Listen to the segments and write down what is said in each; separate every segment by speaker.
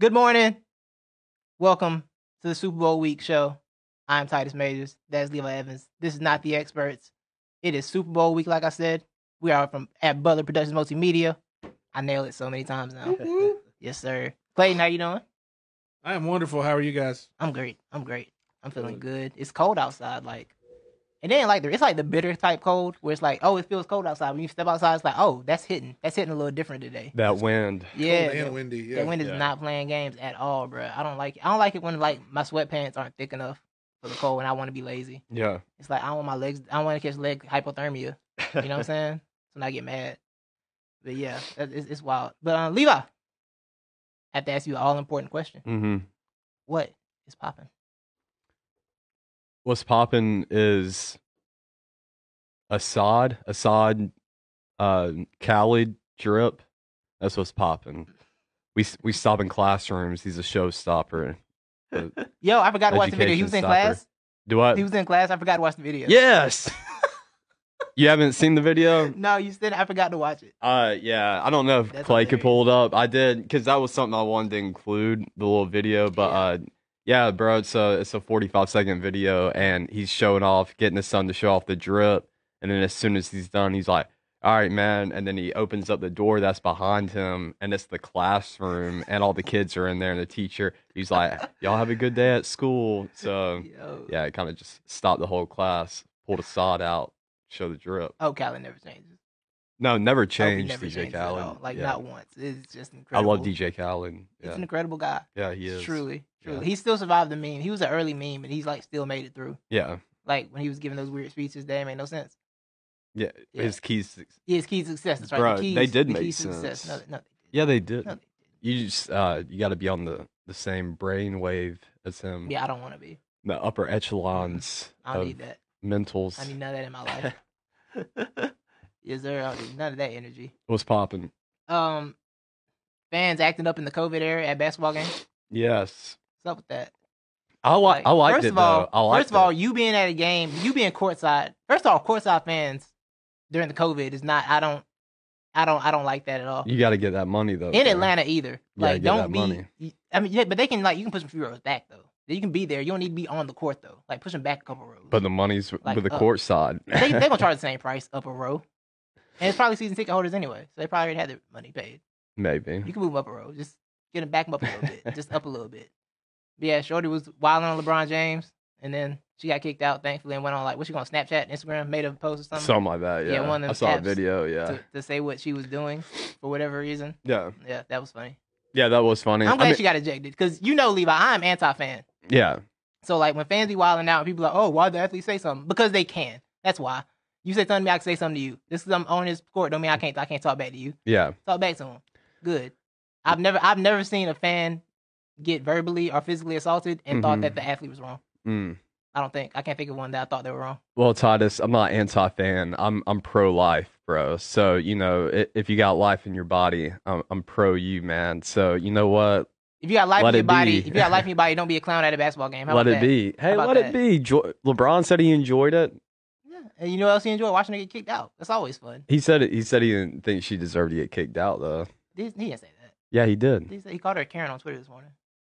Speaker 1: Good morning. Welcome to the Super Bowl week show. I'm Titus Majors. That's Levi Evans. This is not the experts. It is Super Bowl week, like I said. We are from at Butler Productions Multimedia. I nail it so many times now. yes, sir. Clayton, how you doing?
Speaker 2: I am wonderful. How are you guys?
Speaker 1: I'm great. I'm great. I'm feeling good. It's cold outside, like, and then like the, it's like the bitter type cold where it's like, oh, it feels cold outside. When you step outside, it's like, oh, that's hitting. That's hitting a little different today.
Speaker 3: That wind.
Speaker 1: Yeah,
Speaker 2: Cold
Speaker 1: that-
Speaker 2: and windy.
Speaker 1: that
Speaker 2: Yeah.
Speaker 1: wind is
Speaker 3: Yeah.
Speaker 1: not playing games at all, bro. I don't like. It. I don't like it when like my sweatpants aren't thick enough for the cold, and I want to be lazy.
Speaker 3: Yeah.
Speaker 1: It's like I don't want my legs. I don't want to catch leg hypothermia. You know what I'm saying? So now I get mad. But yeah, it- it's, it's wild. But uh, Levi, I have to ask you an all important question.
Speaker 3: mm-hmm.
Speaker 1: What is popping?
Speaker 3: What's poppin' is Assad, Assad, uh, Khalid drip. That's what's poppin'. We s- we stop in classrooms. He's a showstopper.
Speaker 1: Yo, I forgot to watch the video. He
Speaker 3: Education
Speaker 1: was in
Speaker 3: stopper.
Speaker 1: class.
Speaker 3: Do I?
Speaker 1: He was in class. I forgot to watch the video.
Speaker 3: yes. you haven't seen the video?
Speaker 1: No, you said I forgot to watch it.
Speaker 3: Uh, yeah. I don't know if
Speaker 1: That's
Speaker 3: Clay could
Speaker 1: hilarious.
Speaker 3: pull it up. I did because that was something I wanted to include the little video. But
Speaker 1: Yeah.
Speaker 3: uh, yeah, bro, it's a it's a forty five second video, and he's showing off, getting his son to show off the drip, and then as soon as he's done, he's like. All right, man. And then he opens up the door that's behind him, and it's the classroom, and all the kids are in there, and the teacher. He's like, "Y'all have a good day at school." So
Speaker 1: Yo.
Speaker 3: Um, yeah, it kind of just stopped the whole class, pulled a sod out, show the drip.
Speaker 1: Oh, Callan never changes.
Speaker 3: No,
Speaker 1: Oh,
Speaker 3: never
Speaker 1: he
Speaker 3: changed
Speaker 1: never
Speaker 3: DJ
Speaker 1: changes at all.
Speaker 3: Khaled.
Speaker 1: Like
Speaker 3: yeah.
Speaker 1: not once. It's just
Speaker 3: I
Speaker 1: incredible.
Speaker 3: love DJ Khaled.
Speaker 1: He's
Speaker 3: Yeah,
Speaker 1: an incredible guy.
Speaker 3: yeah, he is.
Speaker 1: Truly, truly,
Speaker 3: Yeah.
Speaker 1: he still survived the meme. He was an early meme, and he's like still made it through.
Speaker 3: Yeah.
Speaker 1: Like when he was giving those weird speeches, they made no sense.
Speaker 3: yeah,
Speaker 1: Yeah.
Speaker 3: his keys.
Speaker 1: Yeah, his keys to success. That's right.
Speaker 3: Bro,
Speaker 1: the keys,
Speaker 3: they did
Speaker 1: the
Speaker 3: make
Speaker 1: keys to success. No,
Speaker 3: sense.
Speaker 1: no, they
Speaker 3: Yeah, they did.
Speaker 1: did. No, they
Speaker 3: You just uh, you got to be on the the same brain wave as him.
Speaker 1: didn't. Yeah, I don't want to be.
Speaker 3: the upper echelons
Speaker 1: I don't
Speaker 3: of
Speaker 1: need that.
Speaker 3: mentals
Speaker 1: I need none of that in my life. Is there I don't need none of that energy?
Speaker 3: was popping.
Speaker 1: Um, fans acting up in the COVID era at basketball games. What's
Speaker 3: Yes,
Speaker 1: up with that?
Speaker 3: I like. I liked
Speaker 1: first
Speaker 3: it
Speaker 1: of all,
Speaker 3: though. I liked
Speaker 1: first of all,
Speaker 3: it.
Speaker 1: you being at a game, you being courtside. First of all, courtside fans during the COVID is not. I don't. I don't. I don't like that at all.
Speaker 3: you got to get that money though.
Speaker 1: in
Speaker 3: bro.
Speaker 1: Atlanta either.
Speaker 3: Yeah,
Speaker 1: Like,
Speaker 3: get
Speaker 1: don't
Speaker 3: that
Speaker 1: be.
Speaker 3: money.
Speaker 1: y- I mean, yeah, but they can like you can push them a few rows back though. You can be there. You don't need to be on the court though. Like push them back a couple rows.
Speaker 3: but the money's
Speaker 1: Like,
Speaker 3: with the
Speaker 1: uh,
Speaker 3: court side.
Speaker 1: they they gonna charge the same price up a row, and it's probably season ticket holders anyway, so they probably already had their money paid.
Speaker 3: Maybe.
Speaker 1: You can move them up a row, just get them back 'em up a little bit, just up a little bit. But yeah, Shorty was wilding on LeBron James, and then she got kicked out thankfully, and went on like what she gonna Snapchat, Instagram, made a post or something
Speaker 3: Something like that.
Speaker 1: Yeah,
Speaker 3: Yeah,
Speaker 1: one of them
Speaker 3: I saw a
Speaker 1: apps
Speaker 3: video. Yeah,
Speaker 1: to, to say what she was doing for whatever reason.
Speaker 3: yeah,
Speaker 1: Yeah, that was funny.
Speaker 3: yeah. That was funny.
Speaker 1: I'm
Speaker 3: I
Speaker 1: glad
Speaker 3: mean-
Speaker 1: she got ejected because you know Levi, I'm anti fan.
Speaker 3: yeah,
Speaker 1: So like when fans be wilding out, people are like, oh, why the athlete say something? Because they can. That's why. You say something to me, I can say something to you. This is I'm on his court. Don't mean I can't. I can't talk back to you.
Speaker 3: yeah,
Speaker 1: Talk back to him. Good. I've never I've never seen a fan get verbally or physically assaulted and thought
Speaker 3: Mhm.
Speaker 1: that the athlete was wrong.
Speaker 3: mm.
Speaker 1: I don't think I can't think of one that I thought they were wrong.
Speaker 3: Well, Titus, I'm not anti-fan. I'm I'm pro-life, bro. So you know, i- if you got life in your body, I'm I'm pro you, man. So you know what?
Speaker 1: If you got life in
Speaker 3: Let
Speaker 1: your
Speaker 3: it
Speaker 1: body,
Speaker 3: be.
Speaker 1: if you got life in your body, don't be a clown at a basketball game. How
Speaker 3: let
Speaker 1: about
Speaker 3: it
Speaker 1: that?
Speaker 3: be. Hey,
Speaker 1: about
Speaker 3: let
Speaker 1: that?
Speaker 3: it be. Jo- LeBron said he enjoyed it.
Speaker 1: Yeah. And you know what else you enjoy? Watching her get kicked out. That's always fun.
Speaker 3: He said it, he said he didn't think she deserved to get kicked out, though.
Speaker 1: He, he didn't say that.
Speaker 3: Yeah, he did.
Speaker 1: He, said, he called her a Karen on Twitter this morning.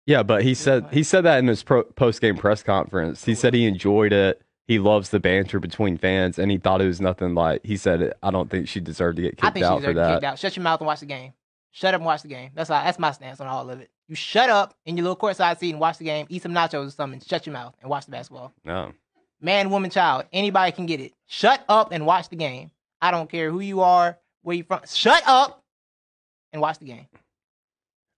Speaker 3: Yeah, but he said he said that in his pro- post-game press conference. He said he enjoyed it. He loves the banter between fans, and he thought it was nothing like. He said, "I don't think she deserved to get
Speaker 1: I
Speaker 3: kicked
Speaker 1: think she
Speaker 3: out for
Speaker 1: deserved to be
Speaker 3: that."
Speaker 1: kicked out. Shut your mouth and watch the game. Shut up and watch the game. That's all, that's my stance on all of it. You shut up in your little courtside seat and watch the game. Eat some nachos or something. Shut your mouth and watch the basketball.
Speaker 3: No.
Speaker 1: Man, woman, child, anybody can get it. Shut up and watch the game. I don't care who you are, where you from. Shut up and watch the game.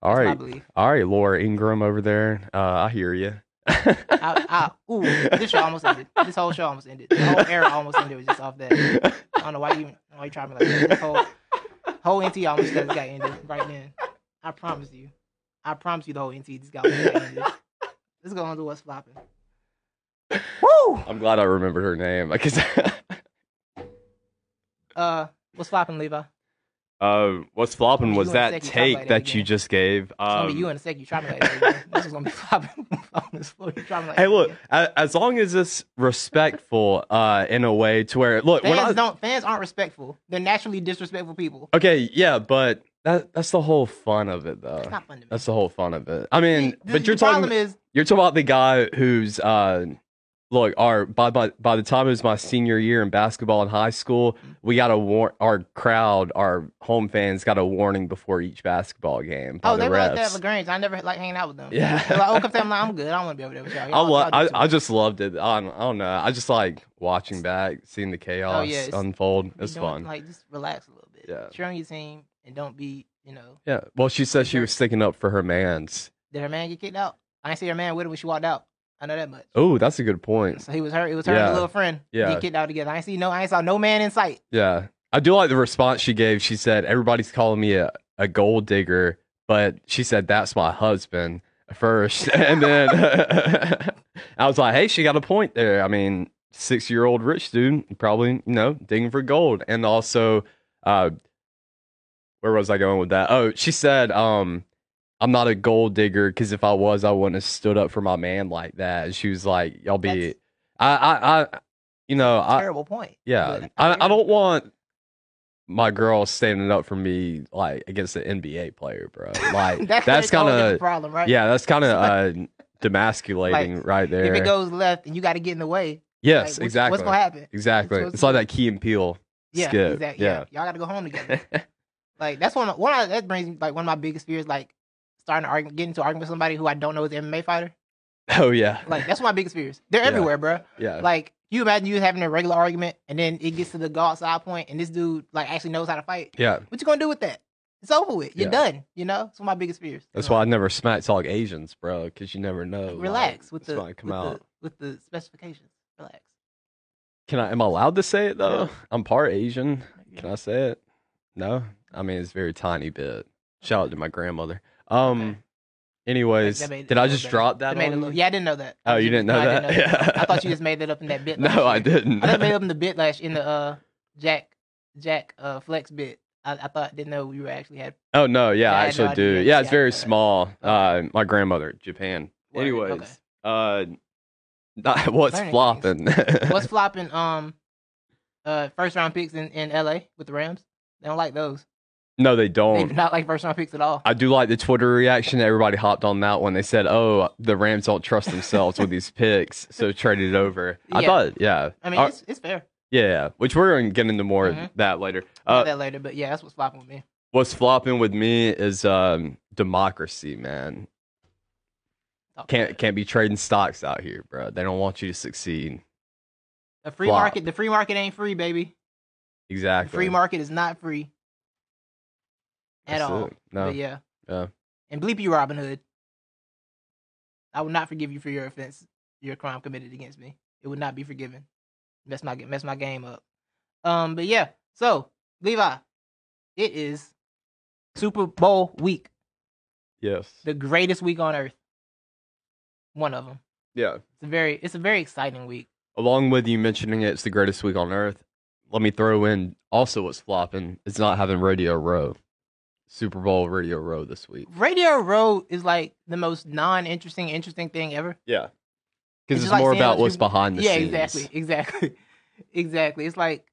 Speaker 3: All
Speaker 1: That's my
Speaker 3: right.
Speaker 1: belief.
Speaker 3: All right, Laura Ingram over there. Uh, I hear you.
Speaker 1: I, I, ooh, this show almost ended. This whole show almost ended. The whole era almost ended was just off that. I don't know why you why you trying to like that. This whole whole NT almost just got ended right then. I promise you. I promise you the whole NT just got almost got ended. Let's go on to what's flopping. Woo!
Speaker 3: I'm glad I remembered her name. Like, 'cause-
Speaker 1: Uh, what's flopping, Levi? It's
Speaker 3: uh, what's flopping
Speaker 1: You
Speaker 3: was
Speaker 1: wanna
Speaker 3: that
Speaker 1: take your
Speaker 3: take
Speaker 1: spotlight
Speaker 3: that you
Speaker 1: again.
Speaker 3: just gave.
Speaker 1: gonna be you
Speaker 3: Um,
Speaker 1: in a second. You try me like that. This is gonna be flopping on this floor. You try me like
Speaker 3: hey,
Speaker 1: that
Speaker 3: look,
Speaker 1: again.
Speaker 3: a- as long as it's respectful uh, in a way to where, look, when
Speaker 1: Fans
Speaker 3: I,
Speaker 1: don't. Fans aren't respectful. They're naturally disrespectful people.
Speaker 3: okay, yeah, but That that's the whole fun of it, though.
Speaker 1: It's not fun to me.
Speaker 3: That's the whole fun of it. I mean,
Speaker 1: The-
Speaker 3: but you're
Speaker 1: the problem
Speaker 3: talking
Speaker 1: is
Speaker 3: you're talking about the guy who's uh look, our by by by the time it was my senior year in basketball in high school,
Speaker 1: Mm-hmm.
Speaker 3: we got a war our crowd, our home fans got a warning before each basketball game by
Speaker 1: oh
Speaker 3: the
Speaker 1: they were like that at
Speaker 3: refs.
Speaker 1: Lagrange. I never like hanging out with them. They're
Speaker 3: yeah.
Speaker 1: like, oh, come to them, I'm good. I don't want to be over there with y'all.
Speaker 3: I,
Speaker 1: Y'all-
Speaker 3: lo-
Speaker 1: y'all
Speaker 3: I,
Speaker 1: do
Speaker 3: I just loved it. I don't, I don't know. I just like watching back, seeing
Speaker 1: Oh,
Speaker 3: the chaos
Speaker 1: it's-
Speaker 3: unfold.
Speaker 1: be
Speaker 3: It's
Speaker 1: doing-
Speaker 3: fun.
Speaker 1: Like just relax a little bit.
Speaker 3: Yeah.
Speaker 1: Cheer on your team and don't be, you know,
Speaker 3: yeah. Well, she said she was sticking up for her man's.
Speaker 1: did her man get kicked out? I didn't see her man with her when she walked out. I know that much.
Speaker 3: Oh, that's a good point.
Speaker 1: So he was her. It was her and
Speaker 3: Yeah.
Speaker 1: her little friend.
Speaker 3: Yeah.
Speaker 1: Get kicked out together. I ain't see no. I ain't saw no man in sight.
Speaker 3: Yeah. I do like the response she gave. She said, Everybody's calling me a, a gold digger, but she said, That's my husband at first. And then I was like, Hey, she got a point there. I mean, six year old rich dude, probably, you know, digging for gold. And also, uh, where was I going with that? Oh, she said, um, I'm not a gold digger because if I was, I wouldn't have stood up for my man like that. And she was like, Y'all be,
Speaker 1: That's-
Speaker 3: I, I, I, you know, I,
Speaker 1: Terrible point.
Speaker 3: yeah,
Speaker 1: But
Speaker 3: I, I
Speaker 1: here-
Speaker 3: don't want my girl standing up for me like against an NBA player, bro. Like
Speaker 1: That-
Speaker 3: that's
Speaker 1: a whole
Speaker 3: kind
Speaker 1: different
Speaker 3: of
Speaker 1: problem, right?
Speaker 3: yeah, that's kind of uh, demasculating right
Speaker 1: If
Speaker 3: there.
Speaker 1: it goes left and you got to get in the way. like,
Speaker 3: yes,
Speaker 1: what's-
Speaker 3: exactly,
Speaker 1: What's gonna happen?
Speaker 3: exactly.
Speaker 1: what's-
Speaker 3: It's like that Key and Peel.
Speaker 1: Yeah.
Speaker 3: Skip,
Speaker 1: Exactly. Yeah. Y'all got to go home together. like that's one. Of, one of, that brings me like one of my biggest fears. Like starting to argue, getting into an argument with somebody who I don't know is an MMA fighter.
Speaker 3: Oh yeah,
Speaker 1: Like that's one of my biggest fears. They're
Speaker 3: Yeah.
Speaker 1: everywhere, bro.
Speaker 3: yeah,
Speaker 1: Like you imagine you having a regular argument and then it gets to the go outside point and this dude like actually knows how to fight.
Speaker 3: yeah.
Speaker 1: What you gonna do with that? It's over with. You're done. You know, it's one of my biggest fears.
Speaker 3: That's
Speaker 1: You know,
Speaker 3: why I never smack talk Asians, bro, because you never know.
Speaker 1: like,
Speaker 3: like,
Speaker 1: relax with
Speaker 3: it's
Speaker 1: the
Speaker 3: gonna come
Speaker 1: with
Speaker 3: out.
Speaker 1: the with the specifications. Relax.
Speaker 3: Can I? Am I allowed to say it though? I'm part Asian. Can I say it? No. I mean, it's a very tiny bit. Shout out to my grandmother. Um.
Speaker 1: Okay.
Speaker 3: Anyways,
Speaker 1: That made it
Speaker 3: did
Speaker 1: a
Speaker 3: I
Speaker 1: little
Speaker 3: just
Speaker 1: better.
Speaker 3: drop
Speaker 1: That
Speaker 3: that?
Speaker 1: made a
Speaker 3: on
Speaker 1: little,
Speaker 3: you?
Speaker 1: yeah, I didn't know that.
Speaker 3: Oh, you didn't know
Speaker 1: No,
Speaker 3: that?
Speaker 1: I, didn't know that. I thought you just made that up in that bit. last
Speaker 3: no, I
Speaker 1: year.
Speaker 3: didn't.
Speaker 1: I just made up in the bit last in the uh, Jack Jack uh, Flex bit. I, I thought didn't know we were actually had.
Speaker 3: oh no, yeah,
Speaker 1: Yeah, I
Speaker 3: I
Speaker 1: had
Speaker 3: actually
Speaker 1: no
Speaker 3: do.
Speaker 1: idea.
Speaker 3: Yeah, it's
Speaker 1: Yeah,
Speaker 3: very
Speaker 1: okay.
Speaker 3: small. Uh, my grandmother, Japan.
Speaker 1: Word,
Speaker 3: Anyways,
Speaker 1: okay.
Speaker 3: uh, not, what's
Speaker 1: Learning
Speaker 3: flopping?
Speaker 1: What's flopping? Um, uh, first round picks in, in L.A. with the Rams. They don't like those.
Speaker 3: no, they
Speaker 1: They
Speaker 3: don't.
Speaker 1: do not like first round picks at all.
Speaker 3: Oh. I do like the Twitter reaction. Everybody hopped on that one. They said, "Oh, the Rams don't trust themselves with these picks, so traded over." I
Speaker 1: Yeah.
Speaker 3: thought, yeah,
Speaker 1: I mean,
Speaker 3: Uh,
Speaker 1: it's, it's fair.
Speaker 3: yeah, yeah. Which we're going to get into more
Speaker 1: Mhm.
Speaker 3: of that later.
Speaker 1: We'll
Speaker 3: Uh,
Speaker 1: do that later, but yeah, that's what's flopping with me.
Speaker 3: what's flopping with me is um, democracy, man.
Speaker 1: Talk about
Speaker 3: Can't
Speaker 1: it.
Speaker 3: can't be trading stocks out here, bro. They don't want you to succeed.
Speaker 1: the free
Speaker 3: flop.
Speaker 1: market? The free market ain't free, baby. The
Speaker 3: Exactly.
Speaker 1: free market is not free at
Speaker 3: That's
Speaker 1: all.
Speaker 3: it. No.
Speaker 1: But yeah,
Speaker 3: Yeah.
Speaker 1: and bleep you, Robin Hood. I will not forgive you for your offense, your crime committed against me. It would not be forgiven. Mess my mess my game up. Um, but yeah. So Levi, it is Super Bowl week,
Speaker 3: Yes.
Speaker 1: the greatest week on earth. One of them.
Speaker 3: Yeah.
Speaker 1: It's a very it's a very exciting week.
Speaker 3: Along with you mentioning it's the greatest week on earth, let me throw in also what's flopping is not having Radio Row, Super Bowl Radio Row this week.
Speaker 1: Radio Row is like the most non-interesting, interesting thing ever.
Speaker 3: Yeah.
Speaker 1: It's
Speaker 3: Because it's
Speaker 1: just like
Speaker 3: more
Speaker 1: seeing
Speaker 3: about
Speaker 1: those
Speaker 3: what's
Speaker 1: people-
Speaker 3: behind the
Speaker 1: yeah,
Speaker 3: scenes.
Speaker 1: exactly, exactly, exactly. It's like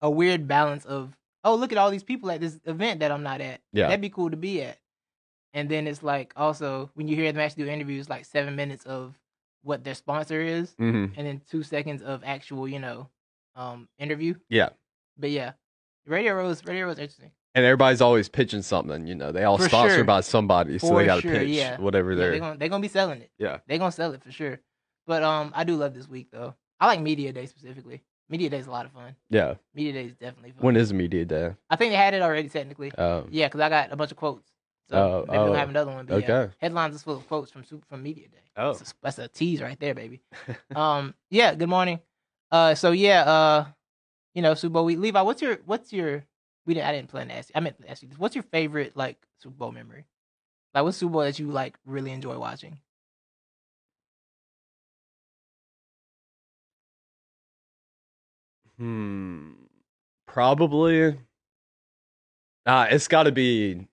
Speaker 1: a weird balance of oh, look at all these people at this event that I'm not at.
Speaker 3: Yeah.
Speaker 1: that'd be cool to be at. And then it's like also when you hear them actually do interviews, like seven minutes of what their sponsor is,
Speaker 3: hmm
Speaker 1: and then two seconds of actual, you know, um, interview.
Speaker 3: Yeah.
Speaker 1: but yeah, Radio Rose, Radio Rose, interesting.
Speaker 3: And everybody's always pitching something, you know. They all
Speaker 1: For
Speaker 3: sponsored
Speaker 1: sure.
Speaker 3: by somebody, so
Speaker 1: For
Speaker 3: they got to
Speaker 1: sure,
Speaker 3: pitch
Speaker 1: yeah.
Speaker 3: whatever
Speaker 1: Yeah,
Speaker 3: they're.
Speaker 1: they're gonna they're gonna be selling it.
Speaker 3: Yeah.
Speaker 1: they're gonna sell it for sure. But um, I do love this week though. I like Media Day specifically. Media Day's a lot of fun.
Speaker 3: yeah.
Speaker 1: Media Day is definitely fun.
Speaker 3: When is Media Day?
Speaker 1: I think they had it already technically.
Speaker 3: Um,
Speaker 1: Yeah, because I got a bunch of quotes. So
Speaker 3: Oh,
Speaker 1: maybe we'll
Speaker 3: oh,
Speaker 1: have another one. But yeah,
Speaker 3: okay.
Speaker 1: headlines is full of quotes from Super, from Media Day.
Speaker 3: Oh.
Speaker 1: That's a, that's a tease right there, baby. um, yeah. Good morning. Uh, so yeah, uh, you know Super Bowl week. Levi, what's your what's your we didn't I didn't plan to ask you. I meant to ask you this. What's your favorite like Super Bowl memory? Like what's Super Bowl that you like really enjoy watching?
Speaker 3: Hmm. Probably. Uh, it's got to be.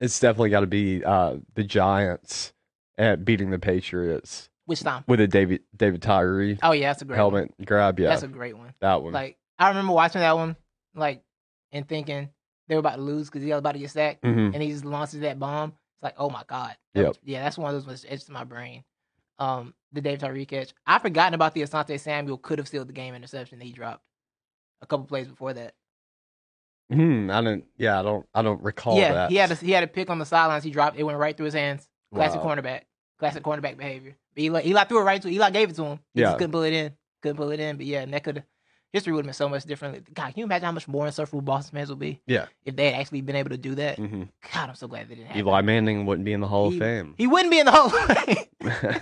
Speaker 3: It's definitely got to be uh, the Giants at beating the Patriots
Speaker 1: Which time?
Speaker 3: with a David David Tyree
Speaker 1: Oh yeah, that's a great One.
Speaker 3: helmet grab. Yeah,
Speaker 1: That's a great one.
Speaker 3: that one.
Speaker 1: Like I remember watching that one, like and thinking they were about to lose because he was about to get sacked,
Speaker 3: hmm
Speaker 1: and he just launches that bomb. It's like, oh my god.
Speaker 3: Yep.
Speaker 1: That- Yeah, that's one of those ones that's etched in my brain. Um, the Dave Tyreek catch. I forgotten about the Asante Samuel could have sealed the game interception that he dropped a couple plays before that.
Speaker 3: Hmm, I don't. Yeah, I don't. I don't recall
Speaker 1: yeah,
Speaker 3: that.
Speaker 1: he had a, he had a pick on the sidelines. He dropped it, went right through his hands. Classic
Speaker 3: Wow.
Speaker 1: cornerback. Classic cornerback behavior. But Eli, Eli threw it right to Eli gave it to him. He
Speaker 3: Yeah.
Speaker 1: just couldn't pull it in. Couldn't pull it in. But yeah, and that could history would have been so much different. God, can you imagine how much more insufferable Boston fans would be?
Speaker 3: Yeah.
Speaker 1: If they had actually been able to do that.
Speaker 3: Mhm.
Speaker 1: God, I'm so glad they didn't have
Speaker 3: Eli Manning wouldn't be in the Hall
Speaker 1: He-
Speaker 3: of Fame.
Speaker 1: He wouldn't be in the Hall of Fame.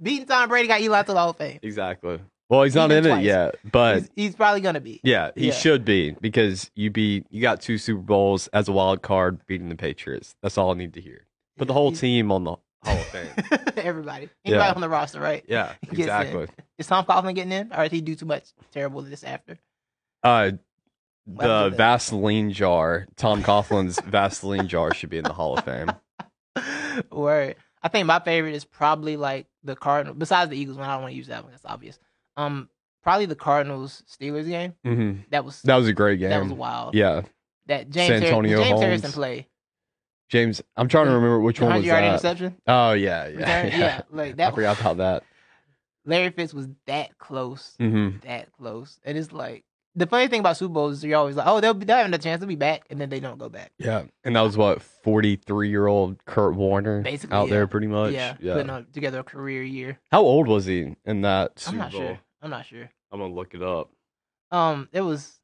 Speaker 1: Beating Tom Brady got Eli to the Hall of Fame.
Speaker 3: exactly. Well, he's
Speaker 1: He's
Speaker 3: not
Speaker 1: been
Speaker 3: in
Speaker 1: twice.
Speaker 3: it yet, but
Speaker 1: he's, he's probably gonna be.
Speaker 3: yeah, he
Speaker 1: Yeah.
Speaker 3: should be because you be you got two Super Bowls as a wild card beating the Patriots. That's all I need to hear. Put the whole
Speaker 1: He's-
Speaker 3: team on the Hall of Fame.
Speaker 1: Everybody. Anybody
Speaker 3: Yeah.
Speaker 1: on the roster, right?
Speaker 3: Yeah,
Speaker 1: Gets in.
Speaker 3: exactly.
Speaker 1: Is Tom Coughlin getting in? Or did he do too much terrible this after?
Speaker 3: Uh,
Speaker 1: What happened
Speaker 3: the
Speaker 1: to that?
Speaker 3: Vaseline jar, Tom Coughlin's Vaseline jar should be in the Hall of Fame.
Speaker 1: Word. I think my favorite is probably like the Cardinal. Besides the Eagles one, I don't want to use that one. That's obvious. Um, probably the Cardinals Steelers game.
Speaker 3: hmm
Speaker 1: That was
Speaker 3: That was a great game.
Speaker 1: Mm-hmm. that was wild.
Speaker 3: yeah,
Speaker 1: That James Har-
Speaker 3: Santonio
Speaker 1: James Harrison
Speaker 3: Holmes.
Speaker 1: play.
Speaker 3: James. I'm trying to
Speaker 1: The-
Speaker 3: remember which one was
Speaker 1: 100 yard
Speaker 3: that.
Speaker 1: interception.
Speaker 3: Oh yeah, yeah,
Speaker 1: Return?
Speaker 3: yeah.
Speaker 1: Yeah. like
Speaker 3: I
Speaker 1: that.
Speaker 3: forgot about that.
Speaker 1: Larry Fitz was that close,
Speaker 3: hmm
Speaker 1: that close, and it's like the funny thing about Super Bowls is you're always like, oh, they'll be they're having a chance to be back, and then they don't go back.
Speaker 3: Yeah, and that was what 43 year old Kurt Warner
Speaker 1: Basically,
Speaker 3: out
Speaker 1: yeah.
Speaker 3: there, pretty much.
Speaker 1: yeah, putting on, together a career year.
Speaker 3: How old was he in that Super
Speaker 1: I'm not
Speaker 3: Bowl?
Speaker 1: sure. I'm not sure.
Speaker 3: I'm gonna look it up.
Speaker 1: Um, it was.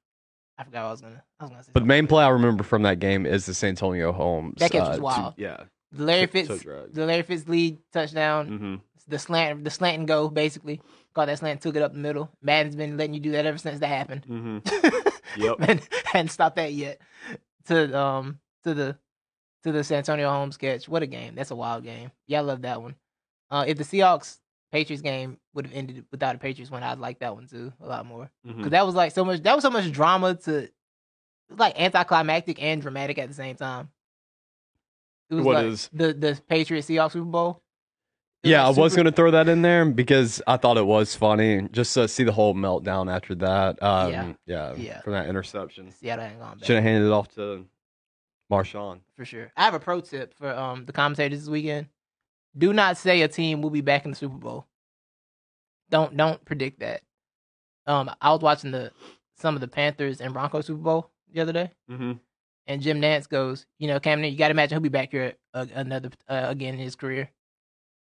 Speaker 1: I forgot what I was gonna. I was gonna say.
Speaker 3: But the
Speaker 1: something.
Speaker 3: main play I remember from that game is the Santonio Holmes. uh,
Speaker 1: That catch was
Speaker 3: to-
Speaker 1: wild.
Speaker 3: yeah.
Speaker 1: The Larry
Speaker 3: to-
Speaker 1: Fitz,
Speaker 3: to drag.
Speaker 1: the Larry Fitz lead touchdown,
Speaker 3: Mhm.
Speaker 1: the slant, the slant and go basically. Caught that slant, took it up the middle. Madden's been letting you do that ever since that happened.
Speaker 3: Mhm. Yep.
Speaker 1: and hadn't stopped that yet. To um to the to the Santonio Holmes catch. What a game! That's a wild game. Yeah, I love that one. Uh, if the Seahawks Patriots game would have ended without a Patriots win, I'd like that one too a lot more.
Speaker 3: Hmm. Mm-hmm.
Speaker 1: Because that was like so much. That was so much drama to, it was like anticlimactic and dramatic at the same time. It
Speaker 3: What
Speaker 1: like
Speaker 3: is-
Speaker 1: the the Patriots Seahawks Super Bowl? It
Speaker 3: Yeah, I
Speaker 1: like
Speaker 3: was
Speaker 1: super-
Speaker 3: gonna throw that in there because I thought it was funny just to see the whole meltdown after that. Um,
Speaker 1: Yeah.
Speaker 3: yeah.
Speaker 1: Yeah.
Speaker 3: From that interception,
Speaker 1: Seattle ain't gone back
Speaker 3: should have handed it off to Marshawn.
Speaker 1: for sure. I have a pro tip for um the commentators this weekend. Do not say a team will be back in the Super Bowl. Don't don't predict that. Um, I was watching the some of the Panthers and Broncos Super Bowl the other day.
Speaker 3: Mm-hmm.
Speaker 1: And Jim Nance goes, you know, Cam Newton, you got to imagine he'll be back here uh, another uh, again in his career.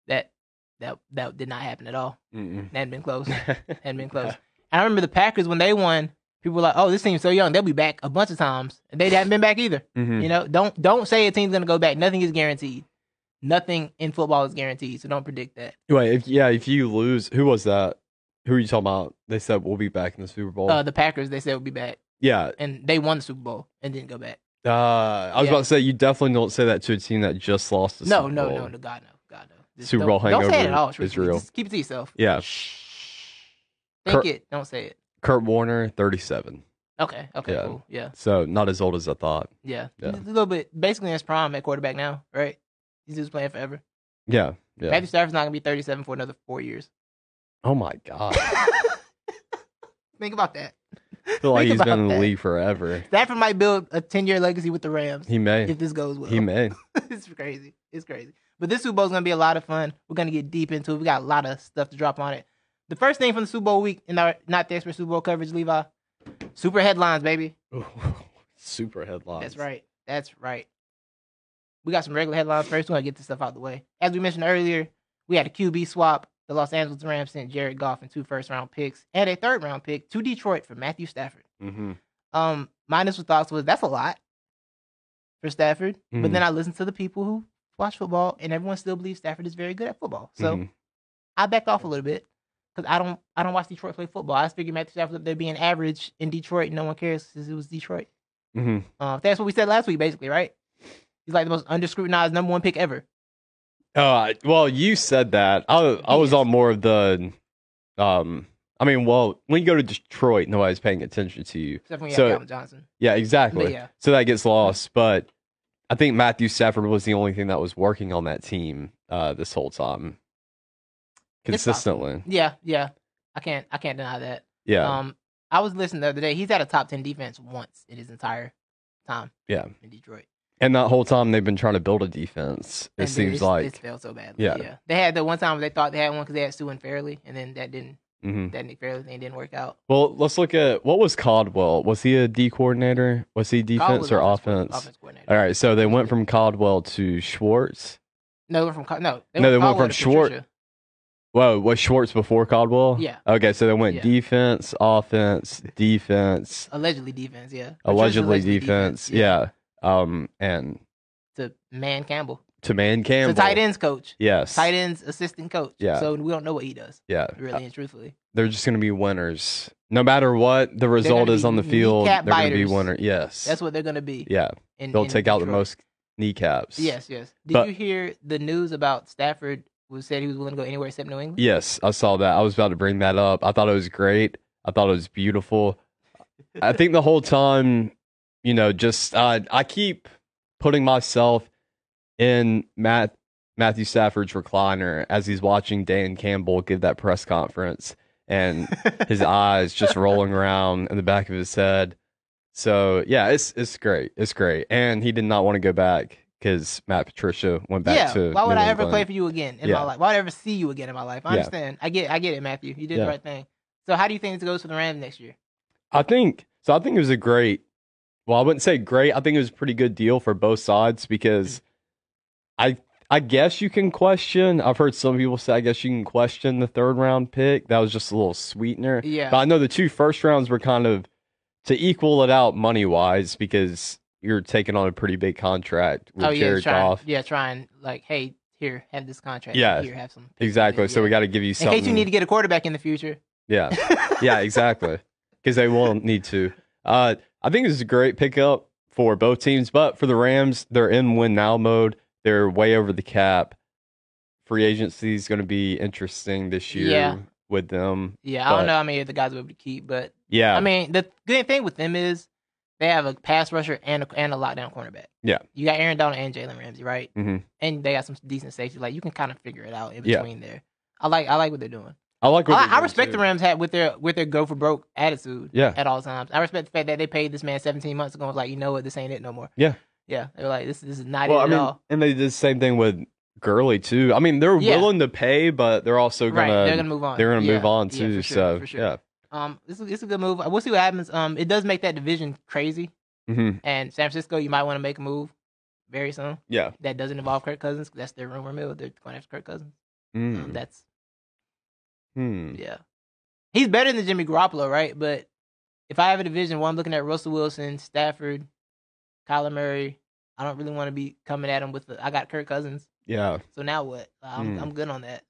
Speaker 1: That that that did not happen at all.
Speaker 3: Mm-mm.
Speaker 1: Hadn't been close. Hadn't been close. And I remember the Packers when they won. People were like, "Oh, this team's so young; they'll be back a bunch of times." And they haven't been back either.
Speaker 3: Mhm.
Speaker 1: You know, don't don't say a team's gonna go back. Nothing is guaranteed. Nothing in football is guaranteed, so don't predict that.
Speaker 3: Wait, if yeah, if you lose, who was that? Who are you talking about? They said we'll be back in the Super Bowl.
Speaker 1: Uh, the Packers, they said will be back,
Speaker 3: yeah,
Speaker 1: and they won the Super Bowl and didn't go back.
Speaker 3: uh, I was
Speaker 1: yeah.
Speaker 3: about to say you definitely don't say that to a team that just lost. The
Speaker 1: No,
Speaker 3: Super
Speaker 1: no,
Speaker 3: Bowl.
Speaker 1: no, no, God no, God no.
Speaker 3: Super
Speaker 1: don't,
Speaker 3: Bowl
Speaker 1: Don't say it
Speaker 3: hangover
Speaker 1: at all.
Speaker 3: is
Speaker 1: truthfully.
Speaker 3: real.
Speaker 1: Just keep it to yourself.
Speaker 3: Yeah.
Speaker 1: Think
Speaker 3: Cur-
Speaker 1: it. Don't say it.
Speaker 3: Kurt Warner, thirty-seven.
Speaker 1: Okay. Okay.
Speaker 3: Yeah.
Speaker 1: Cool. Yeah.
Speaker 3: So not as old as I thought.
Speaker 1: Yeah.
Speaker 3: Yeah.
Speaker 1: He's A little bit. Basically, in his prime at quarterback now, right? He's just playing forever.
Speaker 3: Yeah, yeah.
Speaker 1: Matthew Stafford's not gonna be 37 for another four years.
Speaker 3: Oh my god,
Speaker 1: Think about that.
Speaker 3: I feel like
Speaker 1: Think
Speaker 3: he's been
Speaker 1: about
Speaker 3: in the
Speaker 1: that.
Speaker 3: league forever.
Speaker 1: Stafford might build a 10 year legacy with the Rams
Speaker 3: He may,
Speaker 1: if this goes well.
Speaker 3: he may.
Speaker 1: it's crazy. It's crazy. But this Super Bowl is going to be a lot of fun. We're going to get deep into it. We got a lot of stuff to drop on it. The first thing from the Super Bowl week in our Not the Expert Super Bowl coverage, Levi, super headlines, baby.
Speaker 3: Super headlines.
Speaker 1: That's right. That's right. We got some regular headlines first. We're going to get this stuff out of the way. As we mentioned earlier, we had a QB swap. The Los Angeles Rams sent Jared Goff and two first round picks and a third round pick to Detroit for Matthew Stafford.
Speaker 3: Mm-hmm.
Speaker 1: Um, my initial thoughts was that's a lot for Stafford. But
Speaker 3: Mm-hmm.
Speaker 1: then I listened to the people who watch football, and everyone still believes Stafford is very good at football. So
Speaker 3: Mm-hmm.
Speaker 1: I backed off a little bit because I don't I don't watch Detroit play football. I just figured Matthew Stafford up there being average in Detroit, no one cares since it was Detroit.
Speaker 3: hmm
Speaker 1: Uh, that's what we said last week, basically, right? He's like the most underscrutinized number one pick ever.
Speaker 3: Uh, well, you said that. I I was
Speaker 1: Yes.
Speaker 3: on more of the, um. I mean, well, when you go to Detroit, nobody's paying attention to you.
Speaker 1: Except when you
Speaker 3: So-
Speaker 1: have Calvin Johnson.
Speaker 3: Yeah,
Speaker 1: But
Speaker 3: exactly.
Speaker 1: yeah,
Speaker 3: So that gets lost. But I think Matthew Stafford was the only thing that was working on that team uh, this whole time,
Speaker 1: It's possible.
Speaker 3: consistently.
Speaker 1: yeah, yeah. I can't I can't deny that.
Speaker 3: Yeah.
Speaker 1: Um, I was listening the other day. He's had a top ten defense once in his entire time.
Speaker 3: Yeah.
Speaker 1: in Detroit.
Speaker 3: And that whole time they've been trying to build a defense. It
Speaker 1: And, dude,
Speaker 3: seems
Speaker 1: it's- it's
Speaker 3: like.
Speaker 1: failed so badly.
Speaker 3: Yeah.
Speaker 1: Yeah. they had the one time they thought they had one because they had Sue and Fairley, and then that didn't
Speaker 3: hmm
Speaker 1: that Nick Fairley thing didn't work out.
Speaker 3: Well, let's look at what was Caldwell. Was he a D coordinator? Was he
Speaker 1: Kyle
Speaker 3: defense
Speaker 1: was
Speaker 3: or
Speaker 1: coordinator-
Speaker 3: offense?
Speaker 1: Offense coordinator.
Speaker 3: All right, so they went from Caldwell to Schwartz.
Speaker 1: No, they went from Cal- no,
Speaker 3: No, they went
Speaker 1: Caldwell
Speaker 3: from
Speaker 1: to
Speaker 3: Schwartz-
Speaker 1: Patricia.
Speaker 3: Whoa, was Schwartz before Caldwell?
Speaker 1: Yeah.
Speaker 3: Okay, so they went
Speaker 1: Yeah.
Speaker 3: defense, offense, defense,
Speaker 1: Allegedly defense, yeah. Patricia's
Speaker 3: allegedly, defense. yeah. Um, and
Speaker 1: To man Campbell.
Speaker 3: to man
Speaker 1: Campbell.
Speaker 3: Campbell.
Speaker 1: To tight ends coach.
Speaker 3: Yes.
Speaker 1: Tight ends assistant coach.
Speaker 3: Yeah.
Speaker 1: So we don't know what he does,
Speaker 3: Yeah. Uh,
Speaker 1: really and truthfully.
Speaker 3: They're just going to be winners. No matter what the result
Speaker 1: gonna
Speaker 3: is
Speaker 1: be
Speaker 3: on the field, they're
Speaker 1: kneecap
Speaker 3: going to be
Speaker 1: biters.
Speaker 3: winner. Yes.
Speaker 1: That's what they're gonna be.
Speaker 3: yeah.
Speaker 1: in-
Speaker 3: They'll
Speaker 1: in
Speaker 3: take out the
Speaker 1: Detroit.
Speaker 3: most kneecaps.
Speaker 1: Yes, yes. Did
Speaker 3: But-
Speaker 1: you hear the news about Stafford was said he was willing to go anywhere except New England?
Speaker 3: Yes, I saw that. I was about to bring that up. I thought it was great. I thought it was beautiful. I think the whole time, you know, just uh, I keep putting myself in Matt Matthew Stafford's recliner as he's watching Dan Campbell give that press conference and his eyes just rolling around in the back of his head. So yeah, it's it's great. It's great. And he did not want to go back because Matt Patricia went back
Speaker 1: yeah.
Speaker 3: to
Speaker 1: Why would
Speaker 3: New
Speaker 1: I ever
Speaker 3: England.
Speaker 1: play for you again in
Speaker 3: Yeah.
Speaker 1: my life? Why would I ever see you again in my life? I
Speaker 3: Yeah.
Speaker 1: understand. I get I get it, Matthew. You did
Speaker 3: Yeah.
Speaker 1: the right thing. So how do you think this goes for the Rams next year?
Speaker 3: I think so. I think it was a great. Well, I wouldn't say great. I think it was a pretty good deal for both sides
Speaker 1: Mm.
Speaker 3: because I I guess you can question. I've heard some people say I guess you can question the third round pick. That was just a little sweetener.
Speaker 1: Yeah.
Speaker 3: But I know the two first rounds were kind of to equal it out money wise because you're taking on a pretty big contract with
Speaker 1: oh yeah,
Speaker 3: Jared
Speaker 1: try
Speaker 3: Goff.
Speaker 1: yeah, trying like, hey, here, have this contract.
Speaker 3: Yeah.
Speaker 1: Here, have some
Speaker 3: Exactly. So we
Speaker 1: Yeah.
Speaker 3: got to give you
Speaker 1: in
Speaker 3: something.
Speaker 1: case you need to get a quarterback in the future.
Speaker 3: yeah. yeah, exactly. Because they will need to. Uh, I think this is a great pickup for both teams, but for the Rams, they're in win now mode. They're way over the cap. Free agency is going to be interesting this year
Speaker 1: Yeah.
Speaker 3: with them.
Speaker 1: Yeah, I
Speaker 3: But-
Speaker 1: don't know how many of the guys will be able to keep, but
Speaker 3: Yeah,
Speaker 1: I mean, the good thing with them is they have a pass rusher and a, and a lockdown cornerback.
Speaker 3: Yeah.
Speaker 1: you got Aaron Donald and Jalen Ramsey, right?
Speaker 3: Mhm.
Speaker 1: And they got some decent safety. Like you can kind of figure it out in
Speaker 3: Yeah.
Speaker 1: between there. I like I like what they're doing.
Speaker 3: I like. what
Speaker 1: I,
Speaker 3: they're
Speaker 1: I
Speaker 3: doing,
Speaker 1: respect
Speaker 3: too.
Speaker 1: the Rams had with their with their go for broke attitude
Speaker 3: Yeah,
Speaker 1: at all times. I respect the fact that they paid this man 17 months ago. and was like, you know what, this ain't it no more.
Speaker 3: Yeah.
Speaker 1: yeah. They were like, this this is not
Speaker 3: well,
Speaker 1: it
Speaker 3: I
Speaker 1: at
Speaker 3: mean,
Speaker 1: all.
Speaker 3: and they did the same thing with Gurley too. I mean, they're
Speaker 1: Yeah.
Speaker 3: willing to pay, but they're also gonna
Speaker 1: right, they're gonna move on.
Speaker 3: they're gonna
Speaker 1: Yeah,
Speaker 3: move on
Speaker 1: yeah,
Speaker 3: too.
Speaker 1: for sure,
Speaker 3: so
Speaker 1: for sure.
Speaker 3: yeah,
Speaker 1: um, this is, this is a good move. We'll see what happens. Um, it does make that division crazy,
Speaker 3: hmm
Speaker 1: and San Francisco, you might want to make a move very soon.
Speaker 3: yeah.
Speaker 1: that doesn't involve Kirk Cousins. 'cause That's their rumor mill. They're going after Kirk Cousins. Um,
Speaker 3: Mm.
Speaker 1: that's
Speaker 3: Hmm.
Speaker 1: Mm. yeah. He's better than Jimmy Garoppolo, right? But if I have a division one, I'm looking at Russell Wilson, Stafford, Kyler Murray. I don't really want to be coming at him with. The, I got Kirk Cousins,
Speaker 3: Yeah.
Speaker 1: so now what? I'm,
Speaker 3: Hmm.
Speaker 1: I'm good on that.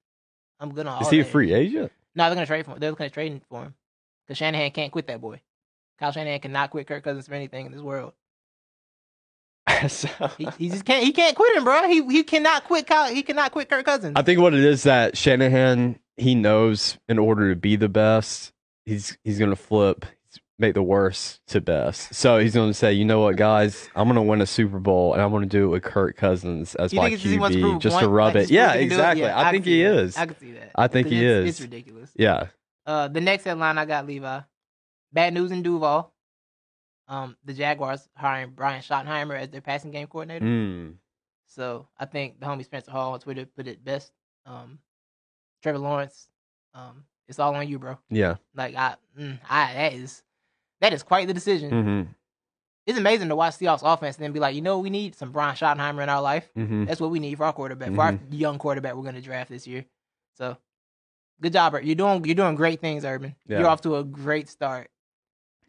Speaker 1: I'm good on.
Speaker 3: Is
Speaker 1: all
Speaker 3: he a
Speaker 1: that.
Speaker 3: free agent?
Speaker 1: No, they're gonna trade for. Him. They're gonna trade him for him because Shanahan can't quit that boy. Kyle Shanahan cannot quit Kirk Cousins for anything in this world. He, he just can't. He can't quit him, bro. He he cannot quit Kyle. He cannot quit Kirk Cousins.
Speaker 3: I think what it is that Shanahan he knows in order to be the best, he's he's gonna flip, make the worst to best. So he's gonna say, you know what, guys, I'm gonna win a Super Bowl and I'm gonna do it with Kirk Cousins as
Speaker 1: You
Speaker 3: my
Speaker 1: think it's just he wants to prove
Speaker 3: QB,
Speaker 1: a
Speaker 3: just to
Speaker 1: point?
Speaker 3: rub
Speaker 1: Like,
Speaker 3: it.
Speaker 1: just prove he
Speaker 3: Yeah,
Speaker 1: can do it?
Speaker 3: exactly.
Speaker 1: Yeah,
Speaker 3: I
Speaker 1: can
Speaker 3: think
Speaker 1: see
Speaker 3: he
Speaker 1: that.
Speaker 3: is.
Speaker 1: I can see that.
Speaker 3: I think he
Speaker 1: It's-
Speaker 3: is.
Speaker 1: It's ridiculous.
Speaker 3: Yeah,
Speaker 1: Uh, the next headline I got Levi. Bad news in Duval. Um, the Jaguars hiring Brian Schottenheimer as their passing game coordinator.
Speaker 3: Mm.
Speaker 1: So I think the homie Spencer Hall on Twitter put it best. Um, Trevor Lawrence. Um, it's all on you, bro.
Speaker 3: yeah.
Speaker 1: Like I, mm, I that is that is quite the decision.
Speaker 3: hmm
Speaker 1: It's amazing to watch Seahawks offense and then be like, you know, what we need some Brian Schottenheimer in our life.
Speaker 3: hmm
Speaker 1: That's what we need for our quarterback, for our
Speaker 3: Mm-hmm.
Speaker 1: young quarterback we're going to draft this year. So, good job, Ur- you're doing you're doing great things, Urban.
Speaker 3: Yeah.
Speaker 1: You're off to a great start.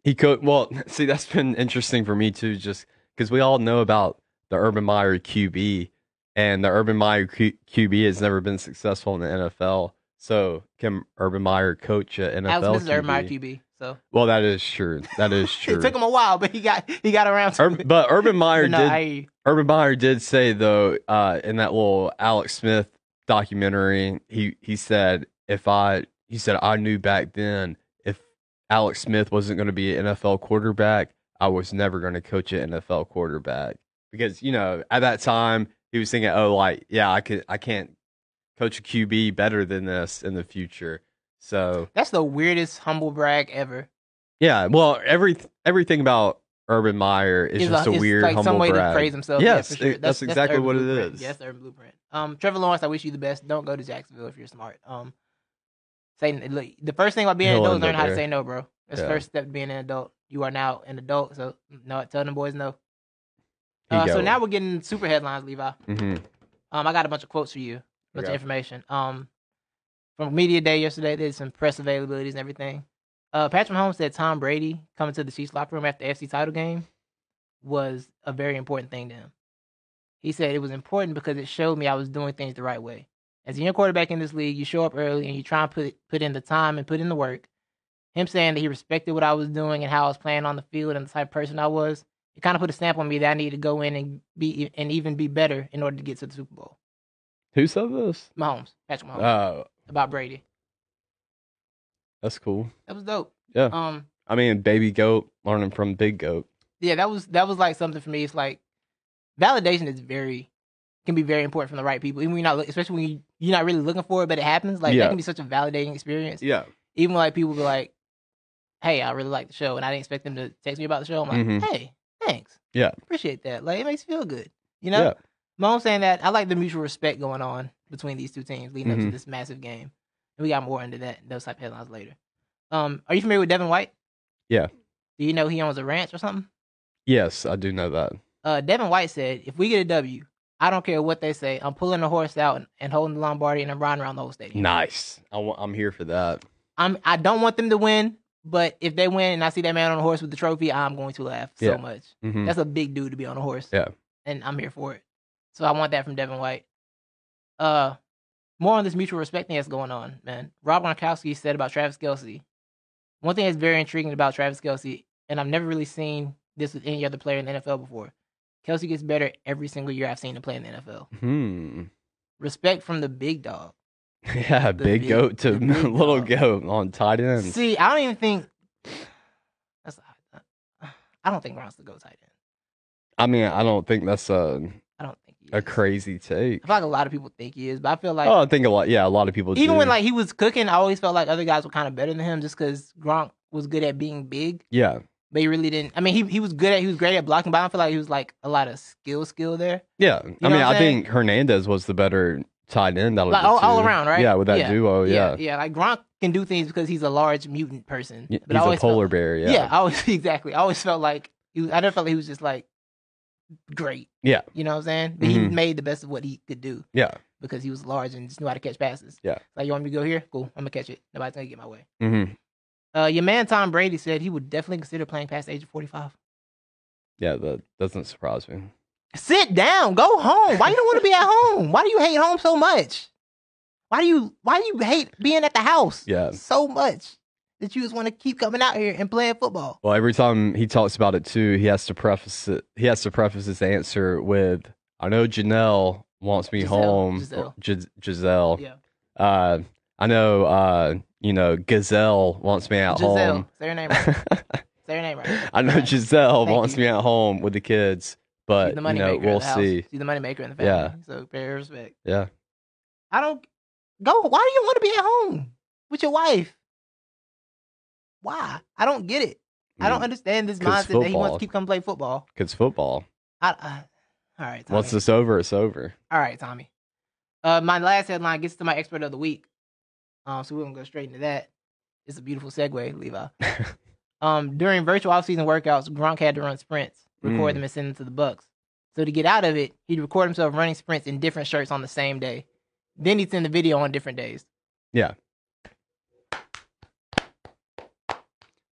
Speaker 3: He could. Well, see, that's been interesting for me too, just because we all know about the Urban Meyer QB, and the Urban Meyer Q- QB has never been successful in the NFL. So, can Urban Meyer coach an NFL
Speaker 1: Alex Smith is
Speaker 3: QB?
Speaker 1: Urban Meyer QB, so
Speaker 3: Well, that is true. That is
Speaker 1: it
Speaker 3: true.
Speaker 1: took him a while, but he got he got around to
Speaker 3: Ur-
Speaker 1: it.
Speaker 3: but Urban Meyer
Speaker 1: But no,
Speaker 3: did.
Speaker 1: I-
Speaker 3: Urban Meyer did say though, uh, in that little Alex Smith documentary, he he said if I he said I knew back then if Alex Smith wasn't going to be an NFL quarterback, I was never going to coach an NFL quarterback because you know at that time he was thinking, oh, like yeah, I could I can't coach a QB better than this in the future. So
Speaker 1: that's the weirdest humble brag ever.
Speaker 3: yeah, well, every everything about Urban Meyer is
Speaker 1: It's
Speaker 3: just a
Speaker 1: it's
Speaker 3: weird
Speaker 1: uh, like
Speaker 3: humble
Speaker 1: some way
Speaker 3: brag.
Speaker 1: to praise himself.
Speaker 3: Yes,
Speaker 1: yeah, for sure.
Speaker 3: it- that's
Speaker 1: the
Speaker 3: exactly
Speaker 1: urban
Speaker 3: what it
Speaker 1: blueprint.
Speaker 3: is.
Speaker 1: Yeah, that's the urban blueprint. Um, Trevor Lawrence, I wish you the best. Don't go to Jacksonville if you're smart. Um, say look, the first thing about being
Speaker 3: He'll
Speaker 1: an adult
Speaker 3: end
Speaker 1: is learn
Speaker 3: up
Speaker 1: how
Speaker 3: there.
Speaker 1: to say no, bro. That's
Speaker 3: Yeah.
Speaker 1: the first step to being an adult. You are now an adult, so no, tell them boys no.
Speaker 3: He
Speaker 1: Uh, so
Speaker 3: go.
Speaker 1: now we're getting super headlines, Levi.
Speaker 3: Mhm.
Speaker 1: Um, I got a bunch of quotes for you, a bunch
Speaker 3: Okay.
Speaker 1: of information. Um, from media day yesterday, there's some press availabilities and everything. Uh, Patrick Mahomes said Tom Brady coming to the Chiefs locker room after the FC title game was a very important thing to him. He said it was important because it showed me I was doing things the right way. As a young quarterback in this league, you show up early and you try and put put in the time and put in the work. Him saying that he respected what I was doing and how I was playing on the field and the type of person I was, it kind of put a stamp on me that I needed to go in and be e, and even be better in order to get to the Super Bowl.
Speaker 3: Who said this?
Speaker 1: Mahomes, Patrick Mahomes,
Speaker 3: Oh,
Speaker 1: about Brady.
Speaker 3: that's cool.
Speaker 1: That was dope.
Speaker 3: Yeah.
Speaker 1: Um.
Speaker 3: I mean, baby goat learning from big goat.
Speaker 1: Yeah. That was that was like something for me. It's like validation is very can be very important from the right people. Even when you're not, look- especially when you, you're not really looking for it, but it happens. Like
Speaker 3: Yeah.
Speaker 1: that can be such a validating experience.
Speaker 3: Yeah,
Speaker 1: Even like people go like, "Hey, I really like the show," and I didn't expect them to text me about the show. I'm like,
Speaker 3: Mhm.
Speaker 1: "Hey, thanks.
Speaker 3: Yeah.
Speaker 1: Appreciate that. Like it makes you feel good. You know."
Speaker 3: Yeah.
Speaker 1: Mom saying that I like the mutual respect going on between these two teams leading up
Speaker 3: Mhm.
Speaker 1: to this massive game. And we got more into that those type of headlines later. Um, are you familiar with Devin White?
Speaker 3: Yeah.
Speaker 1: Do you know he owns a ranch or something?
Speaker 3: yes, I do know that.
Speaker 1: Uh, Devin White said, "If we get a W, I don't care what they say. I'm pulling the horse out and, and holding the Lombardi and I'm riding around the whole stadium.
Speaker 3: Nice. I w- I'm here for that.
Speaker 1: I'm I don't want them to win, but if they win and I see that man on a horse with the trophy, I'm going to laugh so
Speaker 3: Yeah.
Speaker 1: much.
Speaker 3: Mhm.
Speaker 1: That's a big dude to be on a horse.
Speaker 3: Yeah.
Speaker 1: And I'm here for it. So I want that from Devin White. Uh more on this mutual respect thing that's going on, man. Rob Gronkowski said about Travis Kelsey. One thing that's very intriguing about Travis Kelsey, and I've never really seen this with any other player in the NFL before. Kelsey gets better every single year I've seen him play in the NFL.
Speaker 3: Hmm.
Speaker 1: Respect from the big dog.
Speaker 3: Yeah,
Speaker 1: The
Speaker 3: big
Speaker 1: big-
Speaker 3: goat to
Speaker 1: the big
Speaker 3: little
Speaker 1: dog.
Speaker 3: goat on tight end.
Speaker 1: See, I don't even think that's I don't think Ron's the go tight end.
Speaker 3: I mean, I don't think that's a
Speaker 1: I don't think he is.
Speaker 3: a crazy take.
Speaker 1: I feel like a lot of people think he is, but I feel like
Speaker 3: oh, I think a lot. Yeah, a lot of people.
Speaker 1: even
Speaker 3: do.
Speaker 1: when like he was cooking, I always felt like other guys were kind of better than him just because Gronk was good at being big,
Speaker 3: yeah,
Speaker 1: but he really didn't. I mean, he he was good at he was great at blocking, but I don't feel like he was like a lot of skill skill there.
Speaker 3: yeah. I
Speaker 1: know
Speaker 3: mean,
Speaker 1: what I'm
Speaker 3: I
Speaker 1: saying?
Speaker 3: think Hernandez was the better tight end. Out of
Speaker 1: Like,
Speaker 3: the
Speaker 1: all- all
Speaker 3: two.
Speaker 1: around, right?
Speaker 3: Yeah, with that
Speaker 1: Yeah.
Speaker 3: duo. Oh, Yeah,
Speaker 1: yeah, like Gronk can do things because he's a large mutant person.
Speaker 3: Y-
Speaker 1: I
Speaker 3: he's a
Speaker 1: always felt-
Speaker 3: polar bear. Yeah,
Speaker 1: I always exactly. I always felt like he was. I never felt like he was just like great.
Speaker 3: Yeah.
Speaker 1: you know what I'm saying. But he
Speaker 3: Mhm.
Speaker 1: made the best of what he could do
Speaker 3: yeah.
Speaker 1: because he was large and just knew how to catch passes.
Speaker 3: Yeah.
Speaker 1: like you want me to go here? Cool, I'm gonna catch it. Nobody's gonna get my way.
Speaker 3: hmm
Speaker 1: Uh, your man Tom Brady said he would definitely consider playing past the age of 45.
Speaker 3: Yeah, that doesn't surprise me.
Speaker 1: Sit down, go home. Why you don't want to be at home? Why do you hate home so much? Why do you why do you hate being at the house
Speaker 3: Yeah.
Speaker 1: so much that you just want to keep coming out here and playing football?
Speaker 3: Well, every time he talks about it too, he has to preface it. He has to preface his answer with, "I know Janelle wants me
Speaker 1: Giselle,
Speaker 3: home."
Speaker 1: Giselle.
Speaker 3: Gis- Giselle.
Speaker 1: Yeah.
Speaker 3: Uh, I know. Uh, you know, Gazelle wants me at
Speaker 1: Giselle,
Speaker 3: home.
Speaker 1: say her name right. Say her name right.
Speaker 3: I know Giselle
Speaker 1: Thank
Speaker 3: wants
Speaker 1: you.
Speaker 3: me at home with the kids,
Speaker 1: She's
Speaker 3: but
Speaker 1: the
Speaker 3: you
Speaker 1: money
Speaker 3: know,
Speaker 1: maker. in
Speaker 3: we'll
Speaker 1: the house.
Speaker 3: see.
Speaker 1: She's the money maker in the
Speaker 3: Yeah.
Speaker 1: family. So pay her respect.
Speaker 3: Yeah.
Speaker 1: I don't go. Why do you want to be at home with your wife? Why? I don't get it. I don't understand this
Speaker 3: Mm. 'cause
Speaker 1: mindset that he wants
Speaker 3: football.
Speaker 1: to keep come play football.
Speaker 3: Because football.
Speaker 1: I, I, all right, Tommy.
Speaker 3: Once it's over, it's over.
Speaker 1: all right, Tommy. Uh, my last headline gets to my expert of the week. Um, so we're gonna go straight into that. It's a beautiful segue, Levi. um, during virtual offseason workouts, Gronk had to run sprints, record
Speaker 3: Mm.
Speaker 1: them, and send them to the Bucks. So to get out of it, he'd record himself running sprints in different shirts on the same day. Then he'd send the video on different days.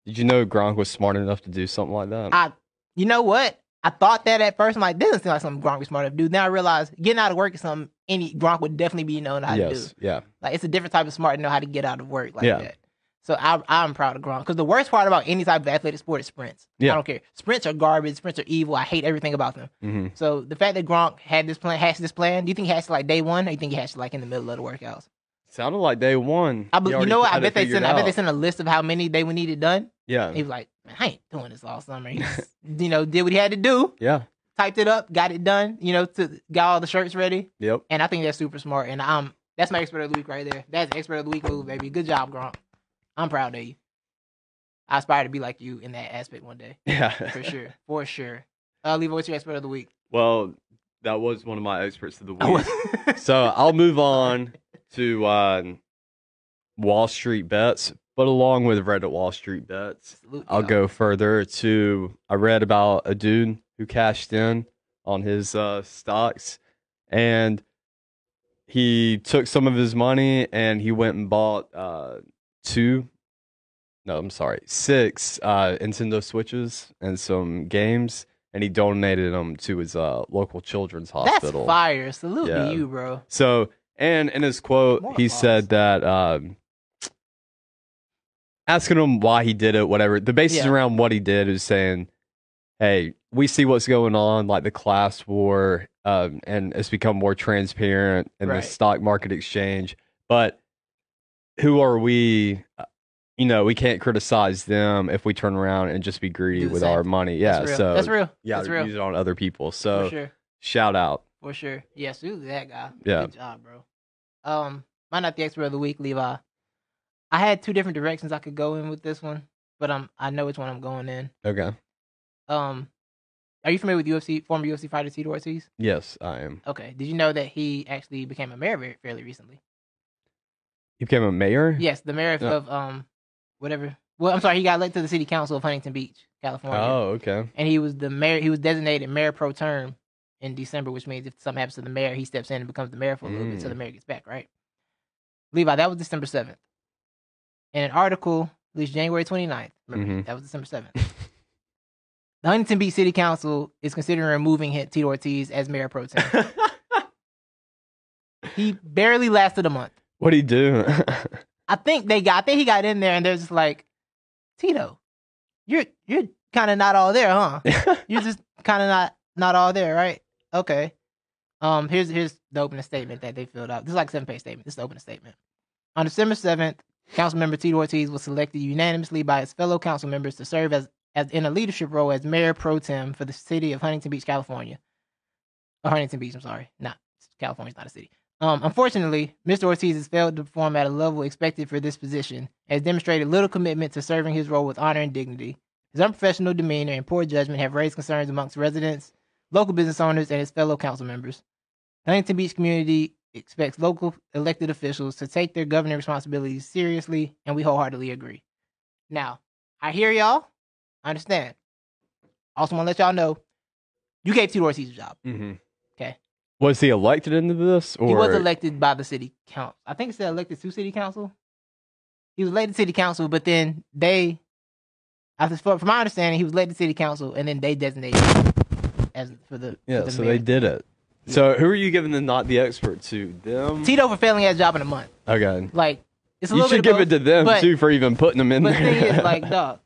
Speaker 3: Did you know Gronk was smart enough to do something like that?
Speaker 1: I, you know what? I thought that at first. I'm like, this doesn't seem like something Gronk would be smart enough to do. Now I realize getting out of work is something any Gronk would definitely be known how to do.
Speaker 3: yes. Yeah.
Speaker 1: Like it's a different type of smart to know how to get out of work like
Speaker 3: Yeah.
Speaker 1: that. So I, I'm proud of Gronk because the worst part about any type of athletic sport is sprints.
Speaker 3: Yeah.
Speaker 1: I don't care. Sprints are garbage. Sprints are evil. I hate everything about them.
Speaker 3: hmm
Speaker 1: So the fact that Gronk had this plan, hashed this plan, do you think he hashed it like day one, or you think he hashed it like in the middle of the workouts?
Speaker 3: Sounded like day one.
Speaker 1: I,
Speaker 3: he
Speaker 1: be, you
Speaker 3: already
Speaker 1: know what? I
Speaker 3: had it
Speaker 1: bet they
Speaker 3: figured
Speaker 1: sent. I bet they
Speaker 3: out.
Speaker 1: sent a list of how many they would need it done.
Speaker 3: Yeah.
Speaker 1: He was like, Man, I ain't doing this all summer. He just, you know, did what he had to do,
Speaker 3: Yeah.
Speaker 1: typed it up, got it done. You know, to got all the shirts ready,
Speaker 3: Yep.
Speaker 1: and I think that's super smart. And um, that's my expert of the week right there. That's expert of the week move, baby. Good job, Gronk. I'm proud of you. I aspire to be like you in that aspect one day,
Speaker 3: Yeah.
Speaker 1: for sure, for sure. Uh, Levi, what's your expert of the week?
Speaker 3: Well, that was one of my experts of the week. so I'll move on to uh, Wall Street bets, but along with Reddit Wall Street bets.
Speaker 1: Salute,
Speaker 3: I'll
Speaker 1: y'all.
Speaker 3: go further to I read about a dude who cashed in on his uh, stocks and he took some of his money and he went and bought uh, two no I'm sorry six uh, Nintendo Switches and some games and he donated them to his uh, local children's
Speaker 1: That's
Speaker 3: hospital.
Speaker 1: fire. Salute
Speaker 3: Yeah.
Speaker 1: to you, bro.
Speaker 3: So, and in his quote,
Speaker 1: More
Speaker 3: he
Speaker 1: thoughts.
Speaker 3: said that um, asking him why he did it, whatever. The basis
Speaker 1: Yeah.
Speaker 3: around what he did is saying, "Hey, we see what's going on, like the class war, um, and it's become more transparent in the
Speaker 1: Right.
Speaker 3: stock market exchange. But who are we?" uh, You know, we can't criticize them if we turn around and just be greedy
Speaker 1: Do the
Speaker 3: with
Speaker 1: same.
Speaker 3: our money. Yeah,
Speaker 1: that's real.
Speaker 3: so
Speaker 1: that's real.
Speaker 3: yeah, uh,
Speaker 1: that's real.
Speaker 3: use it on other people.
Speaker 1: for
Speaker 3: So
Speaker 1: sure.
Speaker 3: shout out.
Speaker 1: For sure. Yeah, salute to that guy.
Speaker 3: Yeah.
Speaker 1: Good job, bro. Um, mine not the expert of the week, Levi. I had two different directions I could go in with this one, but um, I know which one I'm going in.
Speaker 3: Okay.
Speaker 1: Um, are you familiar with UFC former UFC fighter Tito Ortiz?
Speaker 3: Yes, I am.
Speaker 1: Okay. Did you know that he actually became a mayor very- fairly recently?
Speaker 3: He became a mayor.
Speaker 1: Yes, the mayor of,
Speaker 3: Yeah.
Speaker 1: of um, whatever. Well, I'm sorry, he got elected to the city council of Huntington Beach, California.
Speaker 3: Oh, okay.
Speaker 1: and he was the mayor. He was designated mayor pro term in December, which means if something happens to the mayor, he steps in and becomes the mayor for a little bit till
Speaker 3: Mm.
Speaker 1: the mayor gets back, right? Levi, that was December seventh. In an article released January 29th, remember
Speaker 3: Mhm.
Speaker 1: that was December seventh. the Huntington Beach City Council is considering removing hit- Tito Ortiz as mayor pro tem. he barely lasted a month.
Speaker 3: What'd he do?
Speaker 1: I think they got. I think he got in there, and they're just like, Tito, you're you're kind of not all there, huh?
Speaker 3: Mm-hmm.
Speaker 1: you're just kind of not not all there, right? Okay. Um, here's here's the opening statement that they filled out. This is like a seven page statement. This is the opening statement. On December seventh, Councilmember Tito Ortiz was selected unanimously by his fellow council members to serve as, as in a leadership role as mayor pro tem for the city of Huntington Beach, California. Or Huntington Beach, I'm sorry, not California's not a city. Um, unfortunately, Mr. Ortiz has failed to perform at a level expected for this position, has demonstrated little commitment to serving his role with honor and dignity. His unprofessional demeanor and poor judgment have raised concerns amongst residents, local business owners, and his fellow council members. The Huntington Beach community expects local elected officials to take their governing responsibilities seriously, and we wholeheartedly agree. Now, I hear y'all. I understand. Also, want to let y'all know, you gave Tito Ortiz a job.
Speaker 3: mm-hmm.
Speaker 1: 'Kay.
Speaker 3: Was he elected into this, or
Speaker 1: He was elected by the city council. I think it said elected to city council. He was elected to city council, but then they, after from my understanding, he was elected to city council, and then they designated him as for the
Speaker 3: Yeah,
Speaker 1: for the
Speaker 3: so
Speaker 1: mayor.
Speaker 3: they did it. So who are you giving the not the expert to? Them.
Speaker 1: Tito for failing at his job in a month.
Speaker 3: okay.
Speaker 1: Like it's a
Speaker 3: You
Speaker 1: little
Speaker 3: should
Speaker 1: bit.
Speaker 3: give
Speaker 1: of
Speaker 3: it
Speaker 1: both,
Speaker 3: to them
Speaker 1: but,
Speaker 3: too for even putting them in
Speaker 1: But the
Speaker 3: there.
Speaker 1: thing is, like, dog,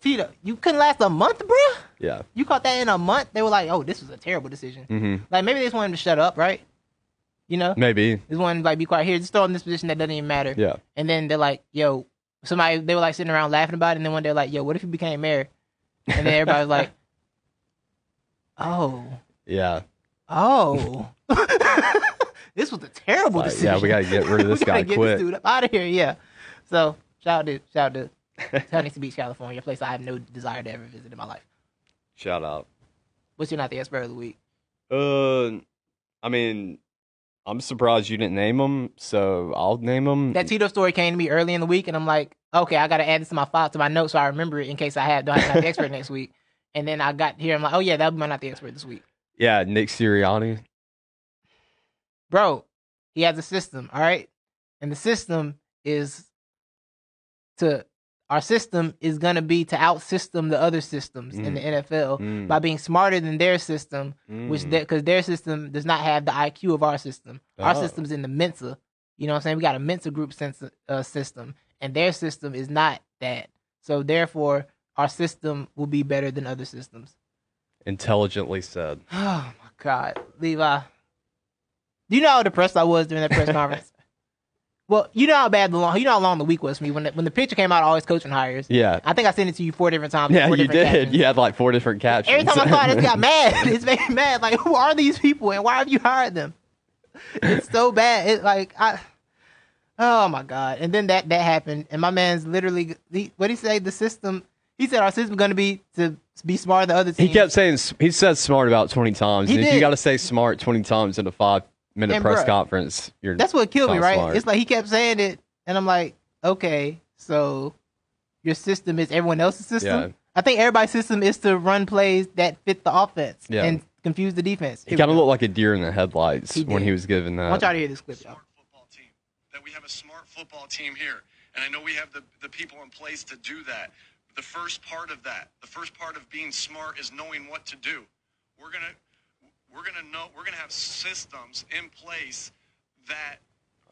Speaker 1: Tito, you couldn't last a month, bruh.
Speaker 3: yeah.
Speaker 1: You caught that in a month. They were like, "Oh, this was a terrible decision."
Speaker 3: hmm
Speaker 1: Like maybe they just wanted him to shut up, right? You know,
Speaker 3: Maybe.
Speaker 1: just wanted to, like be quiet. Here, just throw him in this position that doesn't even matter.
Speaker 3: Yeah.
Speaker 1: And then they're like, yo, somebody, they were like sitting around laughing about it. And then one day, like, yo, what if you became mayor? And then everybody was like, oh,
Speaker 3: Yeah.
Speaker 1: oh. this was a terrible
Speaker 3: Like,
Speaker 1: decision.
Speaker 3: yeah. We gotta get rid of this
Speaker 1: We gotta
Speaker 3: guy
Speaker 1: get
Speaker 3: quick.
Speaker 1: this dude up out of here. Yeah. So shout out to, shout out to Huntington Beach, California, a place I have no desire to ever visit in my life.
Speaker 3: Shout out.
Speaker 1: What's your not the expert of the week?
Speaker 3: Uh, I mean, I'm surprised you didn't name him. So I'll name him.
Speaker 1: That Tito story came to me early in the week, and I'm like, okay, I gotta add this to my file to my notes so I remember it in case I have don't have not the expert next week. And then I got here, I'm like, oh yeah, that'll be my not the expert this week.
Speaker 3: yeah, Nick Sirianni.
Speaker 1: bro, he has a system, all right? And the system is to our system is gonna be to outsystem the other systems in the NFL
Speaker 3: Mm,
Speaker 1: by being smarter than their system, which
Speaker 3: mm.
Speaker 1: that because their system does not have the IQ of our system. Our
Speaker 3: Oh.
Speaker 1: system's in the Mensa. You know what I'm saying? We got a Mensa group sense, uh, system, and their system is not that. So therefore, our system will be better than other systems.
Speaker 3: intelligently said.
Speaker 1: Oh my God, Levi. Do you know how depressed I was during that press conference? well, you know how bad the long, you know how long the week was for me when the, when the picture came out. I always coaching hires.
Speaker 3: Yeah.
Speaker 1: I think I sent it to you four different times.
Speaker 3: Yeah,
Speaker 1: four
Speaker 3: you did.
Speaker 1: different captions.
Speaker 3: You had like four different captions.
Speaker 1: Every time I saw it, I just got mad. It's made me mad. Like, who are these people and why have you hired them? It's so bad. It like I. Oh my god! And then that that happened, and my man's literally the, what he say? The system He said our system's gonna be to be smarter than other
Speaker 3: He
Speaker 1: teams.
Speaker 3: kept saying s- he said smart about twenty times.
Speaker 1: He
Speaker 3: and if you
Speaker 1: did.
Speaker 3: got to say smart twenty times in a five minute
Speaker 1: And
Speaker 3: press
Speaker 1: bruh,
Speaker 3: conference, you're
Speaker 1: That's what killed me,
Speaker 3: Sounds
Speaker 1: right?
Speaker 3: smart.
Speaker 1: It's like he kept saying it, and I'm like, okay, so your system is everyone else's system.
Speaker 3: yeah.
Speaker 1: I think everybody's system is to run plays that fit the offense
Speaker 3: Yeah.
Speaker 1: and confuse the defense.
Speaker 3: He kind of looked like a deer in the headlights
Speaker 1: He
Speaker 3: when
Speaker 1: did.
Speaker 3: he was given
Speaker 1: I want y'all
Speaker 3: that.
Speaker 1: to hear this clip, y'all.
Speaker 4: smart football team. That we have a smart football team here. And I know we have the, the people in place to do that. The first part of that, the first part of being smart is knowing what to do. We're gonna we're gonna know we're gonna have systems in place that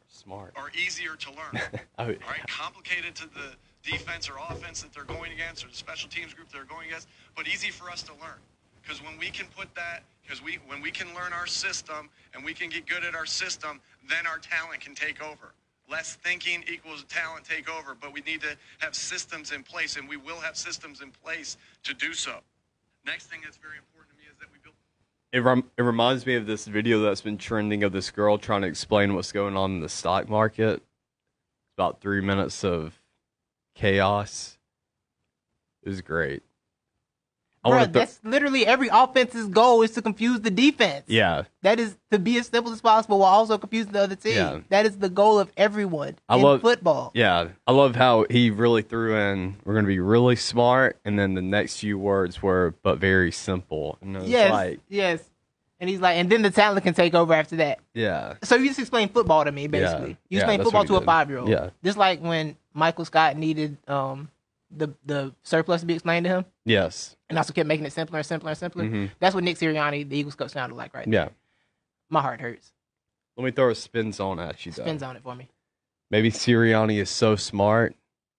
Speaker 3: Smart.
Speaker 4: are easier to learn.
Speaker 3: Oh,
Speaker 4: All right, complicated to the defense or offense that they're going against or the special teams group they're going against, but easy for us to learn. Because when we can put that, because we when we can learn our system and we can get good at our system, then our talent can take over. Less thinking equals talent take over, but we need to have systems in place, and we will have systems in place to do so. Next thing that's very important to me is that we build.
Speaker 3: it, rem- it reminds me of this video that's been trending of this girl trying to explain what's going on in the stock market. About three minutes of chaos. It was great. I
Speaker 1: Bro,
Speaker 3: want to.
Speaker 1: that's literally every offense's goal is to confuse the defense.
Speaker 3: yeah,
Speaker 1: That is to be as simple as possible while also confusing the other team.
Speaker 3: Yeah.
Speaker 1: That is the goal of everyone
Speaker 3: I
Speaker 1: in
Speaker 3: love-
Speaker 1: football.
Speaker 3: yeah. I love how he really threw in. We're gonna be really smart, and then the next few words were but very simple. And it was
Speaker 1: Yes.
Speaker 3: like,
Speaker 1: yes. And he's like, and then the talent can take over after that.
Speaker 3: yeah,
Speaker 1: So you just explain football to me, basically. You
Speaker 3: Yeah,
Speaker 1: explain
Speaker 3: that's
Speaker 1: football
Speaker 3: what he
Speaker 1: to a
Speaker 3: did.
Speaker 1: five year old.
Speaker 3: Yeah.
Speaker 1: Just like when Michael Scott needed um the the surplus to be explained to him,
Speaker 3: yes,
Speaker 1: and also kept making it simpler and simpler and simpler.
Speaker 3: Mhm.
Speaker 1: That's what Nick Sirianni, the Eagles coach, sounded like, right?
Speaker 3: yeah.
Speaker 1: My heart hurts.
Speaker 3: Let me throw a spin zone at you. though.
Speaker 1: Spins on it for me.
Speaker 3: Maybe Sirianni is so smart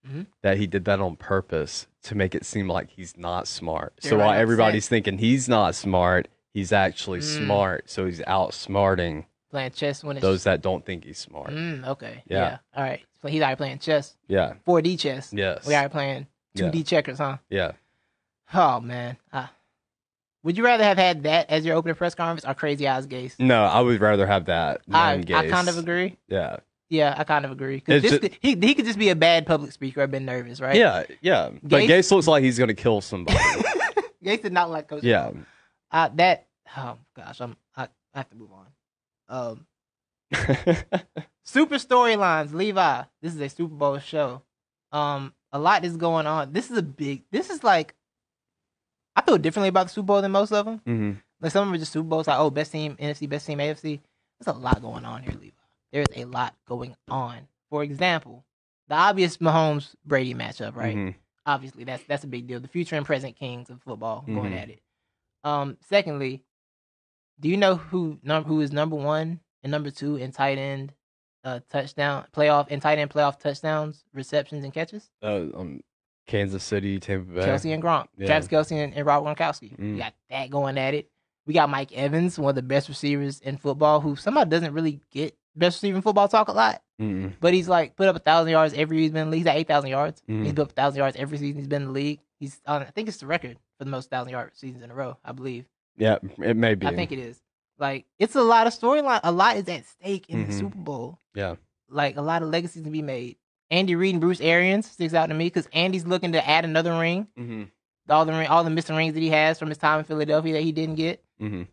Speaker 1: Mhm.
Speaker 3: that he did that on purpose to make it seem like he's not smart. so
Speaker 1: They're
Speaker 3: while
Speaker 1: right,
Speaker 3: everybody's thinking he's not smart, he's actually
Speaker 1: Mm.
Speaker 3: smart. So he's outsmarting
Speaker 1: Playing chess when it's
Speaker 3: those that don't think he's smart.
Speaker 1: Mm, okay.
Speaker 3: Yeah.
Speaker 1: Yeah. All right. So he's already playing chess,
Speaker 3: Yeah.
Speaker 1: 4D chess.
Speaker 3: Yes.
Speaker 1: We already playing 2D checkers, huh?
Speaker 3: Yeah.
Speaker 1: Oh man. Ah. would you rather have had that as your opening press conference or Crazy Eyes Gaze?
Speaker 3: No, I would rather have that.
Speaker 1: I,
Speaker 3: than
Speaker 1: I kind
Speaker 3: Gase.
Speaker 1: of agree.
Speaker 3: Yeah.
Speaker 1: Yeah, I kind of agree. 'Cause
Speaker 3: It's
Speaker 1: this could- he he could just be a bad public speaker. I've been nervous, right?
Speaker 3: Yeah. Yeah. But
Speaker 1: Gase-
Speaker 3: Gase looks like he's going to kill somebody.
Speaker 1: Gates did not like Coach.
Speaker 3: yeah.
Speaker 1: Uh, that. Oh gosh, I'm. I, I have to move on. Um, super storylines. Levi, this is a Super Bowl show. Um, a lot is going on. This is a big. This is like. I feel differently about the Super Bowl than most of them.
Speaker 3: Mhm.
Speaker 1: Like some of them are just Super Bowls, like oh, best team NFC, best team AFC. There's a lot going on here, Levi. There's a lot going on. For example, the obvious Mahomes Brady matchup, right?
Speaker 3: Mhm.
Speaker 1: obviously that's that's a big deal. The future and present kings of football going
Speaker 3: Mhm.
Speaker 1: at it. Um, secondly, do you know who num- who is number one and number two in tight end uh, touchdown playoff and tight end playoff touchdowns, receptions and catches?
Speaker 3: Uh, um, Kansas City, Tampa Bay.
Speaker 1: Kelsey and Gronk,
Speaker 3: Yeah.
Speaker 1: Travis Kelsey and, and Rob Gronkowski.
Speaker 3: Mm.
Speaker 1: We got that going at it. We got Mike Evans, one of the best receivers in football, who somebody doesn't really get best receiver in football talk a lot,
Speaker 3: Mhm.
Speaker 1: but he's like put up a thousand yards every he's been in the league. He's at eight thousand yards.
Speaker 3: Mhm.
Speaker 1: He's built thousand yards every season he's been in the league. He's on, I think it's the record for the most thousand yard seasons in a row. I believe.
Speaker 3: Yeah. It may be.
Speaker 1: I think it is. Like it's a lot of storyline. A lot is at stake in the
Speaker 3: Mhm.
Speaker 1: Super Bowl.
Speaker 3: Yeah.
Speaker 1: Like a lot of legacies to be made. Andy Reid and Bruce Arians sticks out to me because Andy's looking to add another ring.
Speaker 3: hmm
Speaker 1: All the ring, all the missing rings that he has from his time in Philadelphia that he didn't get,
Speaker 3: hmm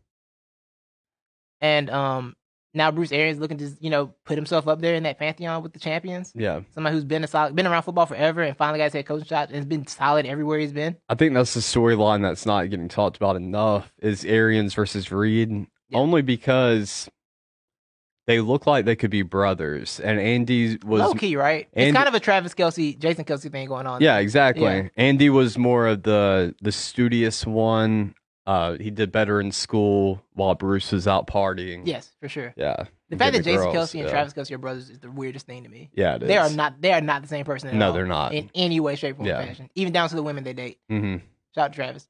Speaker 1: and um, now Bruce Arians looking to you know put himself up there in that pantheon with the champions.
Speaker 3: Yeah.
Speaker 1: Somebody who's been a solid, been around football forever, and finally got his head coaching job and has been solid everywhere he's been.
Speaker 3: I think that's the storyline that's not getting talked about enough is Arians versus Reed, only because they look like they could be brothers, and Andy was
Speaker 1: low key, right?
Speaker 3: and-
Speaker 1: it's kind of a Travis Kelsey, Jason Kelsey thing going on.
Speaker 3: yeah, exactly.
Speaker 1: Yeah.
Speaker 3: Andy was more of the the studious one. Uh, he did better in school while Bruce was out partying.
Speaker 1: Yes, for sure.
Speaker 3: yeah.
Speaker 1: The
Speaker 3: and
Speaker 1: fact
Speaker 3: getting
Speaker 1: that Jason
Speaker 3: girls,
Speaker 1: Kelsey and
Speaker 3: yeah.
Speaker 1: Travis Kelsey are brothers is the weirdest thing to me.
Speaker 3: yeah, it is.
Speaker 1: They are not. They are not the same person. At
Speaker 3: No,
Speaker 1: all,
Speaker 3: they're not.
Speaker 1: in any way, shape, or
Speaker 3: Yeah.
Speaker 1: fashion. Even down to the women they date.
Speaker 3: hmm
Speaker 1: Shout out to Travis.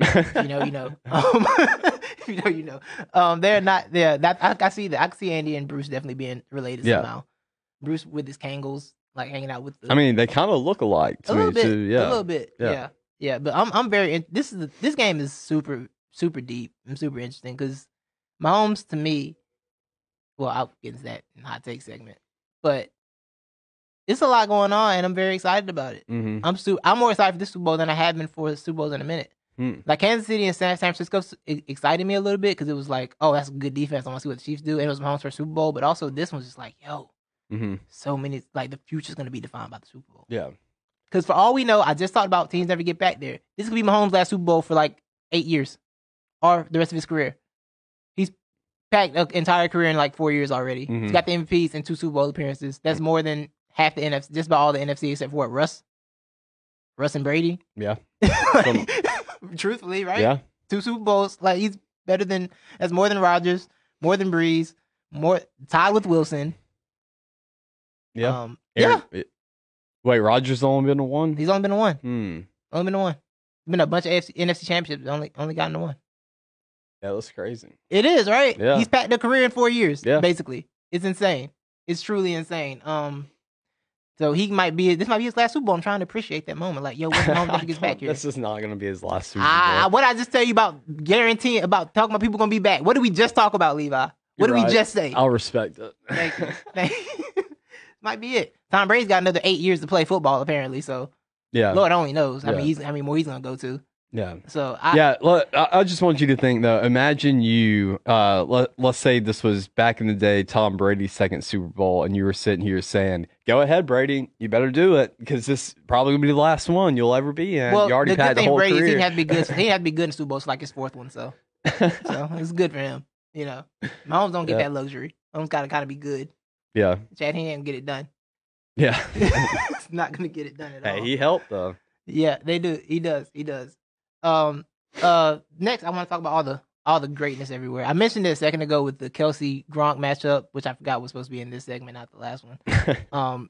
Speaker 1: If you know, you know. Um, if you know, you know. Um, they're not. They're that. I, I see that. I can see Andy and Bruce definitely being related
Speaker 3: Yeah.
Speaker 1: somehow. Bruce with his Kangles, like hanging out with. The,
Speaker 3: I mean, they kind of look alike to
Speaker 1: a
Speaker 3: me
Speaker 1: little bit,
Speaker 3: too.
Speaker 1: a
Speaker 3: Yeah,
Speaker 1: little bit,
Speaker 3: Yeah.
Speaker 1: yeah, yeah. But I'm I'm very in, this is this game is super super deep and super interesting because Mahomes to me, well, I'll get into that in hot take segment, but it's a lot going on, and I'm very excited about it.
Speaker 3: Mm-hmm.
Speaker 1: I'm su- I'm more excited for this Super Bowl than I have been for the Super Bowls in a minute.
Speaker 3: Hmm.
Speaker 1: Like Kansas City and San, San Francisco s- it excited me a little bit because it was like, oh, that's good defense. I want to see what the Chiefs do, and it was Mahomes for Super Bowl. But also, this one's just like, yo,
Speaker 3: Mm-hmm.
Speaker 1: so many like the future's gonna be defined by the Super Bowl.
Speaker 3: Yeah.
Speaker 1: Because for all we know, I just thought about teams never get back there. This could be Mahomes' last Super Bowl for like eight years, or the rest of his career. He's packed an entire career in like four years already. He's
Speaker 3: Mhm.
Speaker 1: got the MVPs and two Super Bowl appearances. That's more than half the NFC, just about all the NFC except for what, Russ, Russ and Brady.
Speaker 3: Yeah.
Speaker 1: Like, truthfully, right?
Speaker 3: Yeah.
Speaker 1: Two Super Bowls. Like he's better than that's more than Rodgers, more than Breeze, more tied with Wilson.
Speaker 3: Yeah.
Speaker 1: Um, yeah.
Speaker 3: Aaron- it- wait, Rogers only been to one.
Speaker 1: He's only been to one.
Speaker 3: Hmm.
Speaker 1: Only been to one. Been a bunch of AFC, NFC championships. Only only gotten to one.
Speaker 3: Yeah, that's crazy.
Speaker 1: It is right.
Speaker 3: Yeah.
Speaker 1: He's packed a career in four years.
Speaker 3: Yeah.
Speaker 1: Basically, it's insane. It's truly insane. Um, so he might be. This might be his last Super Bowl. I'm trying to appreciate that moment. Like, yo, what moment
Speaker 3: I
Speaker 1: that he gets back
Speaker 3: don't-
Speaker 1: here?
Speaker 3: This is not going to be his last Super Bowl.
Speaker 1: I, I- what I just tell you about guaranteeing about talking about people gonna be back. What did we just talk about, Levi? What did
Speaker 3: You're
Speaker 1: we
Speaker 3: right.
Speaker 1: just say?
Speaker 3: I'll respect it.
Speaker 1: Thank you. Thank you. might be it. Tom Brady's got another eight years to play football, apparently. So
Speaker 3: yeah.
Speaker 1: Lord only knows. I
Speaker 3: Yeah.
Speaker 1: mean, he's, how many more he's gonna go to?
Speaker 3: Yeah.
Speaker 1: So I,
Speaker 3: yeah, look, I, I just want you to think though. Imagine you, uh, let, let's say this was back in the day, Tom Brady's second Super Bowl, and you were sitting here saying, "Go ahead, Brady, you better do it because this probably gonna be the last one you'll ever be in."
Speaker 1: well,
Speaker 3: you already
Speaker 1: the good
Speaker 3: had the
Speaker 1: thing
Speaker 3: whole
Speaker 1: Brady is he
Speaker 3: career.
Speaker 1: didn't have to be good. He didn't have to be good in Super Bowl. It's like his fourth one, so so it's good for him. You know, Mahomes don't get
Speaker 3: Yeah.
Speaker 1: that luxury. Mahomes gotta gotta be good.
Speaker 3: yeah,
Speaker 1: Chad he ain't gonna get it done.
Speaker 3: yeah.
Speaker 1: He's not gonna get it done at all.
Speaker 3: hey, he helped though.
Speaker 1: Yeah, they do. He does. He does. Um. Uh. Next, I want to talk about all the all the greatness everywhere. I mentioned it a second ago with the Kelsey Gronk matchup, which I forgot was supposed to be in this segment, not the last one. um,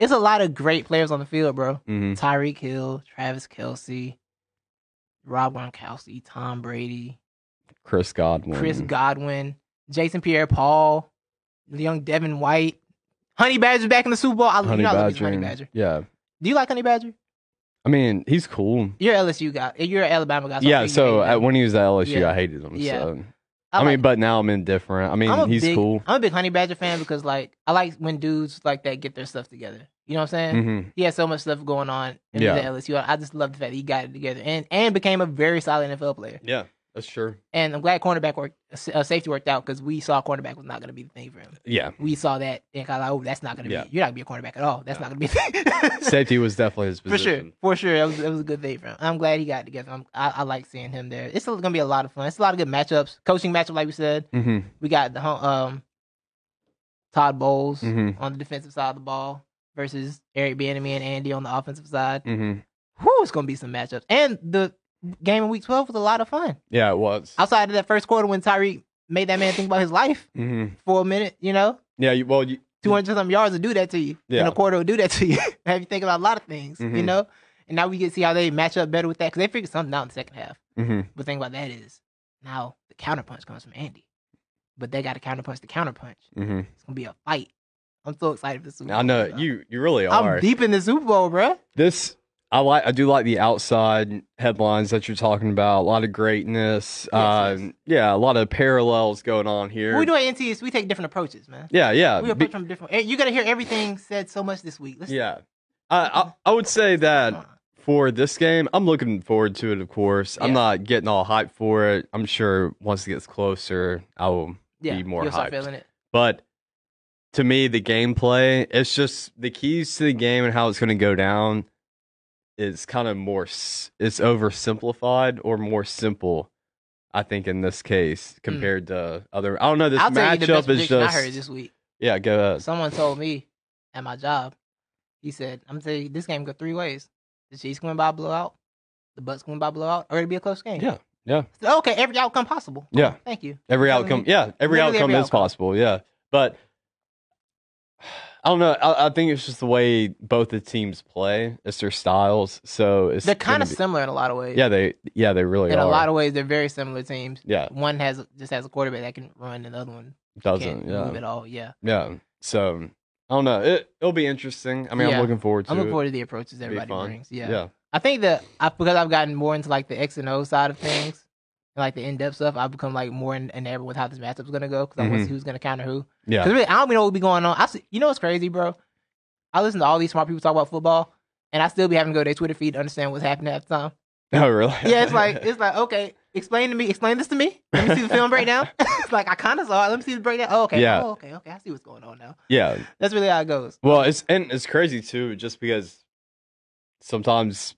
Speaker 1: it's a lot of great players on the field, bro.
Speaker 3: Mhm.
Speaker 1: Tyreek Hill, Travis Kelsey, Rob Gronkowski, Tom Brady,
Speaker 3: Chris Godwin,
Speaker 1: Chris Godwin, Jason Pierre-Paul, young Devin White, Honey Badger back in the Super Bowl. I, you
Speaker 3: Honey
Speaker 1: know I love me
Speaker 3: Badger.
Speaker 1: some Honey Badger.
Speaker 3: Yeah,
Speaker 1: Do you like Honey Badger?
Speaker 3: I mean he's cool.
Speaker 1: You're LSU guy. You're an Alabama guy. I
Speaker 3: yeah,
Speaker 1: figured you
Speaker 3: so
Speaker 1: hated
Speaker 3: at,
Speaker 1: him.
Speaker 3: when he was at LSU,
Speaker 1: Yeah.
Speaker 3: I hated him.
Speaker 1: Yeah.
Speaker 3: So.
Speaker 1: I
Speaker 3: I,
Speaker 1: like-
Speaker 3: mean, but now I'm indifferent. I mean,
Speaker 1: I'm a
Speaker 3: he's
Speaker 1: big,
Speaker 3: cool.
Speaker 1: I'm a big Honey Badger fan because like I like when dudes like that get their stuff together. You know what I'm saying?
Speaker 3: hmm
Speaker 1: He had so much stuff going on in
Speaker 3: Yeah.
Speaker 1: the LSU. I just love the fact that he got it together and and became a very solid NFL player.
Speaker 3: Yeah, that's sure.
Speaker 1: And I'm glad cornerback work, uh, safety worked out because we saw cornerback was not going to be the thing for him.
Speaker 3: Yeah,
Speaker 1: We saw that and kind of like, oh, that's not going to
Speaker 3: Yeah.
Speaker 1: be. You're not going to be a cornerback at all. That's
Speaker 3: No.
Speaker 1: not going to be. a thing.
Speaker 3: safety was definitely his
Speaker 1: for
Speaker 3: position.
Speaker 1: sure, for sure. That was, that was a good thing for him. I'm glad he got it together. I'm, I, I like seeing him there. It's going to be a lot of fun. It's a lot of good matchups. Coaching matchup, like we said.
Speaker 3: hmm
Speaker 1: We got the home- um Todd Bowles
Speaker 3: hmm
Speaker 1: on the defensive side of the ball versus Eric Bieniemy and Andy on the offensive side.
Speaker 3: hmm
Speaker 1: Whew, it's gonna be some matchups. And the game in week twelve was a lot of fun.
Speaker 3: Yeah, it was.
Speaker 1: Outside of that first quarter when Tyreek made that man think about his life
Speaker 3: hmm
Speaker 1: for a minute, you know,
Speaker 3: Yeah, you, well, you,
Speaker 1: two hundred some yards will do that to you. And
Speaker 3: Yeah.
Speaker 1: a quarter will do that to you. Have you think about a lot of things, you
Speaker 3: Mhm.
Speaker 1: know. And now we get to see how they match up better with that because they figured something out in the second half.
Speaker 3: mhm.
Speaker 1: But the thing about that is now the counterpunch comes from Andy, but they got to counterpunch the counterpunch.
Speaker 3: Mhm.
Speaker 1: It's gonna be a fight. I'm so excited for this. Super
Speaker 3: I know
Speaker 1: bro.
Speaker 3: you. You really
Speaker 1: Uh, I'm
Speaker 3: are.
Speaker 1: deep in the Super Bowl, bro.
Speaker 3: This I like. I do like the outside headlines that you're talking about. A lot of greatness.
Speaker 1: Yes,
Speaker 3: um,
Speaker 1: yes.
Speaker 3: Yeah, a lot of parallels going on here.
Speaker 1: We do at NT is we take different approaches, man.
Speaker 3: yeah, yeah,
Speaker 1: We
Speaker 3: Uh, be-
Speaker 1: approach from different. eh, You gotta hear everything said so much this week. Let's,
Speaker 3: yeah. I, I I would say
Speaker 1: come
Speaker 3: that
Speaker 1: on.
Speaker 3: for this game, I'm looking forward to it. Of course, I'm
Speaker 1: Yeah.
Speaker 3: not getting all hyped for it. I'm sure once it gets closer, I will
Speaker 1: yeah,
Speaker 3: be more
Speaker 1: you'll start
Speaker 3: hyped.
Speaker 1: feeling it.
Speaker 3: But to me, the gameplay, it's just the keys to the game and how it's going to go down is kind of more, s- it's oversimplified or more simple, I think, in this case compared to other. I don't know. This
Speaker 1: Hmm. I'll tell you the best
Speaker 3: matchup is
Speaker 1: prediction
Speaker 3: just.
Speaker 1: I heard this week.
Speaker 3: yeah, go ahead.
Speaker 1: Someone told me at my job. He said, "I'm telling you, this game go three ways. The Chiefs going by a blowout, the Bucks going by a blowout, or it'll be a close game."
Speaker 3: Yeah, yeah.
Speaker 1: I said, okay, every outcome possible.
Speaker 3: Yeah.
Speaker 1: Cool, Thank you.
Speaker 3: Every
Speaker 1: Tell me-
Speaker 3: outcome. Yeah, every
Speaker 1: literally
Speaker 3: outcome
Speaker 1: every
Speaker 3: is
Speaker 1: outcome.
Speaker 3: possible. Yeah. But I don't know. I, I think it's just the way both the teams play, it's their styles. So it's.
Speaker 1: They're kind
Speaker 3: gonna
Speaker 1: of
Speaker 3: be-
Speaker 1: similar in a lot of ways.
Speaker 3: Yeah, they, yeah, they really
Speaker 1: in
Speaker 3: are.
Speaker 1: a lot of ways, they're very similar teams.
Speaker 3: yeah,
Speaker 1: One has just has a quarterback that can run, and the other one
Speaker 3: doesn't.
Speaker 1: can't
Speaker 3: Yeah.
Speaker 1: move at all. Yeah,
Speaker 3: Yeah. So I don't know. It it'll be interesting. I mean,
Speaker 1: Yeah.
Speaker 3: I'm looking forward to
Speaker 1: I'm
Speaker 3: it.
Speaker 1: looking forward to the approaches
Speaker 3: It'll be
Speaker 1: everybody
Speaker 3: fun.
Speaker 1: brings. Yeah. I think that I, because I've gotten more into like the X and O side of things, and like the in depth stuff, I've become like more en- enamored with how this matchup's gonna go because I want to
Speaker 3: Mhm.
Speaker 1: see who's gonna counter who.
Speaker 3: Yeah.
Speaker 1: Because really, I don't even know what be going on. I see, you know what's crazy, bro? I listen to all these smart people talk about football, and I still be having to go to their Twitter feed to understand what's happening at the time.
Speaker 3: Oh, really?
Speaker 1: Yeah, it's like it's like okay, explain to me, explain this to me. Let me see the film breakdown. it's like I kind of saw it. Let me see the breakdown. Oh, okay.
Speaker 3: Yeah.
Speaker 1: Oh, okay. Okay. I see what's going on now.
Speaker 3: yeah.
Speaker 1: That's really how it goes.
Speaker 3: Well, it's and it's crazy too, just because sometimes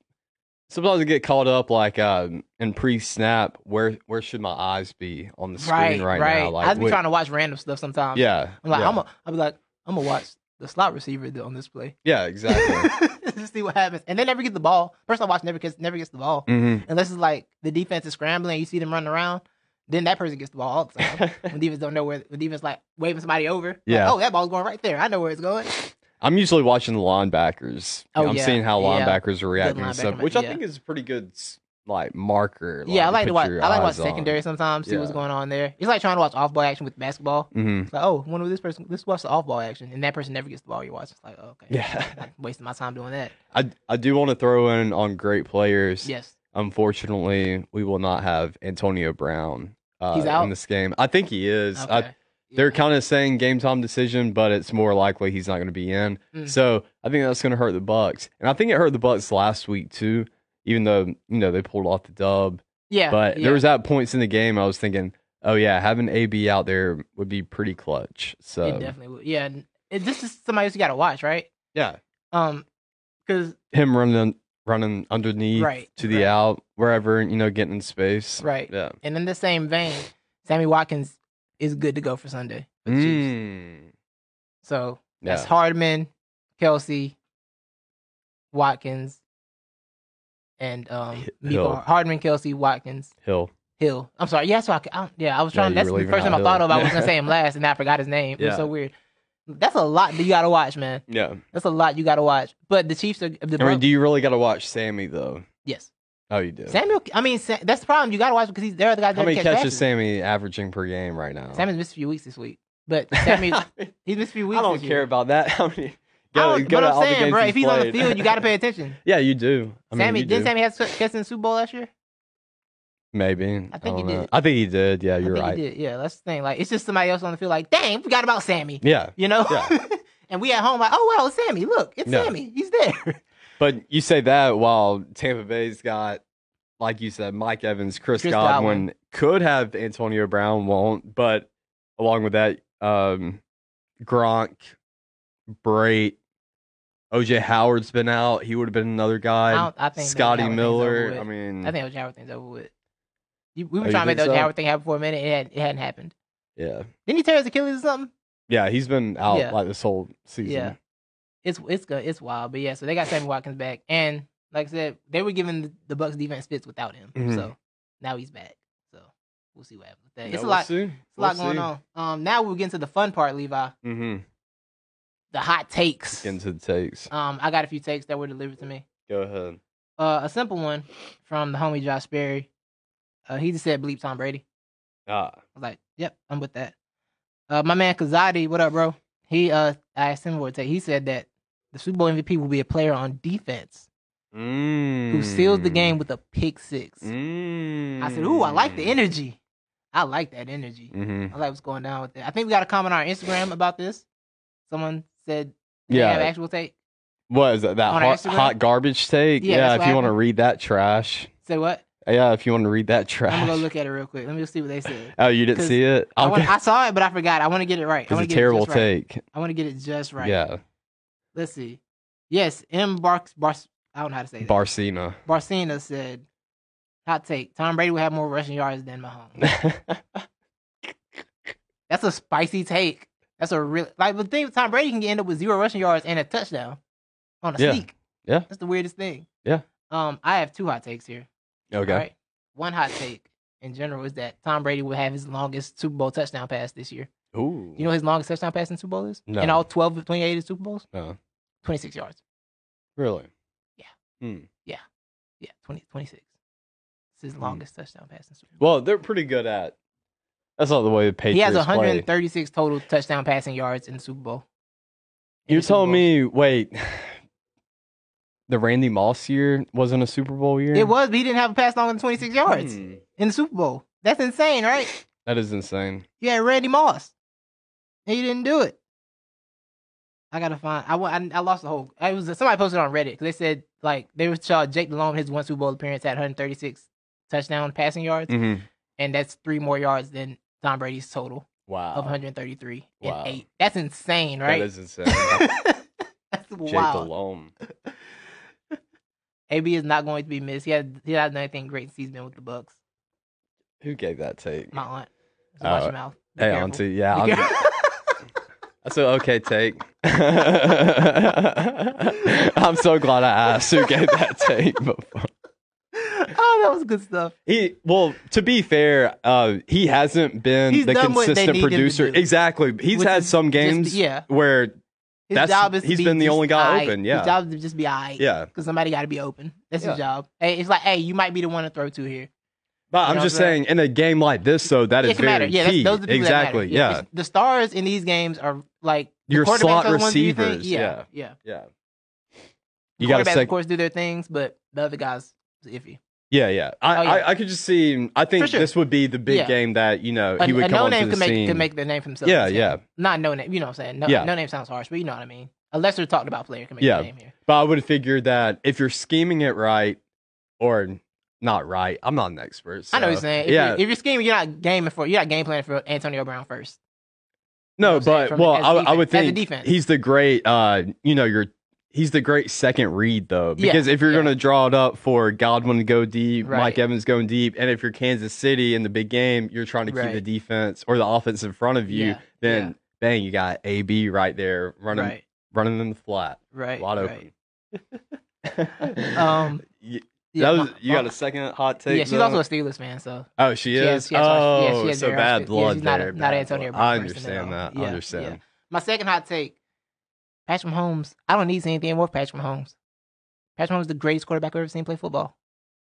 Speaker 3: sometimes I get caught up like um, in pre-snap. Where where should my eyes be on the screen right, now? Like,
Speaker 1: I be
Speaker 3: what-
Speaker 1: trying to watch random stuff sometimes.
Speaker 3: yeah,
Speaker 1: I'm like,
Speaker 3: yeah,
Speaker 1: I'm a, I'll be like, I'm gonna watch the slot receiver on this play.
Speaker 3: yeah, exactly.
Speaker 1: Just see what happens, and they never get the ball. Person I watch never gets never gets the ball
Speaker 3: hmm
Speaker 1: unless it's like the defense is scrambling. You see them running around, then that person gets the ball all the time. when defense don't know where when defense like waving somebody over. like,
Speaker 3: Yeah.
Speaker 1: oh, that ball's going right there. I know where it's going.
Speaker 3: I'm usually watching the linebackers.
Speaker 1: Oh,
Speaker 3: I'm
Speaker 1: yeah,
Speaker 3: seeing how
Speaker 1: yeah.
Speaker 3: linebackers are reacting
Speaker 1: linebacker
Speaker 3: and stuff,
Speaker 1: ma-
Speaker 3: which I
Speaker 1: yeah.
Speaker 3: think is a pretty good s- like marker.
Speaker 1: yeah, I like to
Speaker 3: put
Speaker 1: watch.
Speaker 3: your
Speaker 1: I like to watch
Speaker 3: eyes on.
Speaker 1: secondary sometimes. See what's
Speaker 3: Yeah.
Speaker 1: going on there. It's like trying to watch off ball action with basketball.
Speaker 3: Mhm.
Speaker 1: It's like, oh, when will this person? Let's watch the off ball action, and that person never gets the ball. You watch. It's like, oh, okay,
Speaker 3: Yeah.
Speaker 1: I'm wasting my time doing that.
Speaker 3: I I do want to throw in on great players.
Speaker 1: Yes,
Speaker 3: Unfortunately, we will not have Antonio Brown uh,
Speaker 1: He's out?
Speaker 3: in this game. I think he is. I,
Speaker 1: okay.
Speaker 3: They're
Speaker 1: Yeah.
Speaker 3: kind of saying game time decision, but it's more likely he's not going to be in.
Speaker 1: Mm.
Speaker 3: So I think that's going to hurt the Bucks, and I think it hurt the Bucks last week too. Even though you know they pulled off the dub,
Speaker 1: yeah,
Speaker 3: but
Speaker 1: yeah.
Speaker 3: there was at points in the game I was thinking, oh yeah, having AB out there would be pretty clutch.
Speaker 1: It
Speaker 3: So
Speaker 1: definitely would. Yeah, and it- this is somebody else you got to watch, right?
Speaker 3: yeah,
Speaker 1: Um, because
Speaker 3: him running running underneath
Speaker 1: Right,
Speaker 3: to the
Speaker 1: right.
Speaker 3: out wherever you know getting in space.
Speaker 1: right,
Speaker 3: Yeah.
Speaker 1: and in the same vein, Sammy Watkins is good to go for Sunday. for the Chiefs.
Speaker 3: Mm.
Speaker 1: So that's
Speaker 3: Yeah.
Speaker 1: Hardman, Kelsey, Watkins, and um, Miko.
Speaker 3: Hill.
Speaker 1: Hardman, Kelsey, Watkins,
Speaker 3: Hill.
Speaker 1: Hill. I'm sorry. Yeah, so I, c- I don't- yeah, I was
Speaker 3: Yeah,
Speaker 1: trying.
Speaker 3: you
Speaker 1: that's
Speaker 3: were
Speaker 1: the
Speaker 3: leaving
Speaker 1: first
Speaker 3: out
Speaker 1: time I
Speaker 3: Hill.
Speaker 1: thought of. I was
Speaker 3: Yeah.
Speaker 1: gonna say him last, and I forgot his name. It was
Speaker 3: Yeah.
Speaker 1: so weird. That's a lot that you gotta watch, man.
Speaker 3: Yeah.
Speaker 1: That's a lot you gotta watch. But the Chiefs are the
Speaker 3: I mean,
Speaker 1: Bron-
Speaker 3: do you really got to watch Sammy though?
Speaker 1: yes.
Speaker 3: Oh, you do.
Speaker 1: Samuel, I mean, Sa- that's the problem. You got to watch because he's there. The guys
Speaker 3: How
Speaker 1: that
Speaker 3: many
Speaker 1: catch
Speaker 3: catches
Speaker 1: passes.
Speaker 3: Sammy averaging per game right now?
Speaker 1: Samuel's missed a few weeks this week, but Sammy, he's missed a few
Speaker 3: I
Speaker 1: weeks.
Speaker 3: don't
Speaker 1: this
Speaker 3: care
Speaker 1: year.
Speaker 3: about that. How
Speaker 1: I
Speaker 3: many? Go,
Speaker 1: don't-
Speaker 3: go
Speaker 1: but
Speaker 3: to
Speaker 1: I'm
Speaker 3: all the
Speaker 1: saying,
Speaker 3: games
Speaker 1: bro,
Speaker 3: he's
Speaker 1: if he's on the
Speaker 3: played.
Speaker 1: field, you got to pay attention.
Speaker 3: yeah, you do. I mean,
Speaker 1: Sammy,
Speaker 3: you
Speaker 1: didn't
Speaker 3: do.
Speaker 1: Sammy have su- catch in the Super Bowl last year?
Speaker 3: Maybe.
Speaker 1: I think
Speaker 3: don't
Speaker 1: he
Speaker 3: know.
Speaker 1: did.
Speaker 3: I think he did. Yeah,
Speaker 1: I
Speaker 3: you're
Speaker 1: think
Speaker 3: right.
Speaker 1: he did. Yeah, that's the thing. Like, it's just somebody else on the field. Like, dang, forgot about Sammy.
Speaker 3: Yeah,
Speaker 1: You know.
Speaker 3: Yeah.
Speaker 1: and we at home like, oh wow, it's Sammy. Look, it's
Speaker 3: Yeah.
Speaker 1: Sammy. He's there.
Speaker 3: but you say that while Tampa Bay's got, like you said, Mike Evans, Chris,
Speaker 1: Chris
Speaker 3: Godwin, could have Antonio Brown, won't. But along with that, um, Gronk, Brait, OJ Howard's been out. He would have been another
Speaker 1: I,
Speaker 3: guy.
Speaker 1: don't, I think
Speaker 3: Scotty
Speaker 1: Howard thing's over
Speaker 3: Miller.
Speaker 1: with.
Speaker 3: I mean,
Speaker 1: I think Howard thing's over with. You, we were
Speaker 3: Oh, you
Speaker 1: trying to make
Speaker 3: think
Speaker 1: the
Speaker 3: so?
Speaker 1: Howard thing happen for a minute. It, had, it hadn't happened.
Speaker 3: yeah,
Speaker 1: Didn't he tear his Achilles or something?
Speaker 3: yeah. He's been out
Speaker 1: Yeah.
Speaker 3: like this whole season.
Speaker 1: Yeah. it's it's good. It's wild. But yeah, so they got Sammy Watkins back, and like I said, they were giving the, the Bucks defense fits without him.
Speaker 3: Mhm.
Speaker 1: So now he's back. So we'll see what happens. With that.
Speaker 3: Yeah,
Speaker 1: It's a
Speaker 3: we'll
Speaker 1: lot.
Speaker 3: see.
Speaker 1: It's a lot going on. Um, now we're getting to the fun part, Levi.
Speaker 3: Mm-hmm.
Speaker 1: The hot takes.
Speaker 3: Getting to the takes.
Speaker 1: Um, I got a few takes that were delivered to me.
Speaker 3: Go ahead.
Speaker 1: Uh, a simple one from the homie Josh Berry. Uh, he just said bleep Tom Brady.
Speaker 3: Ah,
Speaker 1: I was like, yep, I'm with that. Uh, my man Kazadi, what up, bro? He uh, I asked him what take. He said that the Super Bowl MVP will be a player on defense.
Speaker 3: mm.
Speaker 1: who seals the game with a pick six.
Speaker 3: Mm.
Speaker 1: I said, "Ooh, I like the energy. I like that energy.
Speaker 3: Mm-hmm.
Speaker 1: I like what's going down with that." I think we got a comment on our Instagram about this. Someone said, "They have
Speaker 3: Yeah,
Speaker 1: actual take."
Speaker 3: what is that? That
Speaker 1: On our
Speaker 3: hot,
Speaker 1: Instagram?
Speaker 3: hot garbage take.
Speaker 1: Yeah,
Speaker 3: Yeah,
Speaker 1: that's
Speaker 3: if
Speaker 1: what
Speaker 3: you want to
Speaker 1: happened.
Speaker 3: read that trash.
Speaker 1: Say what?
Speaker 3: Yeah, if you want to read that trash.
Speaker 1: I'm gonna go look at it real quick. Let me just see what they said.
Speaker 3: Oh, you
Speaker 1: 'Cause
Speaker 3: didn't see it?
Speaker 1: I, want,
Speaker 3: Okay.
Speaker 1: I saw it, but I forgot. I want to get it right. I
Speaker 3: It's
Speaker 1: want to
Speaker 3: a
Speaker 1: get
Speaker 3: terrible
Speaker 1: it just right.
Speaker 3: take.
Speaker 1: I want to get it just right.
Speaker 3: Yeah,
Speaker 1: Let's see. Yes, M. Barks. Bars, I don't know how to say that.
Speaker 3: Barcina.
Speaker 1: Barcina said, "Hot take: Tom Brady will have more rushing yards than Mahomes." That's a spicy take. That's a real like but the thing Tom Brady can end up with zero rushing yards and a touchdown on a
Speaker 3: Yeah.
Speaker 1: sneak.
Speaker 3: Yeah.
Speaker 1: That's the weirdest thing.
Speaker 3: Yeah.
Speaker 1: Um, I have two hot takes here.
Speaker 3: okay.
Speaker 1: All right. One hot take in general is that Tom Brady will have his longest Super Bowl touchdown pass this year.
Speaker 3: Ooh.
Speaker 1: You know his longest touchdown pass in Super Bowl is?
Speaker 3: No.
Speaker 1: In all 12 of 28 of Super Bowls?
Speaker 3: No.
Speaker 1: 26 yards.
Speaker 3: Oh, really?
Speaker 1: Yeah, 20, 26. It's his
Speaker 3: Hmm.
Speaker 1: longest touchdown pass in Super Bowl.
Speaker 3: Well, they're pretty good at. That's not the way the Patriots
Speaker 1: he has
Speaker 3: play.
Speaker 1: 136 total touchdown passing yards in the Super Bowl. In
Speaker 3: You're
Speaker 1: the Super
Speaker 3: telling
Speaker 1: Bowls.
Speaker 3: me, wait, the Randy Moss year wasn't a Super Bowl year?
Speaker 1: It was, but he didn't have a pass longer than 26 yards.
Speaker 3: Hmm.
Speaker 1: in the Super Bowl. That's insane, right?
Speaker 3: That is insane.
Speaker 1: You had Randy Moss. And you didn't do it. I gotta find. I, wa- I I lost the whole. It was somebody posted on Reddit. 'cause They said like they were saw Jake Delhomme his one Super Bowl appearance had 136 touchdown passing yards,
Speaker 3: Mhm.
Speaker 1: and that's three more yards than Tom Brady's total of
Speaker 3: Wow.
Speaker 1: 133
Speaker 3: Wow.
Speaker 1: and eight. That's insane,
Speaker 3: That
Speaker 1: right?
Speaker 3: is insane.
Speaker 1: that's
Speaker 3: Jake
Speaker 1: wild.
Speaker 3: Delhomme.
Speaker 1: AB is not going to be missed. He had he hasn't done anything great since he's been with the Bucks.
Speaker 3: Who gave that take?
Speaker 1: My aunt. So
Speaker 3: Oh,
Speaker 1: watch your mouth. Be
Speaker 3: Hey,
Speaker 1: careful.
Speaker 3: auntie.
Speaker 1: Be
Speaker 3: Yeah,
Speaker 1: careful.
Speaker 3: I'm- that's an okay take. I'm so glad I asked who gave that take before.
Speaker 1: oh, that was good stuff.
Speaker 3: He well, to be fair, uh, he hasn't been
Speaker 1: He's
Speaker 3: the
Speaker 1: done what they
Speaker 3: consistent
Speaker 1: need him to
Speaker 3: producer.
Speaker 1: do.
Speaker 3: Exactly. He's
Speaker 1: Which
Speaker 3: had
Speaker 1: is
Speaker 3: some
Speaker 1: just-
Speaker 3: games
Speaker 1: yeah.
Speaker 3: where
Speaker 1: His
Speaker 3: That's-
Speaker 1: job is
Speaker 3: he's
Speaker 1: to be
Speaker 3: been the
Speaker 1: just
Speaker 3: only guy
Speaker 1: aight.
Speaker 3: open, yeah.
Speaker 1: His job is to just be I.
Speaker 3: yeah.
Speaker 1: Because somebody got to be open. That's
Speaker 3: Yeah.
Speaker 1: his job. Hey, it's like, hey, you might be the one to throw to here.
Speaker 3: But
Speaker 1: You know
Speaker 3: I'm just
Speaker 1: what I'm
Speaker 3: saying in a game like this though, that
Speaker 1: it
Speaker 3: is
Speaker 1: can
Speaker 3: very
Speaker 1: matter. Yeah, that's,
Speaker 3: key.
Speaker 1: those are the people
Speaker 3: exactly.
Speaker 1: that matter.
Speaker 3: yeah.
Speaker 1: it's- The stars in these games are like the
Speaker 3: Your
Speaker 1: quarterbacks
Speaker 3: slot
Speaker 1: are the ones who you think-
Speaker 3: receivers,
Speaker 1: yeah, yeah.
Speaker 3: Yeah.
Speaker 1: The
Speaker 3: You got to
Speaker 1: quarterbacks,
Speaker 3: say
Speaker 1: of course, do their things, but the other guys is iffy.
Speaker 3: Yeah, yeah. I,
Speaker 1: Oh, yeah.
Speaker 3: I, I could just see. I think
Speaker 1: For sure.
Speaker 3: this would be the big
Speaker 1: Yeah.
Speaker 3: game that you know
Speaker 1: A,
Speaker 3: he would
Speaker 1: a
Speaker 3: come
Speaker 1: no
Speaker 3: onto
Speaker 1: name
Speaker 3: the
Speaker 1: can make
Speaker 3: scene.
Speaker 1: can make their name for himself.
Speaker 3: Yeah,
Speaker 1: in this
Speaker 3: yeah.
Speaker 1: game. Not no name. You know what I'm saying? No,
Speaker 3: Yeah.
Speaker 1: no name sounds harsh, but you know what I mean. A lesser talked about player can make
Speaker 3: Yeah.
Speaker 1: their name here.
Speaker 3: But I would figure that if you're scheming it right, or not right, I'm not an expert.
Speaker 1: I know what you're
Speaker 3: so-
Speaker 1: saying. If,
Speaker 3: yeah,
Speaker 1: you're, if you're scheming, you're not gaming for you're not game planning for Antonio Brown first. know
Speaker 3: no,
Speaker 1: what I'm saying?
Speaker 3: but
Speaker 1: From-
Speaker 3: well,
Speaker 1: as
Speaker 3: I, I would
Speaker 1: defense- as a
Speaker 3: think
Speaker 1: defense.
Speaker 3: he's the great. uh You know, your he's the great second read though,
Speaker 1: Yeah,
Speaker 3: because if you're
Speaker 1: yeah.
Speaker 3: going to draw it up for Godwin to go deep, Mike
Speaker 1: Right.
Speaker 3: Evans going deep, and if you're Kansas City in the big game, you're trying to
Speaker 1: Right.
Speaker 3: keep the defense or the offense in front of you,
Speaker 1: Yeah,
Speaker 3: then.
Speaker 1: yeah.
Speaker 3: Bang! You got AB right there running,
Speaker 1: Right.
Speaker 3: running in the flat.
Speaker 1: Right.
Speaker 3: a lot
Speaker 1: right.
Speaker 3: open.
Speaker 1: Um,
Speaker 3: Y-
Speaker 1: yeah,
Speaker 3: that was,
Speaker 1: my-
Speaker 3: you got
Speaker 1: my-
Speaker 3: a second hot take.
Speaker 1: Yeah, she's
Speaker 3: though?
Speaker 1: also a Steelers fan, so
Speaker 3: Oh, she
Speaker 1: she
Speaker 3: is.
Speaker 1: has- she has-
Speaker 3: oh,
Speaker 1: yeah, she has
Speaker 3: so
Speaker 1: very
Speaker 3: bad
Speaker 1: much- yeah,
Speaker 3: blood
Speaker 1: she's not a-
Speaker 3: there.
Speaker 1: not
Speaker 3: bad
Speaker 1: Antonio
Speaker 3: blood. I
Speaker 1: Brown person at
Speaker 3: understand
Speaker 1: all.
Speaker 3: that. I
Speaker 1: Yeah,
Speaker 3: understand.
Speaker 1: My second hot take: Patrick Mahomes. I don't need to see anything more. from Patrick Mahomes. Patrick Mahomes is the greatest quarterback I've ever seen play football.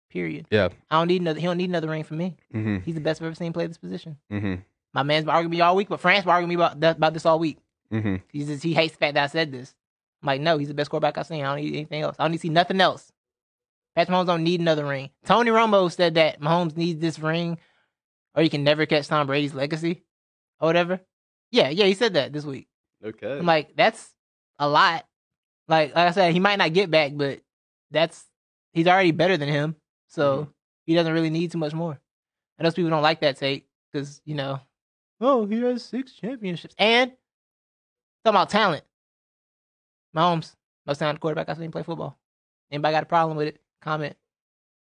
Speaker 1: Period.
Speaker 3: Yeah.
Speaker 1: I don't need another. He don't need another ring from me.
Speaker 3: Mm-hmm,
Speaker 1: He's the best I've ever seen play this position.
Speaker 3: hmm hmm
Speaker 1: My man's been arguing with me all week, but France been arguing with me about that, about this all week.
Speaker 3: hmm
Speaker 1: He just he hates the fact that I said this. I'm like, no, he's the best quarterback I've seen. I don't need anything else. I don't need to see nothing else. Patrick Mahomes don't need another ring. Tony Romo said that Mahomes needs this ring, or you can never catch Tom Brady's legacy, or whatever. Yeah, yeah, he said that this week.
Speaker 3: Okay.
Speaker 1: I'm like, that's a lot. Like, like I said, he might not get back, but that's he's already better than him, so he doesn't really need too much more. And those people don't like that take because you know, oh, he has six championships and talking about talent. Mahomes, most talented quarterback I've seen play football. Anybody got a problem with it? Comment,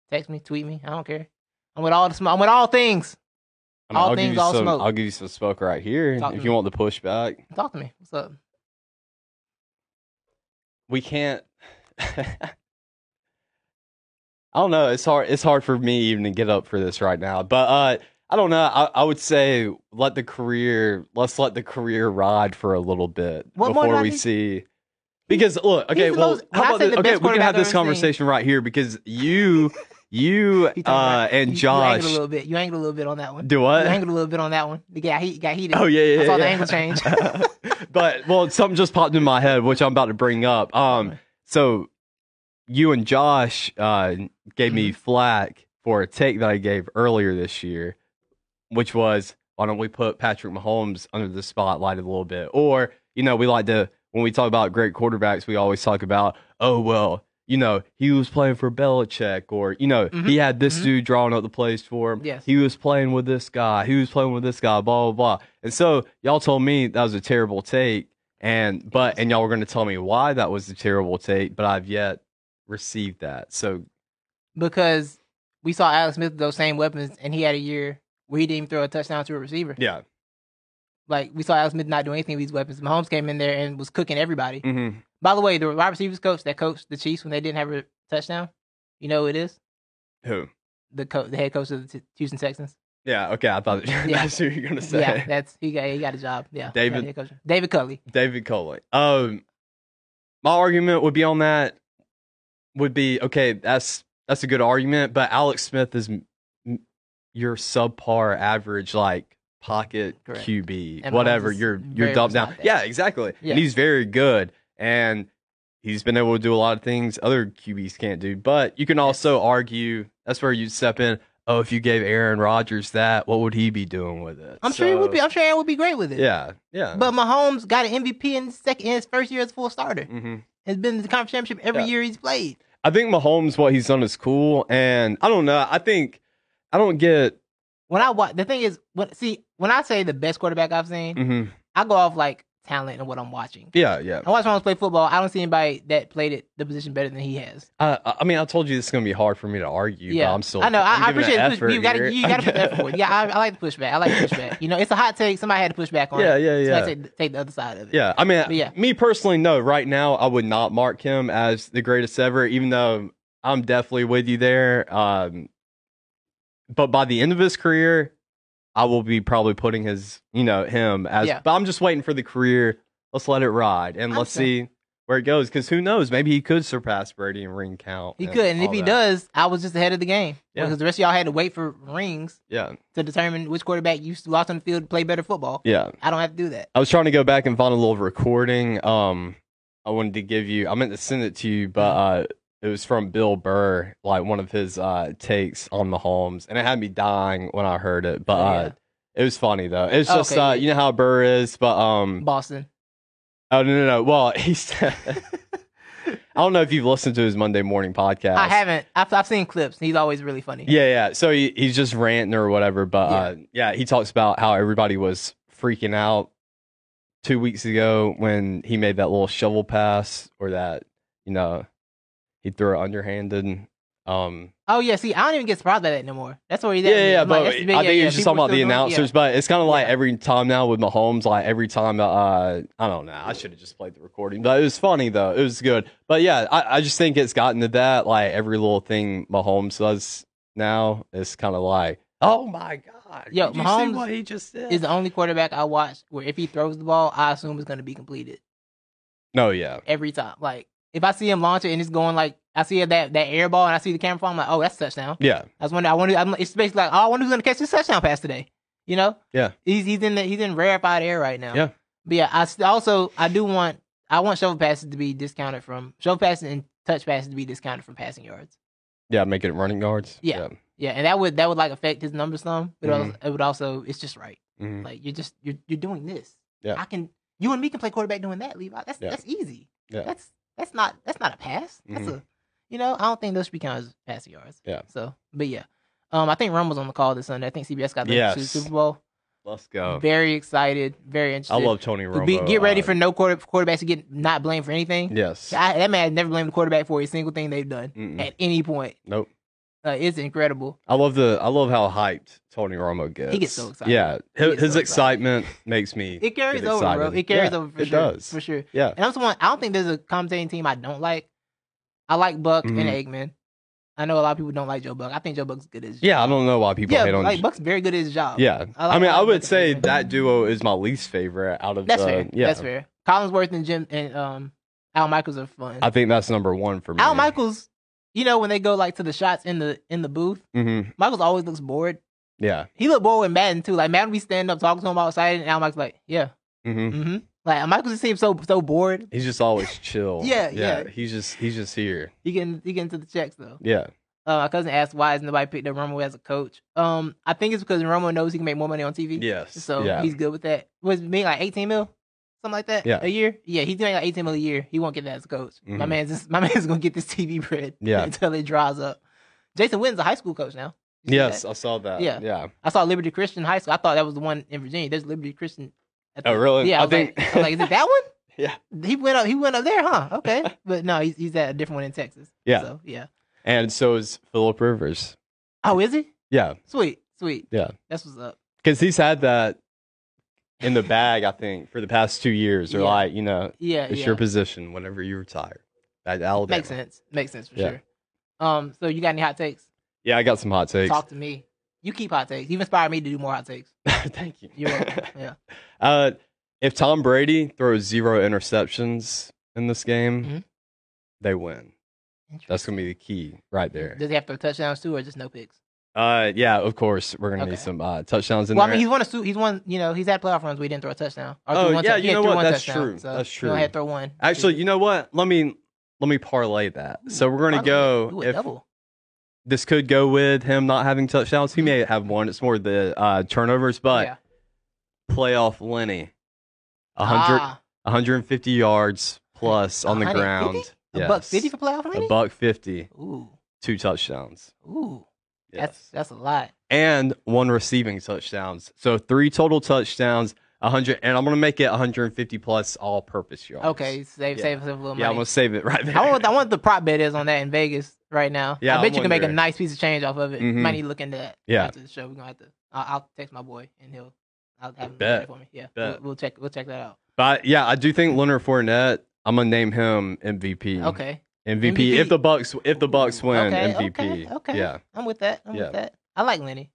Speaker 1: text me, tweet me. I don't care. I'm with all the sm- I'm with all things.
Speaker 3: I mean,
Speaker 1: all
Speaker 3: I'll give
Speaker 1: things,
Speaker 3: you
Speaker 1: all
Speaker 3: some,
Speaker 1: smoke.
Speaker 3: I'll give you some smoke right here
Speaker 1: Talk to
Speaker 3: if
Speaker 1: me.
Speaker 3: you want the pushback.
Speaker 1: Talk to me. What's up?
Speaker 3: We can't. I don't know. It's hard. It's hard for me even to get up for this right now. But uh, I don't know. I, I would say let the career. Let's let the career ride for a little bit
Speaker 1: What more do
Speaker 3: before
Speaker 1: I
Speaker 3: we
Speaker 1: need-
Speaker 3: see. Because look, okay,
Speaker 1: the
Speaker 3: well,
Speaker 1: most- when I
Speaker 3: how about
Speaker 1: say
Speaker 3: this?
Speaker 1: the
Speaker 3: okay,
Speaker 1: best
Speaker 3: we can
Speaker 1: quarterback
Speaker 3: have
Speaker 1: I've
Speaker 3: this
Speaker 1: ever seen.
Speaker 3: conversation right here because you, you,
Speaker 1: You talking
Speaker 3: uh,
Speaker 1: about-
Speaker 3: and
Speaker 1: you- you
Speaker 3: Josh
Speaker 1: angled a little bit. You angled a little bit on that one.
Speaker 3: do
Speaker 1: You
Speaker 3: what?
Speaker 1: angled a little bit on that one. The guy he got heated.
Speaker 3: Uh, Oh yeah, yeah.
Speaker 1: I saw the
Speaker 3: yeah.
Speaker 1: angle change.
Speaker 3: but well, something just popped in my head, which I'm about to bring up. Um, so you and Josh uh, gave me flack for a take that I gave earlier this year, which was why don't we put Patrick Mahomes under the spotlight a little bit? Or you know, we like to when we talk about great quarterbacks, we always talk about oh well. You know, he was playing for Belichick, or you know,
Speaker 1: Mhm.
Speaker 3: he had this
Speaker 1: Mhm.
Speaker 3: dude drawing up the plays for him.
Speaker 1: Yes.
Speaker 3: he was playing with this guy. He was playing with this guy. Blah blah blah. And so y'all told me that was a terrible take, and but and y'all were going to tell me why that was a terrible take, but I've yet received that. So
Speaker 1: because we saw Alex Smith with those same weapons, and he had a year where he didn't even throw a touchdown to a receiver.
Speaker 3: yeah,
Speaker 1: Like we saw Alex Smith not do anything with these weapons. Mahomes came in there and was cooking everybody.
Speaker 3: hmm
Speaker 1: By the way, the wide receivers coach that coached the Chiefs when they didn't have a touchdown, you know who it is
Speaker 3: who?
Speaker 1: the co- the head coach of the T- Houston Texans.
Speaker 3: Yeah, okay, I thought that's who you're going to say.
Speaker 1: Yeah, that's he got he got a job. Yeah,
Speaker 3: David-
Speaker 1: head coach. David Culley.
Speaker 3: David Coley. Um, my argument would be on that would be okay. That's that's a good argument, but Alex Smith is m- m- your subpar average like pocket
Speaker 1: Correct.
Speaker 3: QB,
Speaker 1: And
Speaker 3: whatever.
Speaker 1: Mahomes is
Speaker 3: You're
Speaker 1: very
Speaker 3: you're dumped
Speaker 1: much
Speaker 3: down.
Speaker 1: not that.
Speaker 3: Yeah, exactly.
Speaker 1: Yeah.
Speaker 3: And he's very good, and he's been able to do a lot of things other QBs can't do. But you can also argue that's where you step in. oh, if you gave Aaron Rodgers that, what would he be doing with it?
Speaker 1: I'm sure he would be.
Speaker 3: So,
Speaker 1: I'm sure Aaron would be great with it.
Speaker 3: Yeah, yeah.
Speaker 1: But Mahomes got an MVP in his second in his first year as full starter.
Speaker 3: hmm
Speaker 1: It's been in the conference championship every
Speaker 3: Yeah.
Speaker 1: year he's played.
Speaker 3: I think Mahomes, what he's done is cool, and I don't know. I think I don't get.
Speaker 1: When I watch, the thing is, when see when I say the best quarterback I've seen,
Speaker 3: hmm
Speaker 1: I go off like talent and what I'm watching.
Speaker 3: Yeah, yeah.
Speaker 1: I watch Mahomes play football. I don't see anybody that played it the position better than he has.
Speaker 3: I, I- I mean, I told you this is gonna be hard for me to argue.
Speaker 1: yeah,
Speaker 3: but I'm still.
Speaker 1: I know.
Speaker 3: I'm
Speaker 1: I, I
Speaker 3: giving
Speaker 1: appreciate
Speaker 3: it
Speaker 1: the
Speaker 3: effort
Speaker 1: push, you. Got
Speaker 3: here.
Speaker 1: to you got to put the effort forward. Yeah, I, I like the pushback. I like the pushback. You know, it's a hot take. Somebody had to push back on.
Speaker 3: Yeah,
Speaker 1: it.
Speaker 3: yeah, yeah.
Speaker 1: Somebody take, take the other side of it.
Speaker 3: Yeah, I mean,
Speaker 1: But yeah.
Speaker 3: me personally, no. Right now, I would not mark him as the greatest ever, even though I'm definitely with you there. Um, but by the end of his career, I will be probably putting his, you know, him as.
Speaker 1: Yeah.
Speaker 3: But I'm just waiting for the career. Let's let it ride and
Speaker 1: I'm
Speaker 3: let's
Speaker 1: sure.
Speaker 3: see where it goes. Because who knows? Maybe he could surpass Brady in ring count.
Speaker 1: He could, and if
Speaker 3: all
Speaker 1: he
Speaker 3: that.
Speaker 1: does, I was just ahead of the game
Speaker 3: Yeah.
Speaker 1: because the rest of y'all had to wait for rings
Speaker 3: yeah,
Speaker 1: to determine which quarterback you lost on the field to play better football.
Speaker 3: yeah.
Speaker 1: I don't have to do that.
Speaker 3: I was trying to go back and find a little recording. Um, I wanted to give you. I meant to send it to you, but
Speaker 1: Mm-hmm.
Speaker 3: uh, it was from Bill Burr, like one of his uh takes on Mahomes, and it had me dying when I heard it. But uh, it was funny though. It's
Speaker 1: Oh,
Speaker 3: just
Speaker 1: okay,
Speaker 3: uh,
Speaker 1: yeah.
Speaker 3: you know how Burr is, but
Speaker 1: Yeah.
Speaker 3: um,
Speaker 1: Boston.
Speaker 3: oh no no no. Well, he said. I don't know if you've listened to his Monday morning podcast.
Speaker 1: I haven't. I've, I've seen clips. He's always really funny.
Speaker 3: Yeah, yeah. So he, he's just ranting or whatever. But uh, yeah, he talks about how everybody was freaking out two weeks ago when he made that little shovel pass or that, you know, he threw it underhanded. Um,
Speaker 1: Oh yeah. See, I don't even get surprised by that no more. That's where he's
Speaker 3: yeah,
Speaker 1: at.
Speaker 3: yeah, yeah.
Speaker 1: I'm like,
Speaker 3: But
Speaker 1: that's the big-
Speaker 3: I think
Speaker 1: yeah,
Speaker 3: he
Speaker 1: yeah,
Speaker 3: was just
Speaker 1: people
Speaker 3: talking about the
Speaker 1: still doing- yeah.
Speaker 3: announcers. But it's kind of like
Speaker 1: Yeah.
Speaker 3: every time now with Mahomes, like every time, uh, I don't know. I should have just played the recording, but it was funny though. It was good. But yeah, I, I just think it's gotten to that. Like every little thing Mahomes does now is kind of like, oh my god,
Speaker 1: Yo,
Speaker 3: did you see
Speaker 1: Mahomes
Speaker 3: what he just did?
Speaker 1: Is the only quarterback I watch where if he throws the ball, I assume it's going to be completed
Speaker 3: no, yeah,
Speaker 1: every time. Like if I see him launch it and it's going like I see that that air ball and I see the camera phone, I'm like, oh, that's a touchdown.
Speaker 3: yeah,
Speaker 1: I was wondering. I wonder. I'm, it's basically like, oh, I wonder who's going to catch this touchdown pass today. You know?
Speaker 3: Yeah.
Speaker 1: He's he's in the, he's in rarefied air right now.
Speaker 3: Yeah.
Speaker 1: But yeah, I st- also I do want I want shovel passes to be discounted from shovel passes and touch passes to be discounted from passing yards.
Speaker 3: yeah. Making it running guards.
Speaker 1: Yeah. Yeah, and that would that would like affect his numbers some, but it
Speaker 3: Mhm.
Speaker 1: also- it would also it's just right.
Speaker 3: yeah. Mhm.
Speaker 1: Like you're just you're you're doing this.
Speaker 3: Yeah.
Speaker 1: I can you and me can play quarterback doing that, Levi. That's
Speaker 3: Yeah.
Speaker 1: that's easy.
Speaker 3: Yeah.
Speaker 1: That's that's not that's not a pass. That's
Speaker 3: Mhm.
Speaker 1: a you know, I don't think those should be counted as passing yards.
Speaker 3: Yeah.
Speaker 1: So but yeah. Um I think Rum was on the call this Sunday. I think CBS got the
Speaker 3: Yes.
Speaker 1: Super Bowl.
Speaker 3: Let's go.
Speaker 1: Very excited, very
Speaker 3: I
Speaker 1: interested.
Speaker 3: love Tony Romo.
Speaker 1: Be- get ready
Speaker 3: uh,
Speaker 1: for no quarter quarterbacks to get not blamed for anything.
Speaker 3: yes.
Speaker 1: I, that man has never blamed the quarterback for a single thing they've done
Speaker 3: Mm-mm.
Speaker 1: at any point.
Speaker 3: Nope.
Speaker 1: Uh, it's incredible.
Speaker 3: I love the I love how hyped Tony Romo gets.
Speaker 1: He gets so excited.
Speaker 3: Yeah, his,
Speaker 1: He gets
Speaker 3: his
Speaker 1: so
Speaker 3: excitement makes me.
Speaker 1: It carries
Speaker 3: get
Speaker 1: over, bro.
Speaker 3: excited.
Speaker 1: It carries
Speaker 3: Yeah,
Speaker 1: over for
Speaker 3: it
Speaker 1: sure.
Speaker 3: does.
Speaker 1: For sure.
Speaker 3: Yeah.
Speaker 1: And I'm someone I don't think there's a commentating team I don't like. I like Buck and
Speaker 3: Mm-hmm.
Speaker 1: Eggman. I know a lot of people don't like Joe Buck. I think Joe Buck's good at his job.
Speaker 3: yeah, I don't know why people
Speaker 1: Yeah,
Speaker 3: hate on.
Speaker 1: like Buck's very good at his job.
Speaker 3: yeah,
Speaker 1: I
Speaker 3: I,
Speaker 1: like-
Speaker 3: mean,
Speaker 1: I
Speaker 3: I
Speaker 1: like
Speaker 3: would
Speaker 1: Buck's
Speaker 3: say
Speaker 1: opinion.
Speaker 3: that duo is my least favorite out of.
Speaker 1: That's
Speaker 3: the,
Speaker 1: fair.
Speaker 3: Yeah,
Speaker 1: That's fair. Collinsworth and Jim and um Al Michaels are fun.
Speaker 3: I think that's number one for me.
Speaker 1: Al Michaels, you know, when they go like to the shots in the in the booth,
Speaker 3: hmm
Speaker 1: Michaels always looks bored.
Speaker 3: Yeah.
Speaker 1: He looked bored with Madden too. Like Madden, we stand up talking to him outside, and Al Michaels like, yeah,
Speaker 3: hmm
Speaker 1: mm-hmm. Like Michaels just seems so so bored.
Speaker 3: He's just always chill.
Speaker 1: Yeah, yeah.
Speaker 3: He's just he's just here.
Speaker 1: He getting he getting to the checks though.
Speaker 3: Yeah.
Speaker 1: Uh, my cousin asked why is nobody picked up Romo as a coach. Um, I think it's because Romo knows he can make more money on TV.
Speaker 3: Yes.
Speaker 1: So
Speaker 3: yeah.
Speaker 1: he's good with that. Was it being like eighteen mil, something like that.
Speaker 3: Yeah.
Speaker 1: A year. Yeah, he's doing like eighteen mil a year. He won't get that as a coach. My
Speaker 3: Mhm.
Speaker 1: man's just, my man's gonna get this TV bread.
Speaker 3: Yeah.
Speaker 1: Until it dries up. Jason Witten's a high school coach now. You see
Speaker 3: yes,
Speaker 1: that?
Speaker 3: I saw that.
Speaker 1: Yeah.
Speaker 3: Yeah.
Speaker 1: I saw Liberty Christian High School. I thought that was the one in Virginia. There's Liberty Christian. at the-
Speaker 3: Oh, really?
Speaker 1: Yeah. I,
Speaker 3: I
Speaker 1: was think. Like,
Speaker 3: think-
Speaker 1: I was like, is it that one?
Speaker 3: Yeah.
Speaker 1: He went up. He went up there, huh? Okay. but no, he's he's at a different one in Texas.
Speaker 3: Yeah.
Speaker 1: So yeah.
Speaker 3: And so is Philip Rivers.
Speaker 1: Oh, is he?
Speaker 3: Yeah,
Speaker 1: Sweet, sweet.
Speaker 3: Yeah.
Speaker 1: That's what's up.
Speaker 3: because he's had that in the bag. I think for the past two years, or
Speaker 1: Yeah.
Speaker 3: like you know,
Speaker 1: Yeah,
Speaker 3: It's
Speaker 1: Uh, yeah.
Speaker 3: your position whenever you retire. At Alabama.
Speaker 1: Makes sense. Makes sense for
Speaker 3: Yeah.
Speaker 1: sure. Um, so you got any hot takes?
Speaker 3: Yeah, I got some hot takes.
Speaker 1: Talk to me. You keep hot takes. You inspired me to do more hot takes.
Speaker 3: Thank you.
Speaker 1: You're welcome. yeah.
Speaker 3: uh, if Tom Brady throws zero interceptions in this game,
Speaker 1: Mhm.
Speaker 3: they win. That's gonna be the key right there.
Speaker 1: Does he have to throw touchdowns too, or just no picks?
Speaker 3: Uh, yeah, of course we're gonna need
Speaker 1: Okay.
Speaker 3: some uh, touchdowns in
Speaker 1: well, I
Speaker 3: there.
Speaker 1: mean, he's won a suit. He's won. You know, he's had playoff runs. where he didn't throw a touchdown. Or
Speaker 3: Oh,
Speaker 1: threw one
Speaker 3: yeah,
Speaker 1: tou-
Speaker 3: you
Speaker 1: he had
Speaker 3: know
Speaker 1: threw
Speaker 3: what?
Speaker 1: one
Speaker 3: That's
Speaker 1: touchdown,
Speaker 3: true.
Speaker 1: So
Speaker 3: That's
Speaker 1: He only
Speaker 3: true.
Speaker 1: had to throw one.
Speaker 3: Actually, you know what? Let me let me parlay that. So we're gonna go.
Speaker 1: Ooh, a
Speaker 3: If,
Speaker 1: double.
Speaker 3: this could go with him not having touchdowns. He may have one. It's more the uh, turnovers, but
Speaker 1: Mm-hmm. yeah.
Speaker 3: playoff Lenny, 100,
Speaker 1: Ah,
Speaker 3: 150 yards plus on the
Speaker 1: 150?
Speaker 3: ground.
Speaker 1: a buck
Speaker 3: Yes.
Speaker 1: fifty for playoff money.
Speaker 3: A buck 50,
Speaker 1: Ooh,
Speaker 3: two touchdowns.
Speaker 1: ooh,
Speaker 3: Yes.
Speaker 1: that's that's a lot.
Speaker 3: and one receiving touchdowns. So three total touchdowns, 100, and I'm going to make it 150 plus all purpose yards.
Speaker 1: Okay, save
Speaker 3: Yeah.
Speaker 1: save us a little money.
Speaker 3: Yeah, I'm going to save it right there.
Speaker 1: I want I want the prop bet is on that in Vegas right now.
Speaker 3: Yeah,
Speaker 1: I bet
Speaker 3: I'm
Speaker 1: you can make a
Speaker 3: wondering.
Speaker 1: nice piece of change off of it.
Speaker 3: Mhm.
Speaker 1: Might need to look into that.
Speaker 3: Yeah.
Speaker 1: after the show we're gonna have to. I'll, I'll text my boy and he'll. I'll have him look
Speaker 3: Bet.
Speaker 1: at it for me. Yeah,
Speaker 3: Bet.
Speaker 1: We'll, we'll check. We'll check that out.
Speaker 3: But yeah, I do think Leonard Fournette. I'm gonna name him MVP.
Speaker 1: Okay.
Speaker 3: MVP.
Speaker 1: MVP.
Speaker 3: If the Bucks, if the Bucks win,
Speaker 1: okay,
Speaker 3: MVP.
Speaker 1: Okay. Okay.
Speaker 3: Yeah.
Speaker 1: I'm with that. I'm
Speaker 3: Yeah.
Speaker 1: with that. I like Lenny.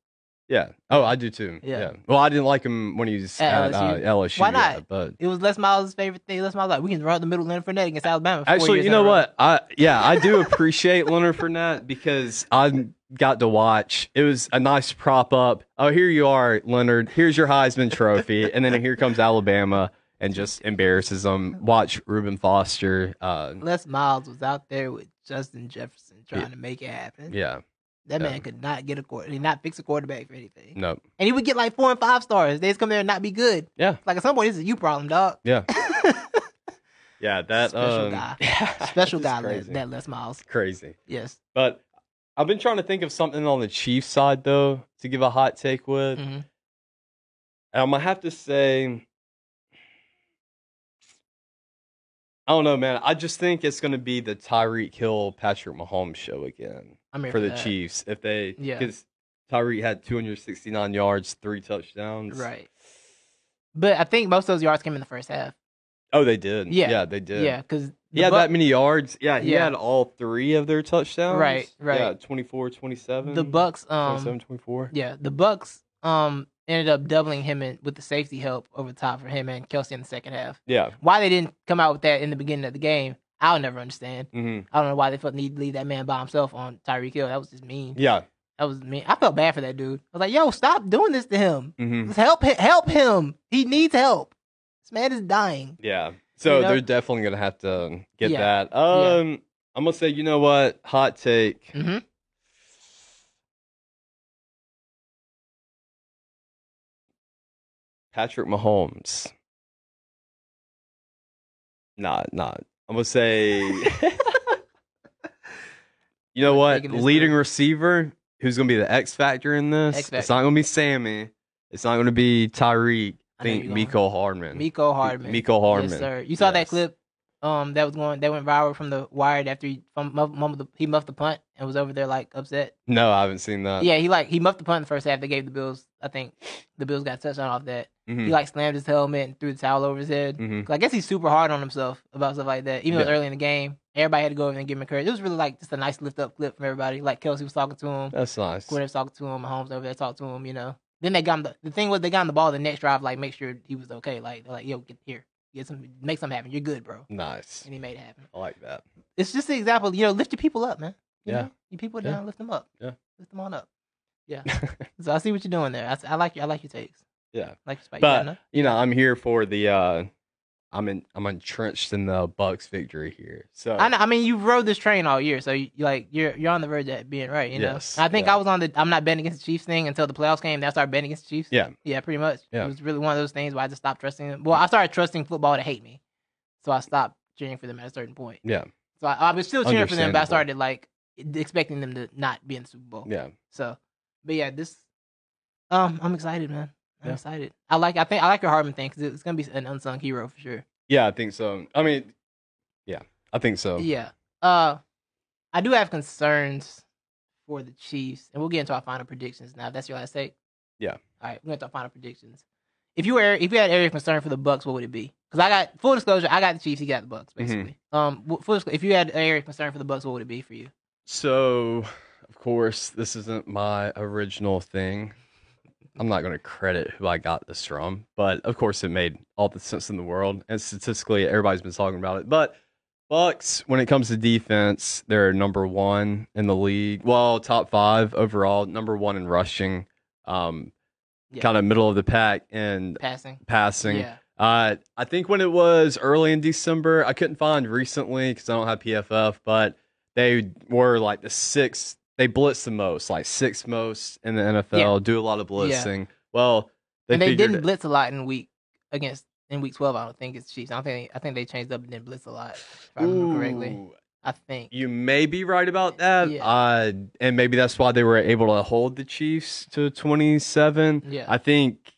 Speaker 3: Yeah. Oh, I do too.
Speaker 1: Yeah.
Speaker 3: Yeah. Well, I didn't like him when he was
Speaker 1: At LSU.
Speaker 3: at, LSU. Uh, LSU.
Speaker 1: Why
Speaker 3: yeah,
Speaker 1: not?
Speaker 3: but
Speaker 1: It was Les Miles' favorite thing. Les Miles like we can run up the middle Leonard Fournette against Alabama. for four
Speaker 3: Actually,
Speaker 1: years
Speaker 3: you
Speaker 1: in a
Speaker 3: know
Speaker 1: row."
Speaker 3: what? I yeah, I do appreciate Leonard Fournette because I got to watch. It was a nice prop up. Oh, here you are, Leonard. Here's your Heisman Trophy, and then here comes Alabama and just embarrasses them. Watch Reuben Foster. Uh,
Speaker 1: Les Miles was out there with Justin Jefferson trying
Speaker 3: Yeah.
Speaker 1: to make it happen.
Speaker 3: yeah,
Speaker 1: that
Speaker 3: yeah.
Speaker 1: man could not get a quarter, did not fix a quarterback for anything,
Speaker 3: no,
Speaker 1: and he would get like four and five stars. They just come there and not be good.
Speaker 3: Yeah.
Speaker 1: like at some point, this is a you problem, dog.
Speaker 3: yeah, yeah. That
Speaker 1: Special
Speaker 3: um,
Speaker 1: guy. Special
Speaker 3: this
Speaker 1: guy
Speaker 3: is
Speaker 1: Les,
Speaker 3: crazy.
Speaker 1: that Les Miles.
Speaker 3: crazy.
Speaker 1: Yes.
Speaker 3: But I've been trying to think of something on the Chiefs side though to give a hot take with.
Speaker 1: hmm
Speaker 3: And I'm gonna Um, have to say, I don't know, man. I just think it's gonna be the Tyreek Hill, Patrick Mahomes show again
Speaker 1: I'm here
Speaker 3: for the
Speaker 1: that.
Speaker 3: Chiefs if they,
Speaker 1: Yeah.
Speaker 3: because Tyreek had 269 yards, three touchdowns.
Speaker 1: Right. But I think most of those yards came in the first half.
Speaker 3: Oh, they did.
Speaker 1: Yeah.
Speaker 3: yeah, they did.
Speaker 1: Yeah, because
Speaker 3: He had that many yards. Yeah, he
Speaker 1: Yeah.
Speaker 3: had all three of their touchdowns.
Speaker 1: Right, right.
Speaker 3: Yeah, 24, 27.
Speaker 1: the Bucks. Um,
Speaker 3: 27, 24.
Speaker 1: yeah, the Bucks. Um, ended up doubling him in, with the safety help over the top for him and Kelsey in the second half.
Speaker 3: Yeah.
Speaker 1: Why they didn't come out with that in the beginning of the game, I'll never understand.
Speaker 3: hmm
Speaker 1: I don't know why they felt need to leave that man by himself on Tyreek Hill. That was just mean.
Speaker 3: Yeah.
Speaker 1: That was mean. I felt bad for that dude. I was like, yo, stop doing this to him.
Speaker 3: hmm
Speaker 1: Just help him. Help him. He needs help. This man is dying.
Speaker 3: Yeah. So
Speaker 1: know?
Speaker 3: they're definitely gonna have to get
Speaker 1: Yeah.
Speaker 3: that. Um I'm gonna say, you know what? Hot take.
Speaker 1: Mhm.
Speaker 3: Patrick Mahomes. Not, not. I'm gonna say You know what?
Speaker 1: taking this
Speaker 3: Leading
Speaker 1: through.
Speaker 3: receiver, who's gonna be the X factor in this?
Speaker 1: X
Speaker 3: It's not gonna be Sammy. It's not gonna be Tyreek.
Speaker 1: I know
Speaker 3: Think
Speaker 1: you're going-
Speaker 3: Miko Hardman.
Speaker 1: Miko Hardman.
Speaker 3: Miko Hardman.
Speaker 1: Yes, sir. You saw that
Speaker 3: Yes.
Speaker 1: clip um, that was going that went viral from the Wired after he fum- muff- mumbled the, he muffed the punt and was over there like upset.
Speaker 3: No, I haven't seen that.
Speaker 1: yeah, he like he muffed the punt in the first half. They gave the Bills, I think, the Bills got a touchdown off that.
Speaker 3: Mhm.
Speaker 1: He like slammed his helmet and threw the towel over his head.
Speaker 3: Mhm.
Speaker 1: 'Cause I guess he's super hard on himself about stuff like that. Even though it was
Speaker 3: Yeah.
Speaker 1: early in the game, everybody had to go over and give him encouragement. It was really like just a nice lift up clip from everybody. Like Kelsey was talking to him,
Speaker 3: That's nice.
Speaker 1: Quinn was talking to him, Mahomes over there talked to him. You know. Then they got him. The, the thing was they got him the ball the next drive. Like make sure he was okay. Like they're like yo get here, get some, make something happen. You're good, bro.
Speaker 3: Nice.
Speaker 1: And he made it happen.
Speaker 3: I like that.
Speaker 1: It's just an example. You know, lift your people up, man. You
Speaker 3: Yeah.
Speaker 1: know, your people
Speaker 3: Yeah.
Speaker 1: down, lift them up.
Speaker 3: Yeah.
Speaker 1: lift them on up. Yeah. so I see what you're doing there. I, s- I like your I like your takes.
Speaker 3: Yeah.
Speaker 1: like your spike. You got
Speaker 3: But
Speaker 1: enough?
Speaker 3: you know, I'm here for the uh I'm in I'm entrenched in the Bucks victory here. So
Speaker 1: I know, I mean, you rode this train all year, so you you like you're you're on the verge of being right. You know,
Speaker 3: Yes,
Speaker 1: I think
Speaker 3: yeah.
Speaker 1: I was on the I'm not betting against the Chiefs thing until the playoffs came. Then I started betting against the Chiefs.
Speaker 3: Yeah.
Speaker 1: yeah, pretty much.
Speaker 3: Yeah.
Speaker 1: It was really one of those things where I just stopped trusting them. Well, I started trusting football to hate me, so I stopped cheering for them at a certain point.
Speaker 3: Yeah.
Speaker 1: So I, I was still cheering for them, but I
Speaker 3: Understandable.
Speaker 1: started like expecting them to not be in the Super Bowl.
Speaker 3: yeah.
Speaker 1: So, but yeah, this um, I'm excited, man. I'm
Speaker 3: Yeah.
Speaker 1: excited. I like. I think I like your Hartman thing because it's gonna be an unsung hero for sure.
Speaker 3: Yeah, I think so. I mean yeah, I think so.
Speaker 1: Yeah. Uh, I do have concerns for the Chiefs, and we'll get into our final predictions now. If that's your last take.
Speaker 3: Yeah.
Speaker 1: All right, we're going to our final predictions. If you were, if you had area of concern for the Bucks, what would it be? Because I got full disclosure, I got the Chiefs, he got the
Speaker 3: Mm-hmm.
Speaker 1: Bucks, basically. Um, wh- full disclosure, if you had area of concern for the Bucks, what would it be for you?
Speaker 3: So of course this isn't my original thing. I'm not going to credit who I got this from, but of course it made all the sense in the world. And statistically, everybody's been talking about it. But Bucks, when it comes to defense, they're number one in the league. Well, top five overall, number one in rushing, um,
Speaker 1: Yeah.
Speaker 3: kind of middle of the pack in
Speaker 1: Passing.
Speaker 3: passing.
Speaker 1: Yeah.
Speaker 3: Uh, I think when it was early in December, I couldn't find recently because I don't have PFF, but they were like the sixth they blitz the most, like sixth most in the NFL, do a lot of
Speaker 1: Yeah.
Speaker 3: blitzing. Well, they,
Speaker 1: and they
Speaker 3: figured
Speaker 1: didn't
Speaker 3: it-
Speaker 1: blitz a lot in week against in week twelve. I don't think it's Chiefs. I don't think I think they changed up and didn't blitz a lot. If I remember correctly,
Speaker 3: Ooh,
Speaker 1: I think.
Speaker 3: You may be right about that.
Speaker 1: Yeah.
Speaker 3: Uh, and maybe that's why they were able to hold the Chiefs to 27.
Speaker 1: Yeah.
Speaker 3: I think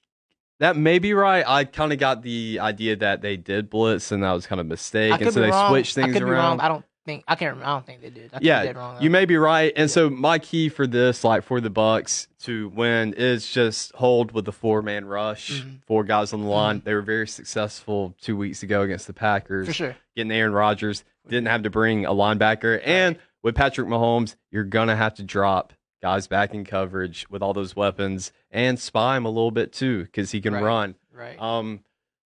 Speaker 3: that may be right. I kind of got the idea that they did blitz and that was kind of a mistake.
Speaker 1: I
Speaker 3: and
Speaker 1: could
Speaker 3: so
Speaker 1: be
Speaker 3: they
Speaker 1: wrong.
Speaker 3: switched
Speaker 1: I
Speaker 3: things
Speaker 1: could be wrong.
Speaker 3: around.
Speaker 1: I don't think I can't. Remember. I don't think they did. I could
Speaker 3: Yeah,
Speaker 1: be dead wrong.
Speaker 3: You
Speaker 1: though.
Speaker 3: may be right. And
Speaker 1: Yeah.
Speaker 3: so my key for this, like for the Bucks to win, is just hold with the four man rush,
Speaker 1: Mhm.
Speaker 3: four guys on the line. They were very successful two weeks ago against the Packers,
Speaker 1: for sure.
Speaker 3: getting Aaron Rodgers. Didn't have to bring a linebacker. And with Patrick Mahomes, you're gonna have to drop guys back in coverage with all those weapons and spy him a little bit too, because he can
Speaker 1: Right.
Speaker 3: run.
Speaker 1: Right.
Speaker 3: Um,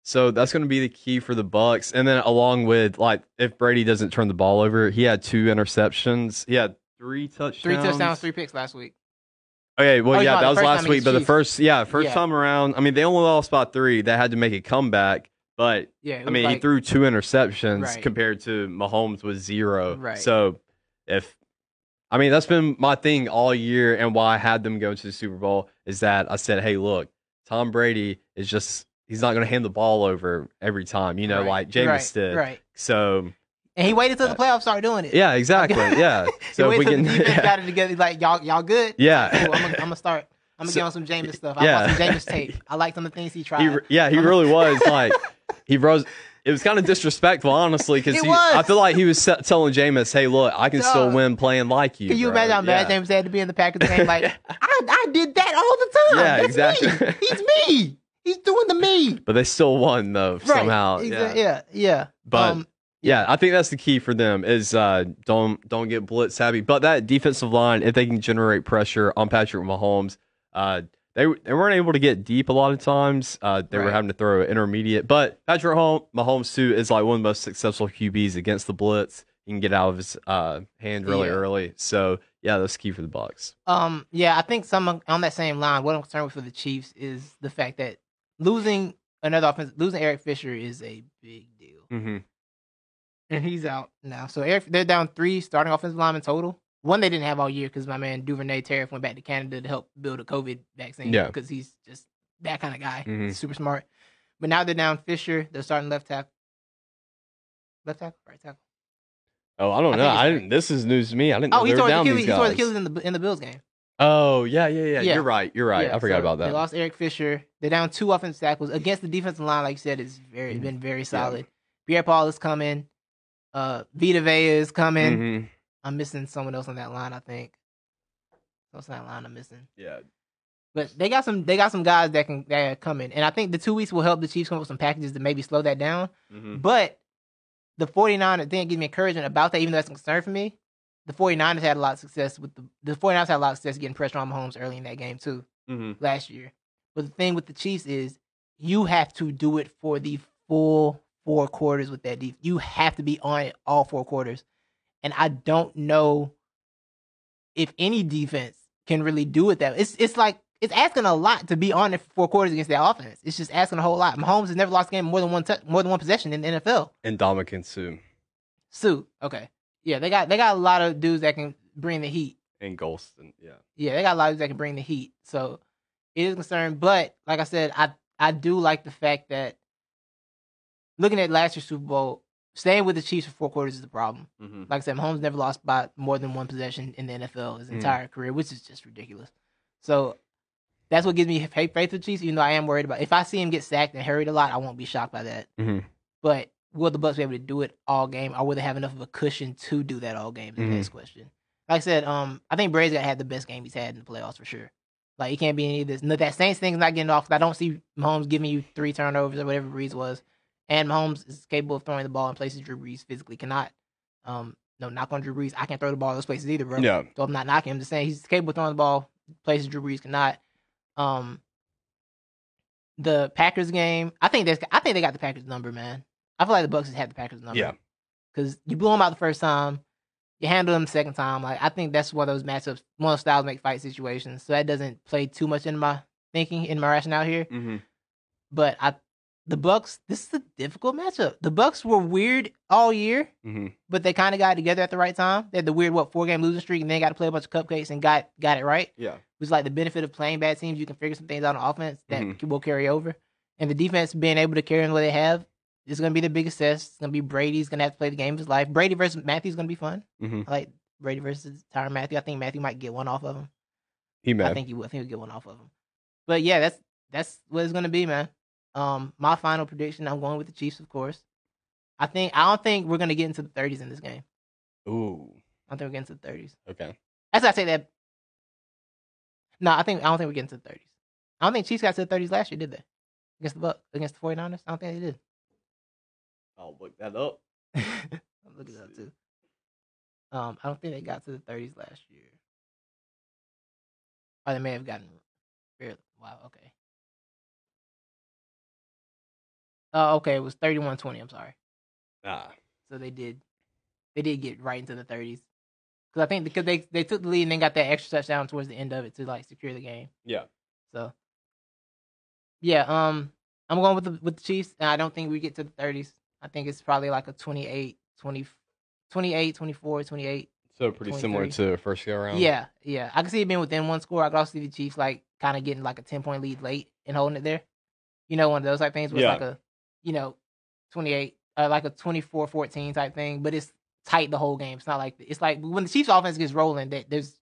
Speaker 3: so that's going to be the key for the Bucks, and then along with like if Brady doesn't turn the ball over, he had two interceptions. He had three touchdowns.
Speaker 1: three touchdowns, three picks last week.
Speaker 3: Okay, well,
Speaker 1: Oh,
Speaker 3: yeah,
Speaker 1: no,
Speaker 3: that
Speaker 1: the
Speaker 3: was
Speaker 1: first
Speaker 3: last
Speaker 1: time
Speaker 3: week,
Speaker 1: against
Speaker 3: but the
Speaker 1: Chiefs.
Speaker 3: first, yeah, first
Speaker 1: Yeah.
Speaker 3: time around, I mean, they only lost by three. They had to make a comeback, but
Speaker 1: Yeah. it
Speaker 3: I
Speaker 1: was
Speaker 3: mean, he
Speaker 1: like-
Speaker 3: threw two interceptions
Speaker 1: Right.
Speaker 3: compared to Mahomes with zero.
Speaker 1: Right.
Speaker 3: So if I mean that's been my thing all year and why I had them go to the Super Bowl is that I said, hey, look, Tom Brady is just he's not gonna hand the ball over every time, you know,
Speaker 1: right,
Speaker 3: like Jameis
Speaker 1: right,
Speaker 3: did.
Speaker 1: Right.
Speaker 3: So
Speaker 1: And he waited till the playoffs started doing it.
Speaker 3: yeah, exactly. Yeah.
Speaker 1: So
Speaker 3: So if we
Speaker 1: till
Speaker 3: can
Speaker 1: the defense
Speaker 3: yeah.
Speaker 1: got it together. Like y'all, y'all good.
Speaker 3: yeah.
Speaker 1: Cool, I'm gonna I'm gonna start. I'm gonna
Speaker 3: So-
Speaker 1: get on some Jameis stuff. I
Speaker 3: yeah.
Speaker 1: watched some Jameis tape. I liked some of the things he tried.
Speaker 3: He, yeah, he
Speaker 1: I'm-
Speaker 3: really was like he rose. It was kind of disrespectful, honestly, because
Speaker 1: It was.
Speaker 3: I feel like he was se- telling Jameis, "Hey, look, I can still
Speaker 1: Dog.
Speaker 3: win playing like you."
Speaker 1: Can you
Speaker 3: bro."
Speaker 1: imagine how bad
Speaker 3: Yeah.
Speaker 1: James had to be in the Packers game? Like, I, I did that all the time.
Speaker 3: Yeah,
Speaker 1: That's
Speaker 3: exactly.
Speaker 1: Me. He's me. He's doing the me.
Speaker 3: But they still won though somehow.
Speaker 1: Right.
Speaker 3: Yeah.
Speaker 1: Exa- yeah, yeah.
Speaker 3: But
Speaker 1: um,
Speaker 3: yeah, I think that's the key for them is uh, don't don't get blitz happy. But that defensive line, if they can generate pressure on Patrick Mahomes, uh, they they weren't able to get deep a lot of times. Uh, they were
Speaker 1: Right.
Speaker 3: having to throw intermediate. But Patrick Hom- Mahomes too is like one of the most successful QBs against the blitz. He can get out of his uh, hand really
Speaker 1: Yeah.
Speaker 3: early. So yeah, that's key for the Bucks.
Speaker 1: um, yeah, I think some on that same line. What I'm concerned with for the Chiefs is the fact that losing another offense, losing Eric Fisher is a big deal,
Speaker 3: Mm-hmm.
Speaker 1: and he's out now. So Eric, they're down three starting offensive linemen total. One they didn't have all year because my man Duvernay Tariff went back to Canada to help build a COVID vaccine.
Speaker 3: Yeah.
Speaker 1: because he's just that kind of guy,
Speaker 3: Mhm.
Speaker 1: super smart. But now they're down Fisher. They're starting left tackle, left tackle, right tackle.
Speaker 3: Oh, I don't
Speaker 1: I think
Speaker 3: know.
Speaker 1: he's
Speaker 3: I
Speaker 1: back.
Speaker 3: didn't. This is news to me. I didn't.
Speaker 1: Oh,
Speaker 3: know
Speaker 1: he
Speaker 3: they
Speaker 1: tore
Speaker 3: were
Speaker 1: his
Speaker 3: down
Speaker 1: Achilles.
Speaker 3: these
Speaker 1: He tore his
Speaker 3: guys.
Speaker 1: Achilles in the in the Bills game.
Speaker 3: Oh yeah, yeah, yeah,
Speaker 1: Yeah.
Speaker 3: You're right. You're right.
Speaker 1: Yeah,
Speaker 3: I forgot
Speaker 1: so
Speaker 3: about that.
Speaker 1: They lost Eric Fisher. They're down two offensive tackles against the defensive line. Like you said, it's very
Speaker 3: Mm-hmm.
Speaker 1: been very solid. Pierre Paul is coming. Uh, Vita Vea is coming.
Speaker 3: Mhm.
Speaker 1: I'm missing someone else on that line. I think. What's that line I'm missing?
Speaker 3: Yeah.
Speaker 1: But they got some. They got some guys that can that are coming, and I think the two weeks will help the Chiefs come up with some packages to maybe slow that down.
Speaker 3: Mhm.
Speaker 1: But the 49ers didn't give me encouragement about that, even though that's a concern for me. The 49ers had a lot of success with the the 49ers had a lot of success getting pressure on Mahomes early in that game too
Speaker 3: Mhm.
Speaker 1: last year. But the thing with the Chiefs is you have to do it for the full four quarters with that defense. You have to be on it all four quarters. And I don't know if any defense can really do it that it's it's like it's asking a lot to be on it for four quarters against that offense. It's just asking a whole lot. Mahomes has never lost a game more than one tou- more than one possession in the NFL.
Speaker 3: And Dominican Sue
Speaker 1: Sue, okay, yeah, they got they got a lot of dudes that can bring the heat.
Speaker 3: and Golston. Yeah.
Speaker 1: Yeah, they got a lot of dudes that can bring the heat. So it is a concern. But like I said, I I do like the fact that looking at last year's Super Bowl, staying with the Chiefs for four quarters is the problem.
Speaker 3: Mm-hmm.
Speaker 1: Like I said, Mahomes never lost by more than one possession in the NFL his
Speaker 3: Mm.
Speaker 1: entire career, which is just ridiculous. So that's what gives me faith faith with Chiefs, even though I am worried about if I see him get sacked and hurried a lot, I won't be shocked by that.
Speaker 3: Mhm.
Speaker 1: But will the Bucks be able to do it all game, or will they have enough of a cushion to do that all game? Is
Speaker 3: Mhm.
Speaker 1: the next question. Like I said, um, I think Brady's got to have the best game he's had in the playoffs for sure. Like it can't be any of this. No, that Saints thing's not getting off. 'cause I don't see Mahomes giving you three turnovers or whatever Breeze was. And Mahomes is capable of throwing the ball in places Drew Brees physically cannot. Um, no knock on Drew Brees. I can't throw the ball in those places either, bro.
Speaker 3: Yeah.
Speaker 1: So I'm not knocking him. I'm just saying he's capable of throwing the ball places Drew Brees cannot. Um, the Packers game, I think that's I think they got the Packers number, man. I feel like the Bucks has had the Packers number.
Speaker 3: Yeah.
Speaker 1: Because you blew them out the first time, you handled them the second time. Like I think that's one of those matchups, one of those styles make fight situations. So that doesn't play too much into my thinking, in my rationale here.
Speaker 3: Mm-hmm.
Speaker 1: But I, the Bucks. This is a difficult matchup. The Bucks were weird all year,
Speaker 3: hmm
Speaker 1: but they kind of got it together at the right time. They had the weird what four game losing streak, and then got to play a bunch of cupcakes and got got it right.
Speaker 3: Yeah.
Speaker 1: Which is like the benefit of playing bad teams. You can figure some things out on offense that
Speaker 3: Mhm.
Speaker 1: will carry over, and the defense being able to carry on what they have is going to be the biggest test. It's going to be Brady's going to have to play the game of his life. Brady versus Matthew's going to be fun.
Speaker 3: Mhm.
Speaker 1: I like Brady versus Tyron Matthew. I think Matthew might get one off of him.
Speaker 3: He
Speaker 1: I
Speaker 3: mad.
Speaker 1: think you will. I think you'll get one off of him. But yeah, that's that's what it's gonna be, man. Um, my final prediction. I'm going with the Chiefs, of course. I think I don't think we're gonna get into the 30s in this game.
Speaker 3: Ooh.
Speaker 1: I don't think we're getting to the 30s.
Speaker 3: Okay.
Speaker 1: As I say that, no, I think I don't think we're getting to the 30s. I don't think Chiefs got to the 30s last year, did they? Against the Buck, against the 49ers, I don't think they did.
Speaker 3: I'll look that up.
Speaker 1: I'll look it up too. Um, I don't think they got to the 30s last year. Or they may have gotten fairly. Wow. Okay. Oh, okay. It was 31-20. I'm sorry.
Speaker 3: Ah.
Speaker 1: So they did, they did get right into the 30s. Because I think because they they took the lead and then got that extra touchdown towards the end of it to like secure the game.
Speaker 3: Yeah.
Speaker 1: So, yeah, um, I'm going with the with the Chiefs, and I don't think we get to the 30s. I think it's probably like a 28, 20, 28, 24, 28.
Speaker 3: So pretty similar
Speaker 1: 23.
Speaker 3: to first go round.
Speaker 1: Yeah, yeah. I can see it being within one score. I could also see the Chiefs like kind of getting like a 10 point lead late and holding it there. You know, one of those type things where
Speaker 3: Yeah.
Speaker 1: it's like a, you know, 28, uh, like a 24 14 type thing, but it's tight the whole game. It's not like, it's like when the Chiefs offense gets rolling, that there's,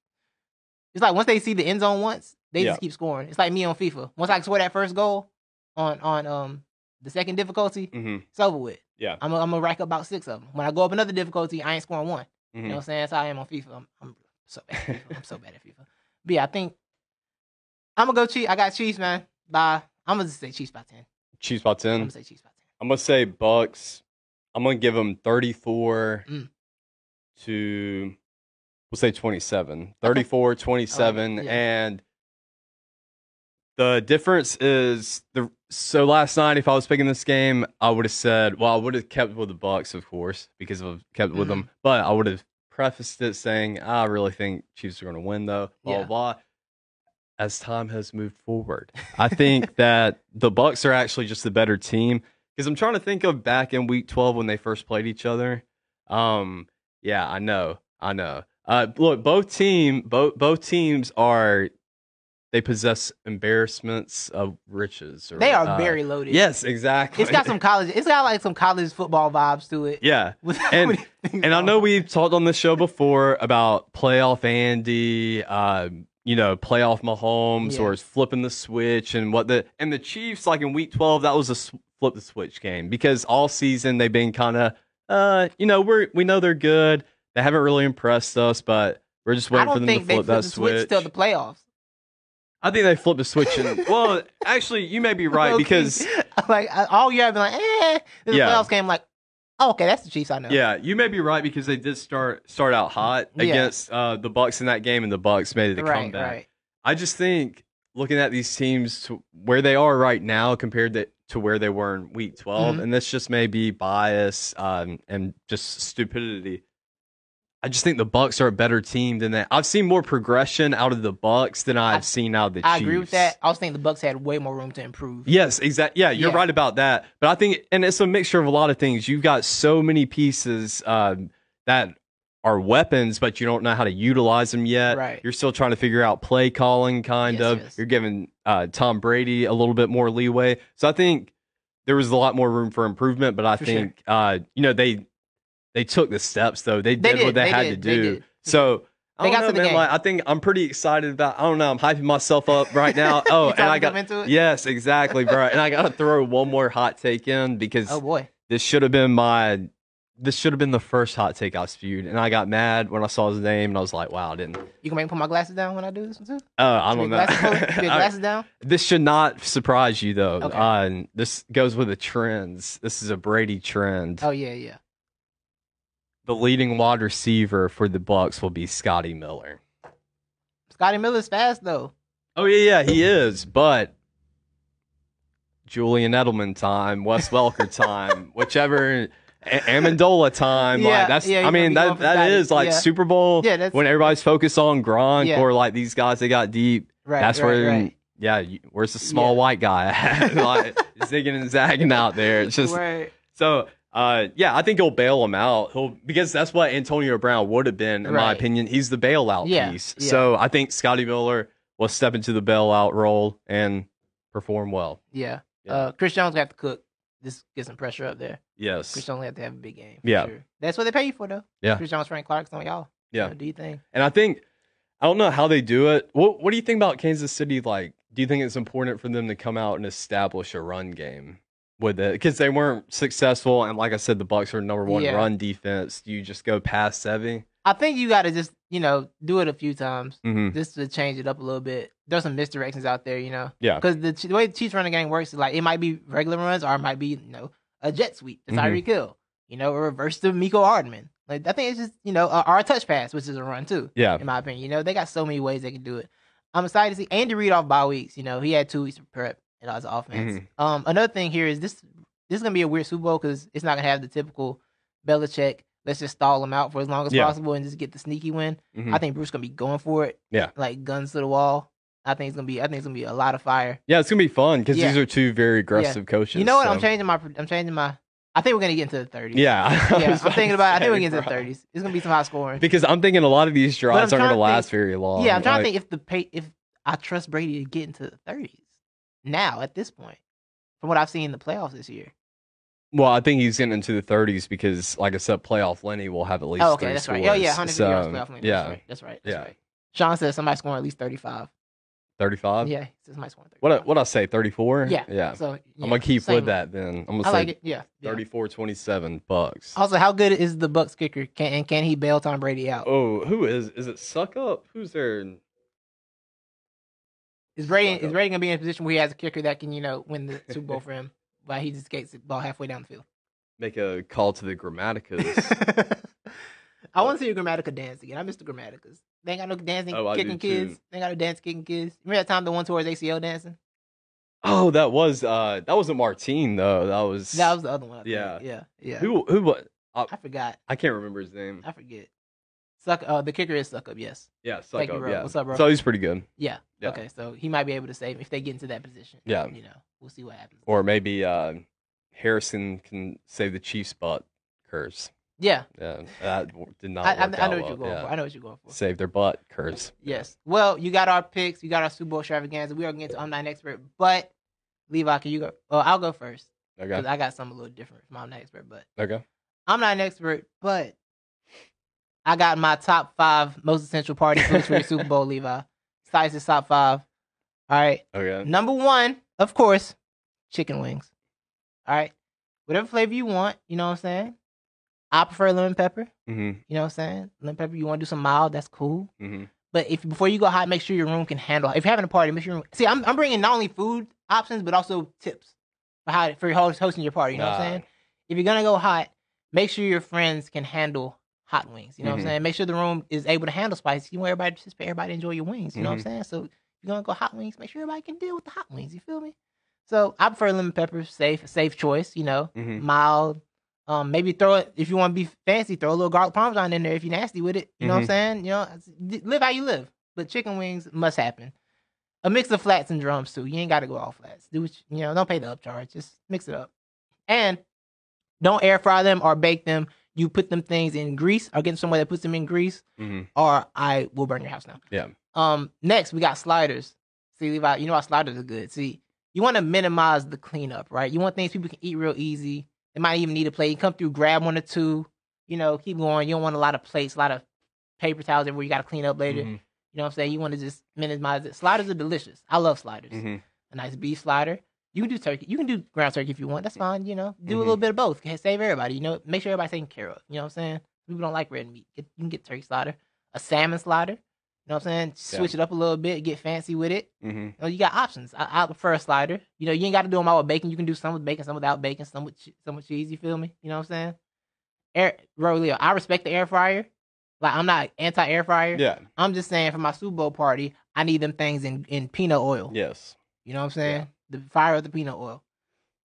Speaker 1: it's like once they see the end zone once, they
Speaker 3: Yeah.
Speaker 1: just keep scoring. It's like me on FIFA. Once I score that first goal on, on, um, the second difficulty,
Speaker 3: Mm-hmm.
Speaker 1: it's over with.
Speaker 3: Yeah.
Speaker 1: I'm going to rack up about six of them. When I go up another difficulty, I ain't scoring one. You
Speaker 3: Mm-hmm.
Speaker 1: know what I'm saying? That's how I am on FIFA. I'm, I'm so bad. At FIFA. I'm so bad at FIFA. But yeah, I think I'm gonna go Chiefs. I got Chiefs, man. By I'm gonna just say Chiefs by ten.
Speaker 3: Chiefs by
Speaker 1: I'm
Speaker 3: ten.
Speaker 1: gonna say Chiefs by ten.
Speaker 3: I'm gonna say Bucks. I'm gonna give them 34
Speaker 1: Mm.
Speaker 3: to we'll say 27, 34, 27,
Speaker 1: yeah.
Speaker 3: and the difference is the so last night if I was picking this game, I would have said, well, I would have kept with the Bucks, of course, because I've kept
Speaker 1: Mm-hmm.
Speaker 3: with them, but I would have prefaced it saying, I really think Chiefs are gonna win though, blah
Speaker 1: Yeah.
Speaker 3: blah. blah. As time has moved forward, I think that the Bucks are actually just the better team because I'm trying to think of back in week 12 when they first played each other. Um, yeah, I know, I know. Uh, look, both team, both both teams are they possess embarrassments of riches. Or,
Speaker 1: They are
Speaker 3: uh,
Speaker 1: very loaded.
Speaker 3: yes, exactly.
Speaker 1: it's got some college. It's got like some college football vibes to it.
Speaker 3: yeah.
Speaker 1: With how
Speaker 3: And-
Speaker 1: many things
Speaker 3: And I
Speaker 1: on
Speaker 3: know
Speaker 1: it.
Speaker 3: we've talked on this show before about playoff Andy, uh, you know, playoff Mahomes
Speaker 1: Yeah.
Speaker 3: or is flipping the switch and what the and the Chiefs like in week 12 that was a s- flip the switch game because all season they've been kind of uh, you know, we are we know they're good. They haven't really impressed us, but we're just
Speaker 1: I
Speaker 3: waiting
Speaker 1: don't
Speaker 3: for them to
Speaker 1: think
Speaker 3: flip
Speaker 1: they
Speaker 3: that
Speaker 1: the switch till the playoffs.
Speaker 3: I think they flipped the switch and well, actually you may be right
Speaker 1: Low-key.
Speaker 3: because
Speaker 1: like I, all year I've been like, eh. Then the
Speaker 3: Yeah.
Speaker 1: playoffs came like, oh, okay, that's the Chiefs. I know.
Speaker 3: Yeah, you may be right because they did start start out hot
Speaker 1: Yeah.
Speaker 3: against uh, the Bucks in that game, and the Bucks made it a
Speaker 1: right,
Speaker 3: comeback.
Speaker 1: right.
Speaker 3: I just think looking at these teams to where they are right now compared to, to where they were in week 12,
Speaker 1: Mhm.
Speaker 3: and this just may be bias um, and just stupidity. I just think the Bucks are a better team than that. I've seen more progression out of the Bucks than I've
Speaker 1: I-
Speaker 3: seen out of the
Speaker 1: I
Speaker 3: Chiefs.
Speaker 1: agree with that. I was thinking the Bucks had way more room to improve.
Speaker 3: Yes, exactly. Yeah, you're
Speaker 1: Yeah.
Speaker 3: right about that. But I think, and it's a mixture of a lot of things. You've got so many pieces um, that are weapons, but you don't know how to utilize them yet.
Speaker 1: Right.
Speaker 3: You're still trying to figure out play calling, kind
Speaker 1: Yes,
Speaker 3: of.
Speaker 1: yes.
Speaker 3: You're giving uh, Tom Brady a little bit more leeway. So I think there was a lot more room for improvement. But I
Speaker 1: For sure.
Speaker 3: think uh, you know they they took the steps though. They,
Speaker 1: They
Speaker 3: did, what
Speaker 1: did,
Speaker 3: they,
Speaker 1: they
Speaker 3: had
Speaker 1: did,
Speaker 3: to
Speaker 1: they
Speaker 3: do.
Speaker 1: did.
Speaker 3: So. I
Speaker 1: They got
Speaker 3: don't know,
Speaker 1: to the
Speaker 3: man.
Speaker 1: game.
Speaker 3: Like, I think I'm pretty excited about. I don't know. I'm hyping myself up right now. Oh,
Speaker 1: You
Speaker 3: and
Speaker 1: trying
Speaker 3: I
Speaker 1: to
Speaker 3: got
Speaker 1: come into it?
Speaker 3: Yes, exactly, bro. And I gotta throw one more hot take in because
Speaker 1: Oh boy.
Speaker 3: this should have been my this should have been the first hot take I spewed, and I got mad when I saw his name, and I was like, "Wow, I didn't." Uh,
Speaker 1: You can make me put my glasses down when I do this one too.
Speaker 3: I
Speaker 1: Your
Speaker 3: don't know.
Speaker 1: glasses, hold- your
Speaker 3: I-
Speaker 1: glasses down.
Speaker 3: this should not surprise you though.
Speaker 1: Okay.
Speaker 3: Uh, this goes with the trends. This is a Brady trend.
Speaker 1: Oh yeah, yeah.
Speaker 3: The leading wide receiver for the Bucks will be Scotty Miller.
Speaker 1: Scotty Miller's fast though.
Speaker 3: Oh yeah, yeah, he is. But Julian Edelman time, Wes Welker time, whichever A- Amendola time.
Speaker 1: Yeah,
Speaker 3: like that's.
Speaker 1: yeah,
Speaker 3: I
Speaker 1: he's
Speaker 3: mean
Speaker 1: gonna be going
Speaker 3: that
Speaker 1: for
Speaker 3: that
Speaker 1: Scotty.
Speaker 3: is like
Speaker 1: Yeah.
Speaker 3: Super Bowl.
Speaker 1: Yeah, that's
Speaker 3: when everybody's focused on Gronk
Speaker 1: Yeah.
Speaker 3: or like these guys that got deep.
Speaker 1: right.
Speaker 3: that's
Speaker 1: right,
Speaker 3: where
Speaker 1: right.
Speaker 3: yeah, you, where's the small white guy? at? like, zigging and zagging out there. It's just
Speaker 1: right.
Speaker 3: so. Uh, yeah, I think he'll bail him out. He'll because that's what Antonio Brown would have been, in my
Speaker 1: Right.
Speaker 3: opinion. He's the bailout
Speaker 1: Yeah,
Speaker 3: piece.
Speaker 1: yeah.
Speaker 3: So I think Scotty Miller will step into the bailout role and perform well.
Speaker 1: Yeah.
Speaker 3: Yeah.
Speaker 1: Uh, Chris Jones got to cook. This get some pressure up there. Chris
Speaker 3: Yes,
Speaker 1: Jones have to have a big game. for
Speaker 3: Yeah.
Speaker 1: sure. That's what they pay you for though.
Speaker 3: Yeah.
Speaker 1: Chris Jones, Frank Clark's on y'all.
Speaker 3: Yeah.
Speaker 1: You know, do you think?
Speaker 3: and I think I don't know how they do it. What What do you think about Kansas City? Like, do you think it's important for them to come out and establish a run game with it because they weren't successful? And like I said, the Bucks are number one
Speaker 1: Yeah.
Speaker 3: run defense. Do you just go past 7
Speaker 1: I think you got to just you know do it a few times
Speaker 3: Mm-hmm.
Speaker 1: just to change it up a little bit. There's some misdirections out there, you know.
Speaker 3: Yeah.
Speaker 1: Because the, the way the Chiefs running game works is like it might be regular runs or it might be you know a jet sweep to
Speaker 3: Mhm.
Speaker 1: Tyreek Hill, you know, or reverse to Miko Hardman. Like I think it's just you know or or a touch pass, which is a run too.
Speaker 3: Yeah,
Speaker 1: in my opinion. You know, they got so many ways they can do it. I'm excited to see Andy Reid off bye weeks. You know, he had two weeks to prep and all his offense.
Speaker 3: Mm-hmm.
Speaker 1: Um, another thing here is this this is gonna be a weird Super Bowl because it's not gonna have the typical Belichick. Let's just stall him out for as long as
Speaker 3: Yeah.
Speaker 1: possible and just get the sneaky win.
Speaker 3: Mhm.
Speaker 1: I think Bruce gonna be going for it.
Speaker 3: Yeah.
Speaker 1: like guns to the wall. I think it's gonna be. I think it's gonna be a lot of fire.
Speaker 3: Yeah, it's gonna be fun because
Speaker 1: Yeah.
Speaker 3: these are two very aggressive coaches.
Speaker 1: You know what? I'm
Speaker 3: so-
Speaker 1: changing my. I'm changing my. I think we're gonna get into the 30s.
Speaker 3: uh, Yeah, I
Speaker 1: yeah. I'm
Speaker 3: was
Speaker 1: thinking
Speaker 3: to
Speaker 1: about. I think we're gonna
Speaker 3: say,
Speaker 1: get into
Speaker 3: bro.
Speaker 1: the 30s. It's gonna be some high scoring.
Speaker 3: because I'm thinking a lot of these drives aren't
Speaker 1: trying
Speaker 3: gonna
Speaker 1: to
Speaker 3: last
Speaker 1: think-
Speaker 3: very long.
Speaker 1: Yeah, I'm trying to
Speaker 3: Like,
Speaker 1: think if the pay, if I trust Brady to get into the 30s now at this point, from what I've seen in the playoffs this year.
Speaker 3: Well, I think he's getting into the 30s because, like I said, playoff Lenny will have at least.
Speaker 1: Oh, okay,
Speaker 3: three
Speaker 1: that's
Speaker 3: scores.
Speaker 1: right. Oh, yeah, 150
Speaker 3: so,
Speaker 1: yards playoff lead.
Speaker 3: Yeah,
Speaker 1: That's right. That's right. That's
Speaker 3: Yeah.
Speaker 1: right. Sean says somebody scoring at least 35.
Speaker 3: 35.
Speaker 1: yeah, he says somebody scoring 35.
Speaker 3: Um, What I, what I say? 34.
Speaker 1: Yeah.
Speaker 3: yeah.
Speaker 1: So, yeah,
Speaker 3: I'm gonna keep
Speaker 1: same.
Speaker 3: with that then. I'm gonna
Speaker 1: I
Speaker 3: say
Speaker 1: like it. Yeah. yeah. Oh.
Speaker 3: 34, 27 bucks.
Speaker 1: Also, how good is the Bucks kicker? Can and can he bail Tom Brady out?
Speaker 3: Oh, who is? Is it suck up? Who's there?
Speaker 1: Is Brady
Speaker 3: Fuck
Speaker 1: is
Speaker 3: up.
Speaker 1: Brady gonna be in a position where he has a kicker that can you know win the Super Bowl for him, but he just gets the ball halfway down the field?
Speaker 3: Make a call to the Grammaticas.
Speaker 1: I want to see the Grammatica dance again. I miss the Grammaticas. They ain't got no dancing
Speaker 3: Oh, I do
Speaker 1: kicking kids.
Speaker 3: too.
Speaker 1: They ain't got no dance kicking kids. Remember that time the one towards ACL dancing?
Speaker 3: oh, that was uh, that wasn't Martine though. That was
Speaker 1: That was the other one. I think.
Speaker 3: Yeah.
Speaker 1: yeah, yeah.
Speaker 3: who who wa-
Speaker 1: I forgot.
Speaker 3: I can't remember his name.
Speaker 1: I forget. Suck. Uh, the kicker is suck up. Yes.
Speaker 3: Yeah,
Speaker 1: Thank
Speaker 3: Sucko.
Speaker 1: you, bro.
Speaker 3: Yeah.
Speaker 1: What's up, bro?
Speaker 3: So he's pretty good.
Speaker 1: Yeah.
Speaker 3: Yeah.
Speaker 1: Okay, so he might be able to save him if they get into that position.
Speaker 3: Yeah.
Speaker 1: You know, we'll see what happens.
Speaker 3: Or maybe uh, Harrison can save the Chiefs' butt curse.
Speaker 1: yeah,
Speaker 3: Yeah, that w- did not.
Speaker 1: I,
Speaker 3: work
Speaker 1: I, I
Speaker 3: out
Speaker 1: know what
Speaker 3: well.
Speaker 1: you're going
Speaker 3: Yeah.
Speaker 1: for. I know what you're going for.
Speaker 3: Save their butt curse.
Speaker 1: Yes. Well, you got our picks. You got our Super Bowl extravaganza. We are going to get to I'm not an expert, but Levi, can you go? Oh, I'll go first. because
Speaker 3: Okay.
Speaker 1: I got something a little different from I'm not an expert, but
Speaker 3: Okay.
Speaker 1: I'm not an expert, but I got my top five most essential party foods for the Super Bowl, Levi. Size is top five. All right.
Speaker 3: Okay.
Speaker 1: Number one, of course, chicken wings. All right. Whatever flavor you want, you know what I'm saying? I prefer lemon pepper.
Speaker 3: hmm
Speaker 1: You know what I'm saying? Lemon pepper, you want to do some mild, that's cool.
Speaker 3: hmm
Speaker 1: But if before you go hot, make sure your room can handle. If you're having a party, make sure. Your room, see, I'm I'm bringing not only food options but also tips for how for host, hosting your party. You know what I'm
Speaker 3: Nah.
Speaker 1: saying? If you're gonna go hot, make sure your friends can handle hot wings. You know what
Speaker 3: Mhm.
Speaker 1: I'm saying? Make sure the room is able to handle spicy. You want everybody to participate, everybody to enjoy your wings. You know what I'm saying? So if you're gonna go hot wings, make sure everybody can deal with the hot wings. You feel me? So I prefer lemon pepper, safe safe choice. You know,
Speaker 3: hmm
Speaker 1: mild. Um, maybe throw it if you want to be fancy. Throw a little garlic parmesan in there if you're nasty with it. You know what I'm saying? You know, it's- d- live how you live. But chicken wings must happen. A mix of flats and drums too. You ain't got to go all flats. Do what you, you know. Don't pay the upcharge. Just mix it up, and don't air fry them or bake them. You put them things in grease or get somewhere that puts them in grease,
Speaker 3: hmm
Speaker 1: or I will burn your house down.
Speaker 3: Yeah.
Speaker 1: Um. Next, we got sliders. See, Levi, you know why sliders are good. See, you want to minimize the cleanup, right? You want things people can eat real easy. They might even need a plate. You come through, grab one or two. You know, keep going. You don't want a lot of plates, a lot of paper towels everywhere. You got to clean up later.
Speaker 3: hmm
Speaker 1: You know what I'm saying? You want to just minimize it. Sliders are delicious. I love sliders.
Speaker 3: mm-hmm,
Speaker 1: A nice beef slider. You can do turkey. You can do ground turkey if you want. That's fine. You know, do
Speaker 3: Mhm.
Speaker 1: a little bit of both. Okay, Save everybody. You know, make sure everybody's taken care of. You know what I'm saying? People don't like red meat. Get, you can get turkey slider, a salmon slider. You know what I'm saying? Switch it up a little bit. Get fancy with it.
Speaker 3: hmm
Speaker 1: You, know, you got options. I, I prefer a slider. You know, you ain't got to do them all with bacon. You can do some with bacon, some without bacon, some with che- some with cheese. You feel me? You know what I'm saying? Air, bro, Leo, I respect the air fryer. Like I'm not anti air fryer.
Speaker 3: Yeah.
Speaker 1: I'm just saying for my Super Bowl party, I need them things in, in peanut oil.
Speaker 3: Yes.
Speaker 1: You know what I'm saying? The fire of the peanut oil.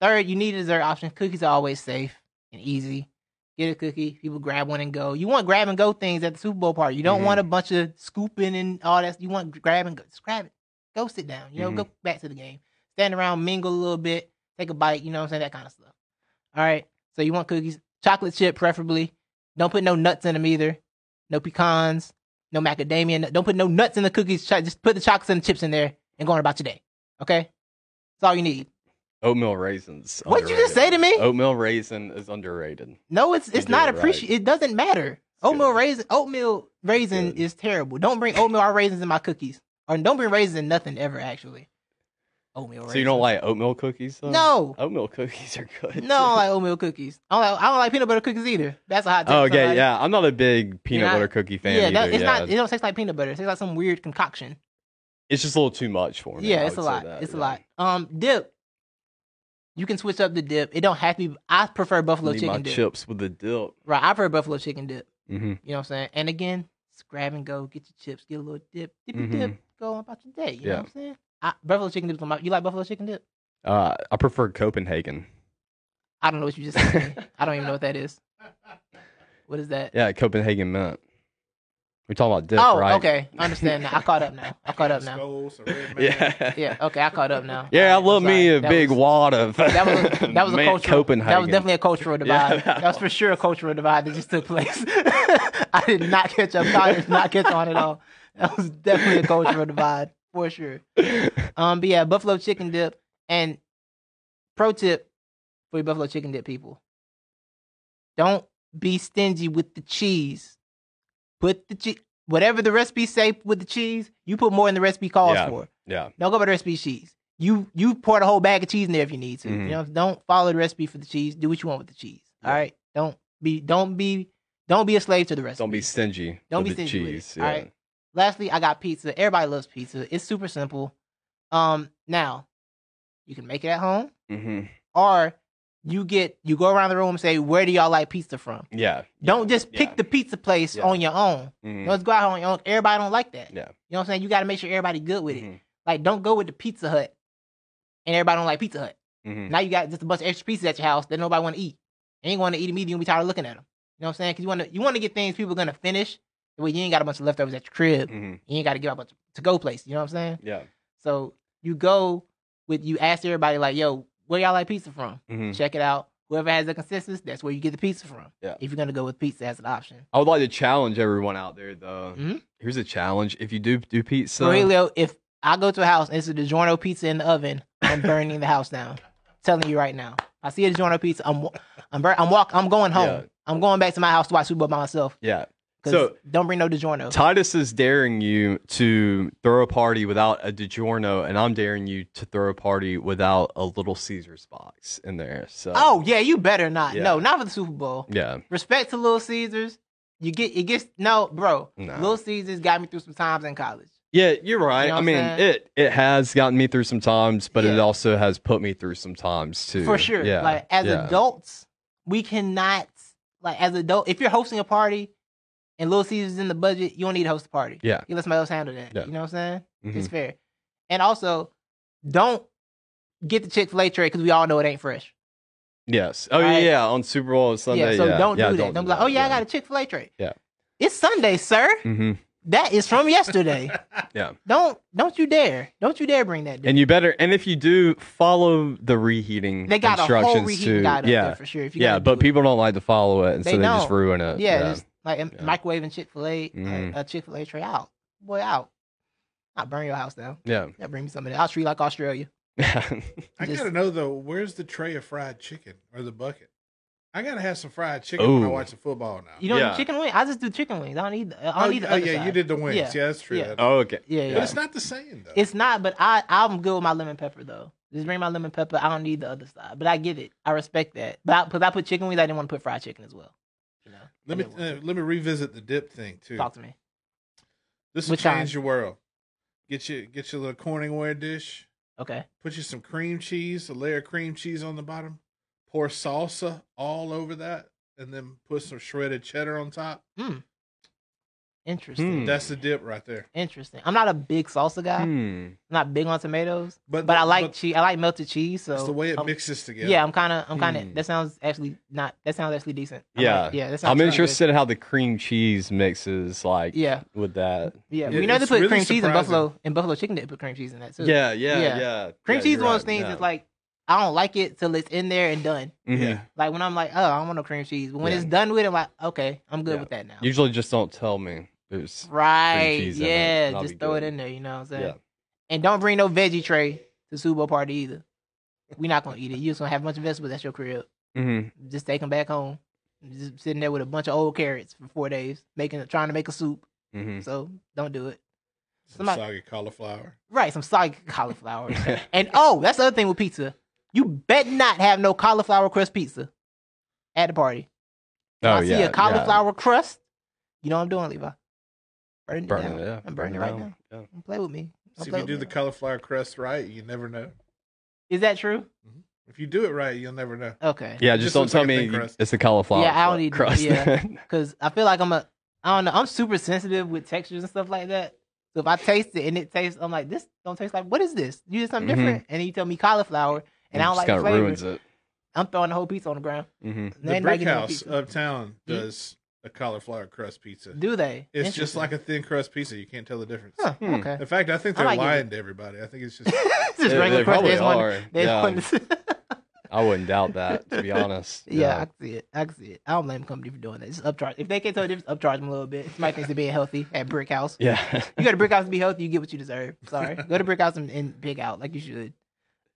Speaker 1: Third, you need a dessert option. Cookies are always safe and easy. Get a cookie. People grab one and go. You want grab and go things at the Super Bowl party. You don't
Speaker 3: Mhm.
Speaker 1: want a bunch of scooping and all that. You want grab and go. Just grab it. Go sit down. You know,
Speaker 3: Mhm.
Speaker 1: go back to the game. Stand around, mingle a little bit, take a bite. You know what I'm saying? That kind of stuff. All right. So you want cookies, chocolate chip preferably. Don't put no nuts in them either. No pecans, no macadamia. nut- Don't put no nuts in the cookies. Cho- Just put the chocolates and the chips in there and go on about your day. Okay. That's all you need.
Speaker 3: Oatmeal raisins.
Speaker 1: What'd you just say to
Speaker 3: underrated.
Speaker 1: me?
Speaker 3: Oatmeal raisin is underrated.
Speaker 1: No, it's
Speaker 3: You
Speaker 1: it's
Speaker 3: did
Speaker 1: not
Speaker 3: it right.
Speaker 1: appreciated. It doesn't matter.
Speaker 3: It's
Speaker 1: Oatmeal
Speaker 3: good.
Speaker 1: raisin, oatmeal raisin
Speaker 3: good.
Speaker 1: is terrible. Don't bring oatmeal or raisins in my cookies, or don't bring raisins in nothing ever. Actually, oatmeal.
Speaker 3: So
Speaker 1: raisins.
Speaker 3: you don't like oatmeal cookies? Though?
Speaker 1: No,
Speaker 3: Oatmeal cookies are good.
Speaker 1: no, I don't like oatmeal cookies. I don't like, I don't like peanut butter cookies either. That's a hot. take
Speaker 3: Oh,
Speaker 1: for
Speaker 3: okay,
Speaker 1: somebody.
Speaker 3: yeah. I'm not a big peanut
Speaker 1: not-
Speaker 3: butter cookie fan
Speaker 1: yeah.
Speaker 3: either.
Speaker 1: That, it's
Speaker 3: yeah.
Speaker 1: not. It don't taste like peanut butter. It tastes like some weird concoction.
Speaker 3: it's just a little too much for me. I
Speaker 1: yeah, it's a
Speaker 3: would say
Speaker 1: lot.
Speaker 3: that,
Speaker 1: it's a
Speaker 3: yeah.
Speaker 1: lot. Um, dip. You can switch up the dip. It don't have to be. I prefer buffalo
Speaker 3: Need my
Speaker 1: chicken dip.
Speaker 3: chips with the dip.
Speaker 1: Right, I prefer buffalo chicken dip.
Speaker 3: Mm-hmm.
Speaker 1: You know what I'm saying? And again, it's grab and go, get your chips, get a little dip, dip your dip, go on about your day. You know
Speaker 3: Mm-hmm. Yeah.
Speaker 1: what I'm saying? I, buffalo chicken dip. You like buffalo chicken dip?
Speaker 3: Uh, I prefer Copenhagen.
Speaker 1: I don't know what you just said. to me. I don't even know what that is. What is that?
Speaker 3: Yeah, Copenhagen mint. We're talking about dip,
Speaker 1: oh,
Speaker 3: right?
Speaker 1: okay. I understand now. I caught up now. I caught up now.
Speaker 2: Skulls, a red man.
Speaker 3: Yeah.
Speaker 1: Yeah, okay, I caught up now.
Speaker 3: Yeah,
Speaker 1: All
Speaker 3: I
Speaker 1: right, I'm
Speaker 3: love me
Speaker 1: sorry.
Speaker 3: a
Speaker 1: That
Speaker 3: big
Speaker 1: was-
Speaker 3: wad of
Speaker 1: That was a, that was a
Speaker 3: mint
Speaker 1: cultural
Speaker 3: Copenhagen.
Speaker 1: that was definitely a cultural
Speaker 3: Yeah,
Speaker 1: divide.
Speaker 3: that
Speaker 1: that was for sure a cultural divide that just took place. I did not catch up. I did not catch on at all. That was definitely a cultural divide for sure. Um, but yeah, buffalo chicken dip. And pro tip for you buffalo chicken dip people: don't be stingy with the cheese. Put the cheese, whatever the recipe say with the cheese, you put more than the recipe calls
Speaker 3: Yeah.
Speaker 1: for.
Speaker 3: yeah.
Speaker 1: Don't go by the recipe cheese. You you pour the whole bag of cheese in there if you need to.
Speaker 3: Mhm.
Speaker 1: You know, don't follow the recipe for the cheese. Do what you want with the cheese. All right. Don't be don't be don't be a slave to the recipe.
Speaker 3: Don't be stingy.
Speaker 1: Don't
Speaker 3: with
Speaker 1: be
Speaker 3: the
Speaker 1: stingy with it,
Speaker 3: cheese.
Speaker 1: all right? Lastly, I got pizza. Everybody loves pizza. It's super simple. Um, now you can make it at home,
Speaker 3: hmm
Speaker 1: or you get you go around the room and say, where do y'all like pizza from?
Speaker 3: Yeah.
Speaker 1: Don't just pick
Speaker 3: Yeah.
Speaker 1: the pizza place
Speaker 3: Yeah.
Speaker 1: on your own.
Speaker 3: Mhm.
Speaker 1: Let's go out on your own. Everybody don't like that. You
Speaker 3: Yeah.
Speaker 1: know what I'm saying? You got to make sure everybody good with it.
Speaker 3: Mhm.
Speaker 1: Like, don't go with the Pizza Hut, and everybody don't like Pizza Hut.
Speaker 3: Mhm.
Speaker 1: Mm-hmm. Now you got just a bunch of extra pieces at your house that nobody want to eat. They ain't want to eat them either. You gonna be tired of looking at them. You know what I'm saying? Because you want to you want to get things people gonna finish. That way you ain't got a bunch of leftovers at your crib.
Speaker 3: Mhm.
Speaker 1: You ain't got to give out a bunch of to go places. You know what I'm saying?
Speaker 3: Yeah. Mm-hmm,
Speaker 1: So you go with you ask everybody like, yo, where y'all like pizza from?
Speaker 3: Mhm.
Speaker 1: Check it out. Whoever has the consensus, that's where you get the pizza from.
Speaker 3: Yeah.
Speaker 1: If you're gonna go with pizza as an option.
Speaker 3: I would like to challenge everyone out there, though.
Speaker 1: Mhm.
Speaker 3: Here's a challenge: if you do do pizza,
Speaker 1: So Aurelio, if I go to a house and it's a DiGiorno pizza in the oven, I'm burning the house down. Telling you right now. I see a DiGiorno pizza, I'm wa- I'm bur- I'm walk I'm going home.
Speaker 3: Yeah.
Speaker 1: I'm going back to my house to watch Super Bowl by myself.
Speaker 3: yeah.
Speaker 1: Cause
Speaker 3: So-
Speaker 1: don't bring no DiGiorno.
Speaker 3: Titus is daring you to throw a party without a DiGiorno, and I'm daring you to throw a party without a Little Caesars box in there. So,
Speaker 1: oh yeah, you better not. No,
Speaker 3: Yeah.
Speaker 1: not for the Super Bowl.
Speaker 3: yeah,
Speaker 1: Respect to Little Caesars. You get it gets no, bro.
Speaker 3: Nah.
Speaker 1: Little Caesars got me through some times in college.
Speaker 3: yeah, you're right.
Speaker 1: You know
Speaker 3: I
Speaker 1: what
Speaker 3: mean,
Speaker 1: I'm saying?
Speaker 3: it it has gotten me through some times, but it
Speaker 1: Yeah.
Speaker 3: also has put me through some times too.
Speaker 1: For sure.
Speaker 3: Yeah,
Speaker 1: Like as
Speaker 3: yeah.
Speaker 1: adults, we cannot like as adult if you're hosting a party and Little Caesars is in the budget, you don't need to host the party.
Speaker 3: Yeah.
Speaker 1: You let somebody else handle that.
Speaker 3: Yeah.
Speaker 1: You know what I'm saying?
Speaker 3: Mhm.
Speaker 1: It's fair. And also, don't get the Chick-fil-A tray because we all know it ain't fresh.
Speaker 3: Yes. Oh yeah,
Speaker 1: Right.
Speaker 3: yeah. On Super Bowl on Sunday.
Speaker 1: yeah, so
Speaker 3: yeah.
Speaker 1: don't
Speaker 3: yeah,
Speaker 1: do that. Don't, be like, oh yeah, I got a Chick Fil A tray.
Speaker 3: Yeah.
Speaker 1: it's Sunday, sir.
Speaker 3: hmm
Speaker 1: That is from yesterday.
Speaker 3: Yeah.
Speaker 1: Don't don't you dare, don't you dare bring that. Dude.
Speaker 3: And you better, and if you do, follow the reheating
Speaker 1: they got a whole
Speaker 3: instructions
Speaker 1: reheat
Speaker 3: too.
Speaker 1: guide up
Speaker 3: yeah,
Speaker 1: there for sure. If you
Speaker 3: yeah.
Speaker 1: gotta
Speaker 3: But
Speaker 1: do it.
Speaker 3: people don't like to follow it, and so
Speaker 1: They
Speaker 3: they just
Speaker 1: don't.
Speaker 3: ruin it.
Speaker 1: yeah, just like a
Speaker 3: uh, Yeah.
Speaker 1: microwaving Chick Fil A,
Speaker 3: Mhm.
Speaker 1: a Chick Fil A tray out, boy out. I'll burn your house down.
Speaker 3: yeah.
Speaker 1: Yeah, bring me something. I'll treat you like Australia.
Speaker 3: yeah.
Speaker 2: I
Speaker 1: Just-
Speaker 2: gotta know though, where's the tray of fried chicken or the bucket? I gotta have some fried chicken when I
Speaker 3: Ooh.
Speaker 2: watch the football now.
Speaker 1: You don't
Speaker 3: Yeah.
Speaker 1: need chicken wings. I just do chicken wings. I don't need. I
Speaker 2: oh,
Speaker 1: don't need the
Speaker 2: oh,
Speaker 1: other
Speaker 2: yeah,
Speaker 1: side.
Speaker 2: you did the wings.
Speaker 1: Yeah.
Speaker 2: Yeah, that's true.
Speaker 1: Yeah.
Speaker 3: Oh, okay.
Speaker 1: Yeah, yeah.
Speaker 2: But it's not the same though.
Speaker 1: It's not, but I I'm good with my lemon pepper though. Just bring my lemon pepper. I don't need the other side, but I get it. I respect that. But I, because I put chicken wings, I didn't want to put fried chicken as well. You know.
Speaker 2: let me
Speaker 1: I didn't
Speaker 2: uh,
Speaker 1: want
Speaker 2: let me revisit the dip thing too.
Speaker 1: to. talk to me.
Speaker 2: This will
Speaker 1: Which kind?
Speaker 2: change your world. Get you get your little Corningware dish.
Speaker 1: Okay.
Speaker 2: Put you some cream cheese, a layer of cream cheese on the bottom. Pour salsa all over that, and then put some shredded cheddar on top.
Speaker 1: Mm. Interesting.
Speaker 3: Hmm.
Speaker 2: That's the dip right there.
Speaker 1: Interesting. I'm not a big salsa guy. I'm
Speaker 3: Hmm.
Speaker 1: not big on tomatoes,
Speaker 2: But
Speaker 1: but I like
Speaker 2: but
Speaker 1: cheese. I like melted cheese. So
Speaker 2: it's the way it
Speaker 1: I'm-
Speaker 2: mixes
Speaker 1: Yeah.
Speaker 2: together.
Speaker 1: I'm kind of. I'm kind of.
Speaker 3: Hmm.
Speaker 1: That sounds actually not. That sounds actually decent. I might-
Speaker 3: Yeah.
Speaker 1: yeah. That sounds
Speaker 3: I'm
Speaker 1: pretty good.
Speaker 3: interested in how the cream cheese mixes like
Speaker 1: Yeah.
Speaker 3: with that.
Speaker 1: Yeah.
Speaker 2: It-
Speaker 1: we know they
Speaker 2: it's
Speaker 1: put
Speaker 2: really
Speaker 1: cream cheese in
Speaker 2: surprising.
Speaker 1: buffalo in buffalo chicken. They put cream cheese in that too.
Speaker 3: Yeah, yeah,
Speaker 1: Yeah.
Speaker 3: yeah.
Speaker 1: Cream
Speaker 3: Yeah,
Speaker 1: cheese is
Speaker 3: you're
Speaker 1: one of those
Speaker 3: right,
Speaker 1: things
Speaker 3: yeah.
Speaker 1: that's like I don't like it till it's in there and done.
Speaker 3: Mhm.
Speaker 2: Yeah.
Speaker 1: Like when I'm like, oh, I don't want no cream cheese. But when
Speaker 3: Yeah.
Speaker 1: it's done with, it, I'm like, okay, I'm good
Speaker 3: Yeah.
Speaker 1: with that now.
Speaker 3: Usually just don't tell me. There's
Speaker 1: right?
Speaker 3: cheese in it,
Speaker 1: yeah,
Speaker 3: that'll
Speaker 1: just
Speaker 3: be
Speaker 1: throw
Speaker 3: good.
Speaker 1: it in there. You know what I'm saying?
Speaker 3: yeah.
Speaker 1: And don't bring no veggie tray to Super Bowl party either. We're not gonna eat it. You just gonna have a bunch of vegetables at your crib.
Speaker 3: Mhm.
Speaker 1: Just take them back home. Just sitting there with a bunch of old carrots for four days, making trying to make a soup.
Speaker 3: Mhm.
Speaker 1: So don't do it.
Speaker 2: Some
Speaker 1: Somebody-
Speaker 2: soggy cauliflower.
Speaker 1: Right, some soggy cauliflower. and oh, that's the other thing with pizza. You bet not have no cauliflower crust pizza at the party.
Speaker 3: Oh,
Speaker 1: If I see a cauliflower crust, you know what I'm doing, Levi. Burn it
Speaker 3: Burn
Speaker 1: down.
Speaker 3: it, yeah.
Speaker 1: I'm burning it right now. Don't play with me. Don't
Speaker 2: See, if
Speaker 1: play
Speaker 2: you
Speaker 1: with
Speaker 2: do
Speaker 1: me.
Speaker 2: the cauliflower crust right, you never know.
Speaker 1: Is that true?
Speaker 2: If you do it right, you'll never know.
Speaker 1: Okay.
Speaker 3: Yeah,
Speaker 2: It just
Speaker 3: just don't
Speaker 2: looks
Speaker 3: tell
Speaker 2: like a
Speaker 3: me
Speaker 2: thin crust.
Speaker 3: it's the cauliflower.
Speaker 1: Yeah, I don't
Speaker 3: fr-
Speaker 1: need-
Speaker 3: crust.
Speaker 1: yeah. Cause I feel like I'm a I don't know, I'm super sensitive with textures and stuff like that. So if I taste it and it tastes I'm like, this don't taste like what is this? You did something
Speaker 3: Mhm.
Speaker 1: different. And then you tell me cauliflower and I don't like
Speaker 3: kind
Speaker 1: the
Speaker 3: of
Speaker 1: flavor.
Speaker 3: ruins it.
Speaker 1: I'm throwing the whole pizza on the ground.
Speaker 3: hmm
Speaker 2: The uh,
Speaker 1: Ain't
Speaker 2: brick
Speaker 1: nobody getting no
Speaker 2: house
Speaker 1: pizza.
Speaker 2: uptown
Speaker 1: Hmm?
Speaker 2: does a cauliflower crust pizza.
Speaker 1: Do they?
Speaker 2: It's just
Speaker 1: Interesting.
Speaker 2: like a thin crust pizza. You can't tell the difference.
Speaker 1: Huh,
Speaker 3: Hmm.
Speaker 1: okay.
Speaker 2: In fact, I
Speaker 1: I
Speaker 2: think they're
Speaker 1: like it.
Speaker 2: lying to everybody. I think it's just
Speaker 1: It's just regular crust. They
Speaker 3: probably
Speaker 1: just want-
Speaker 3: are.
Speaker 1: they just
Speaker 3: Yeah,
Speaker 1: want to-
Speaker 3: I wouldn't doubt that. To be honest.
Speaker 1: yeah, I can see it. I can see it. I don't blame the company for doing that. Just upcharge. If they can tell, just upcharge them a little bit. Somebody thinks they're being healthy at Brick House.
Speaker 3: Yeah. Mm-hmm.
Speaker 1: You go to Brick House to be healthy, you get what you deserve. Sorry, go to Brick House and, and pick out like you should.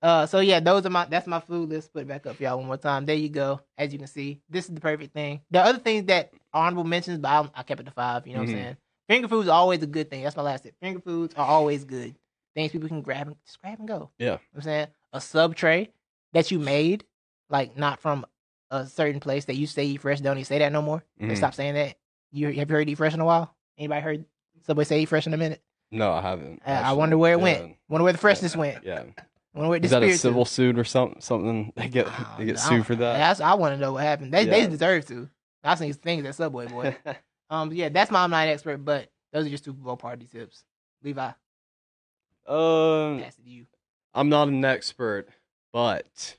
Speaker 1: Uh, so yeah, those are my that's my food list. Put it back up, for y'all, one more time. There you go. As you can see, this is the perfect thing. The other things that honorable mentions, but I, I kept it to five. You know what
Speaker 3: Mhm.
Speaker 1: I'm saying? Finger foods are always a good thing. That's my last tip. Finger foods are always good. Things people can grab and just grab and go.
Speaker 3: Yeah.
Speaker 1: You know what I'm saying a sub tray that you made, like not from a certain place that you say eat fresh. Don't even say that no more. They
Speaker 3: Mhm.
Speaker 1: stop saying that. You have you heard eat fresh in a while? Anybody heard Subway say eat fresh in a minute?
Speaker 3: No, I haven't.
Speaker 1: Uh, I
Speaker 3: actually.
Speaker 1: wonder where it
Speaker 3: Yeah.
Speaker 1: went. Wonder where the freshness went.
Speaker 3: Yeah.
Speaker 1: Wonder where the
Speaker 3: Is that a
Speaker 1: spirits-
Speaker 3: civil suit or something? Something they get
Speaker 1: I
Speaker 3: they
Speaker 1: don't
Speaker 3: get
Speaker 1: know.
Speaker 3: sued for that.
Speaker 1: That's I want to know what happened. They they
Speaker 3: Yeah.
Speaker 1: deserve to. I seen things at Subway boy. um, yeah, that's my I'm not an expert, but those are just Super Bowl party tips. Levi,
Speaker 3: um,
Speaker 1: pass it to you.
Speaker 3: I'm not an expert, but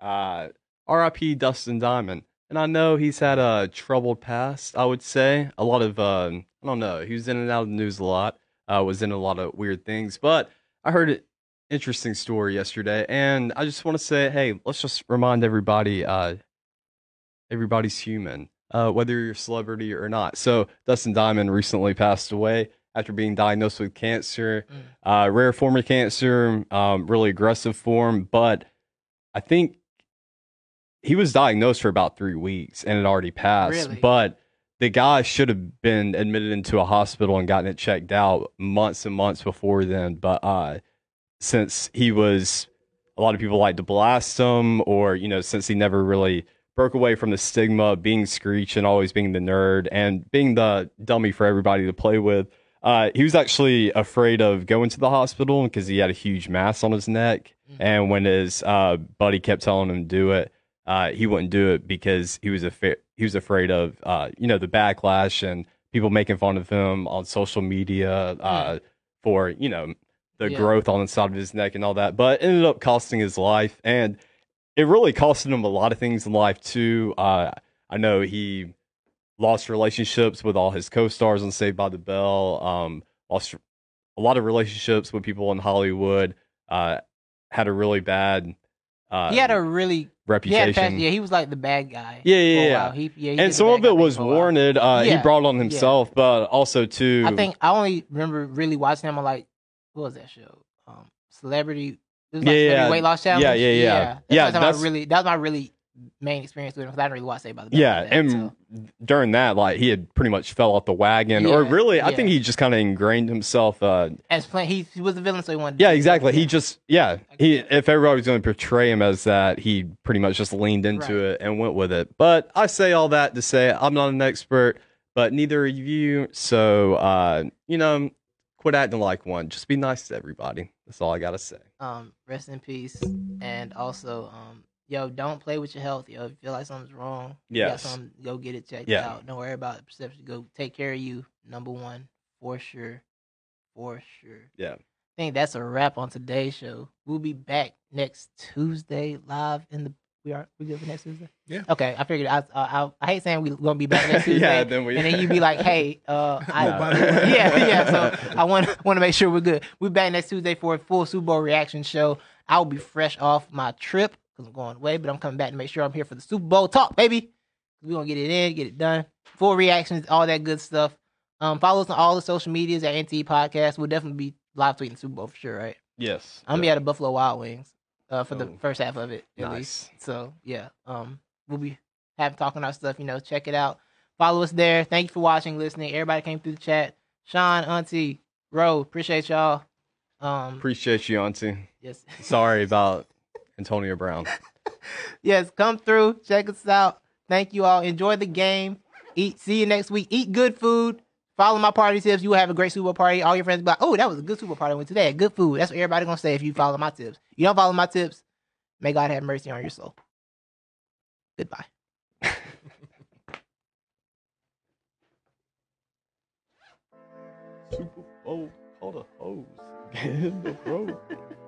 Speaker 3: uh, R.I.P. Dustin Diamond, and I know he's had a troubled past. I would say a lot of um, I don't know. He was in and out of the news a lot. Uh, was in a lot of weird things, but I heard an interesting story yesterday, and I just want to say, hey, let's just remind everybody, uh, everybody's human, uh, whether you're a celebrity or not. So Dustin Diamond recently passed away after being diagnosed with cancer uh, rare form of cancer, um, really aggressive form. But I think he was diagnosed for about three weeks and it already passed.
Speaker 1: Really?
Speaker 3: But the guy should have been admitted into a hospital and gotten it checked out months and months before then. But uh, since he was, a lot of people like to blast him, or you know, since he never really broke away from the stigma of being Screech and always being the nerd and being the dummy for everybody to play with. Uh, he was actually afraid of going to the hospital because he had a huge mass on his neck.
Speaker 1: Mhm.
Speaker 3: And when his uh, buddy kept telling him to do it, uh, he wouldn't do it because he was affa- he was afraid of uh, you know the backlash and people making fun of him on social media uh, for you know the
Speaker 1: Yeah.
Speaker 3: growth on the side of his neck and all that. But it ended up costing his life, and it really costed him a lot of things in life too. Uh, I know he lost relationships with all his co-stars on Saved by the Bell. Um, lost a lot of relationships with people in Hollywood. Uh, had a really bad uh,
Speaker 1: he had a really he had a
Speaker 3: reputation.
Speaker 1: past, yeah. He was like the bad guy.
Speaker 3: Yeah,
Speaker 1: for
Speaker 3: yeah,
Speaker 1: a
Speaker 3: yeah.
Speaker 1: while. He, yeah Oh, he did
Speaker 3: and
Speaker 1: the
Speaker 3: some
Speaker 1: bad
Speaker 3: of
Speaker 1: guy
Speaker 3: it
Speaker 1: thing
Speaker 3: was
Speaker 1: for a while.
Speaker 3: warranted. Uh,
Speaker 1: Yeah.
Speaker 3: He brought on himself, but also too.
Speaker 1: I think I only remember really watching him on like what was that show? Um, celebrity. It was like
Speaker 3: Yeah, yeah.
Speaker 1: Celebrity weight loss challenge.
Speaker 3: Yeah, yeah, yeah.
Speaker 1: That's
Speaker 3: Yeah,
Speaker 1: the first time
Speaker 3: that's-
Speaker 1: I really that was my really main experience with him because I didn't really watch Saved by the Bell.
Speaker 3: Yeah,
Speaker 1: like that,
Speaker 3: and
Speaker 1: so.
Speaker 3: during that, like he had pretty much fell off the wagon, or
Speaker 1: Yeah,
Speaker 3: really, I
Speaker 1: yeah.
Speaker 3: think he just kind of ingrained himself. Uh,
Speaker 1: as playing, he, he was a villain, so he wanted. to
Speaker 3: yeah,
Speaker 1: do it.
Speaker 3: exactly. He just, yeah, he. If everybody was going to portray him as that, he pretty much just leaned into
Speaker 1: Right.
Speaker 3: it and went with it. But I say all that to say I'm not an expert, but neither are you. So uh, you know, quit acting like one. Just be nice to everybody. That's all I gotta say.
Speaker 1: um rest in peace and also um yo, don't play with your health. Yo, if you feel like something's wrong, you got
Speaker 3: Yes.
Speaker 1: something, go get it checked
Speaker 3: Yeah.
Speaker 1: out. Don't worry about the perception. Go take care of you. Number one, for sure, for sure.
Speaker 3: Yeah.
Speaker 1: I think that's a wrap on today's show. We'll be back next Tuesday live in the. We are we good for next Tuesday?
Speaker 2: Yeah.
Speaker 1: Okay, I figured. I I, I, I hate saying we're gonna be back next Tuesday.
Speaker 3: yeah, then we
Speaker 1: and then you'd be like, "Hey, uh, I,
Speaker 2: Oh, by the way.
Speaker 1: yeah, yeah. So I want want to make sure we're good. We're back next Tuesday for a full Super Bowl reaction show. I'll be fresh off my trip because I'm going away, but I'm coming back to make sure I'm here for the Super Bowl talk, baby. We're gonna get it in, get it done. Full reactions, all that good stuff. Um, follow us on all the social medias at NTE Podcast. We'll definitely be live tweeting the Super Bowl for sure, right?
Speaker 3: yes.
Speaker 1: I'm gonna be at a Buffalo Wild Wings uh, for the
Speaker 3: Oh.
Speaker 1: first half of it, at
Speaker 3: Nice.
Speaker 1: least. So yeah, um, we'll be having talking our stuff. You know, check it out. Follow us there. Thank you for watching, listening. Everybody came through the chat. Sean, Auntie, Ro, appreciate y'all. Um,
Speaker 3: Appreciate you, Auntie.
Speaker 1: yes,
Speaker 3: Sorry about Antonio Brown.
Speaker 1: yes, come through. Check us out. Thank you all. Enjoy the game. Eat. See you next week. Eat good food. Follow my party tips. You will have a great Super Bowl party. All your friends be like, "Oh, that was a good Super Bowl party I went today. Good food." That's what everybody gonna say if you follow my tips. You don't follow my tips, may God have mercy on your soul. Goodbye.
Speaker 3: Super Bowl, call the hose. the road.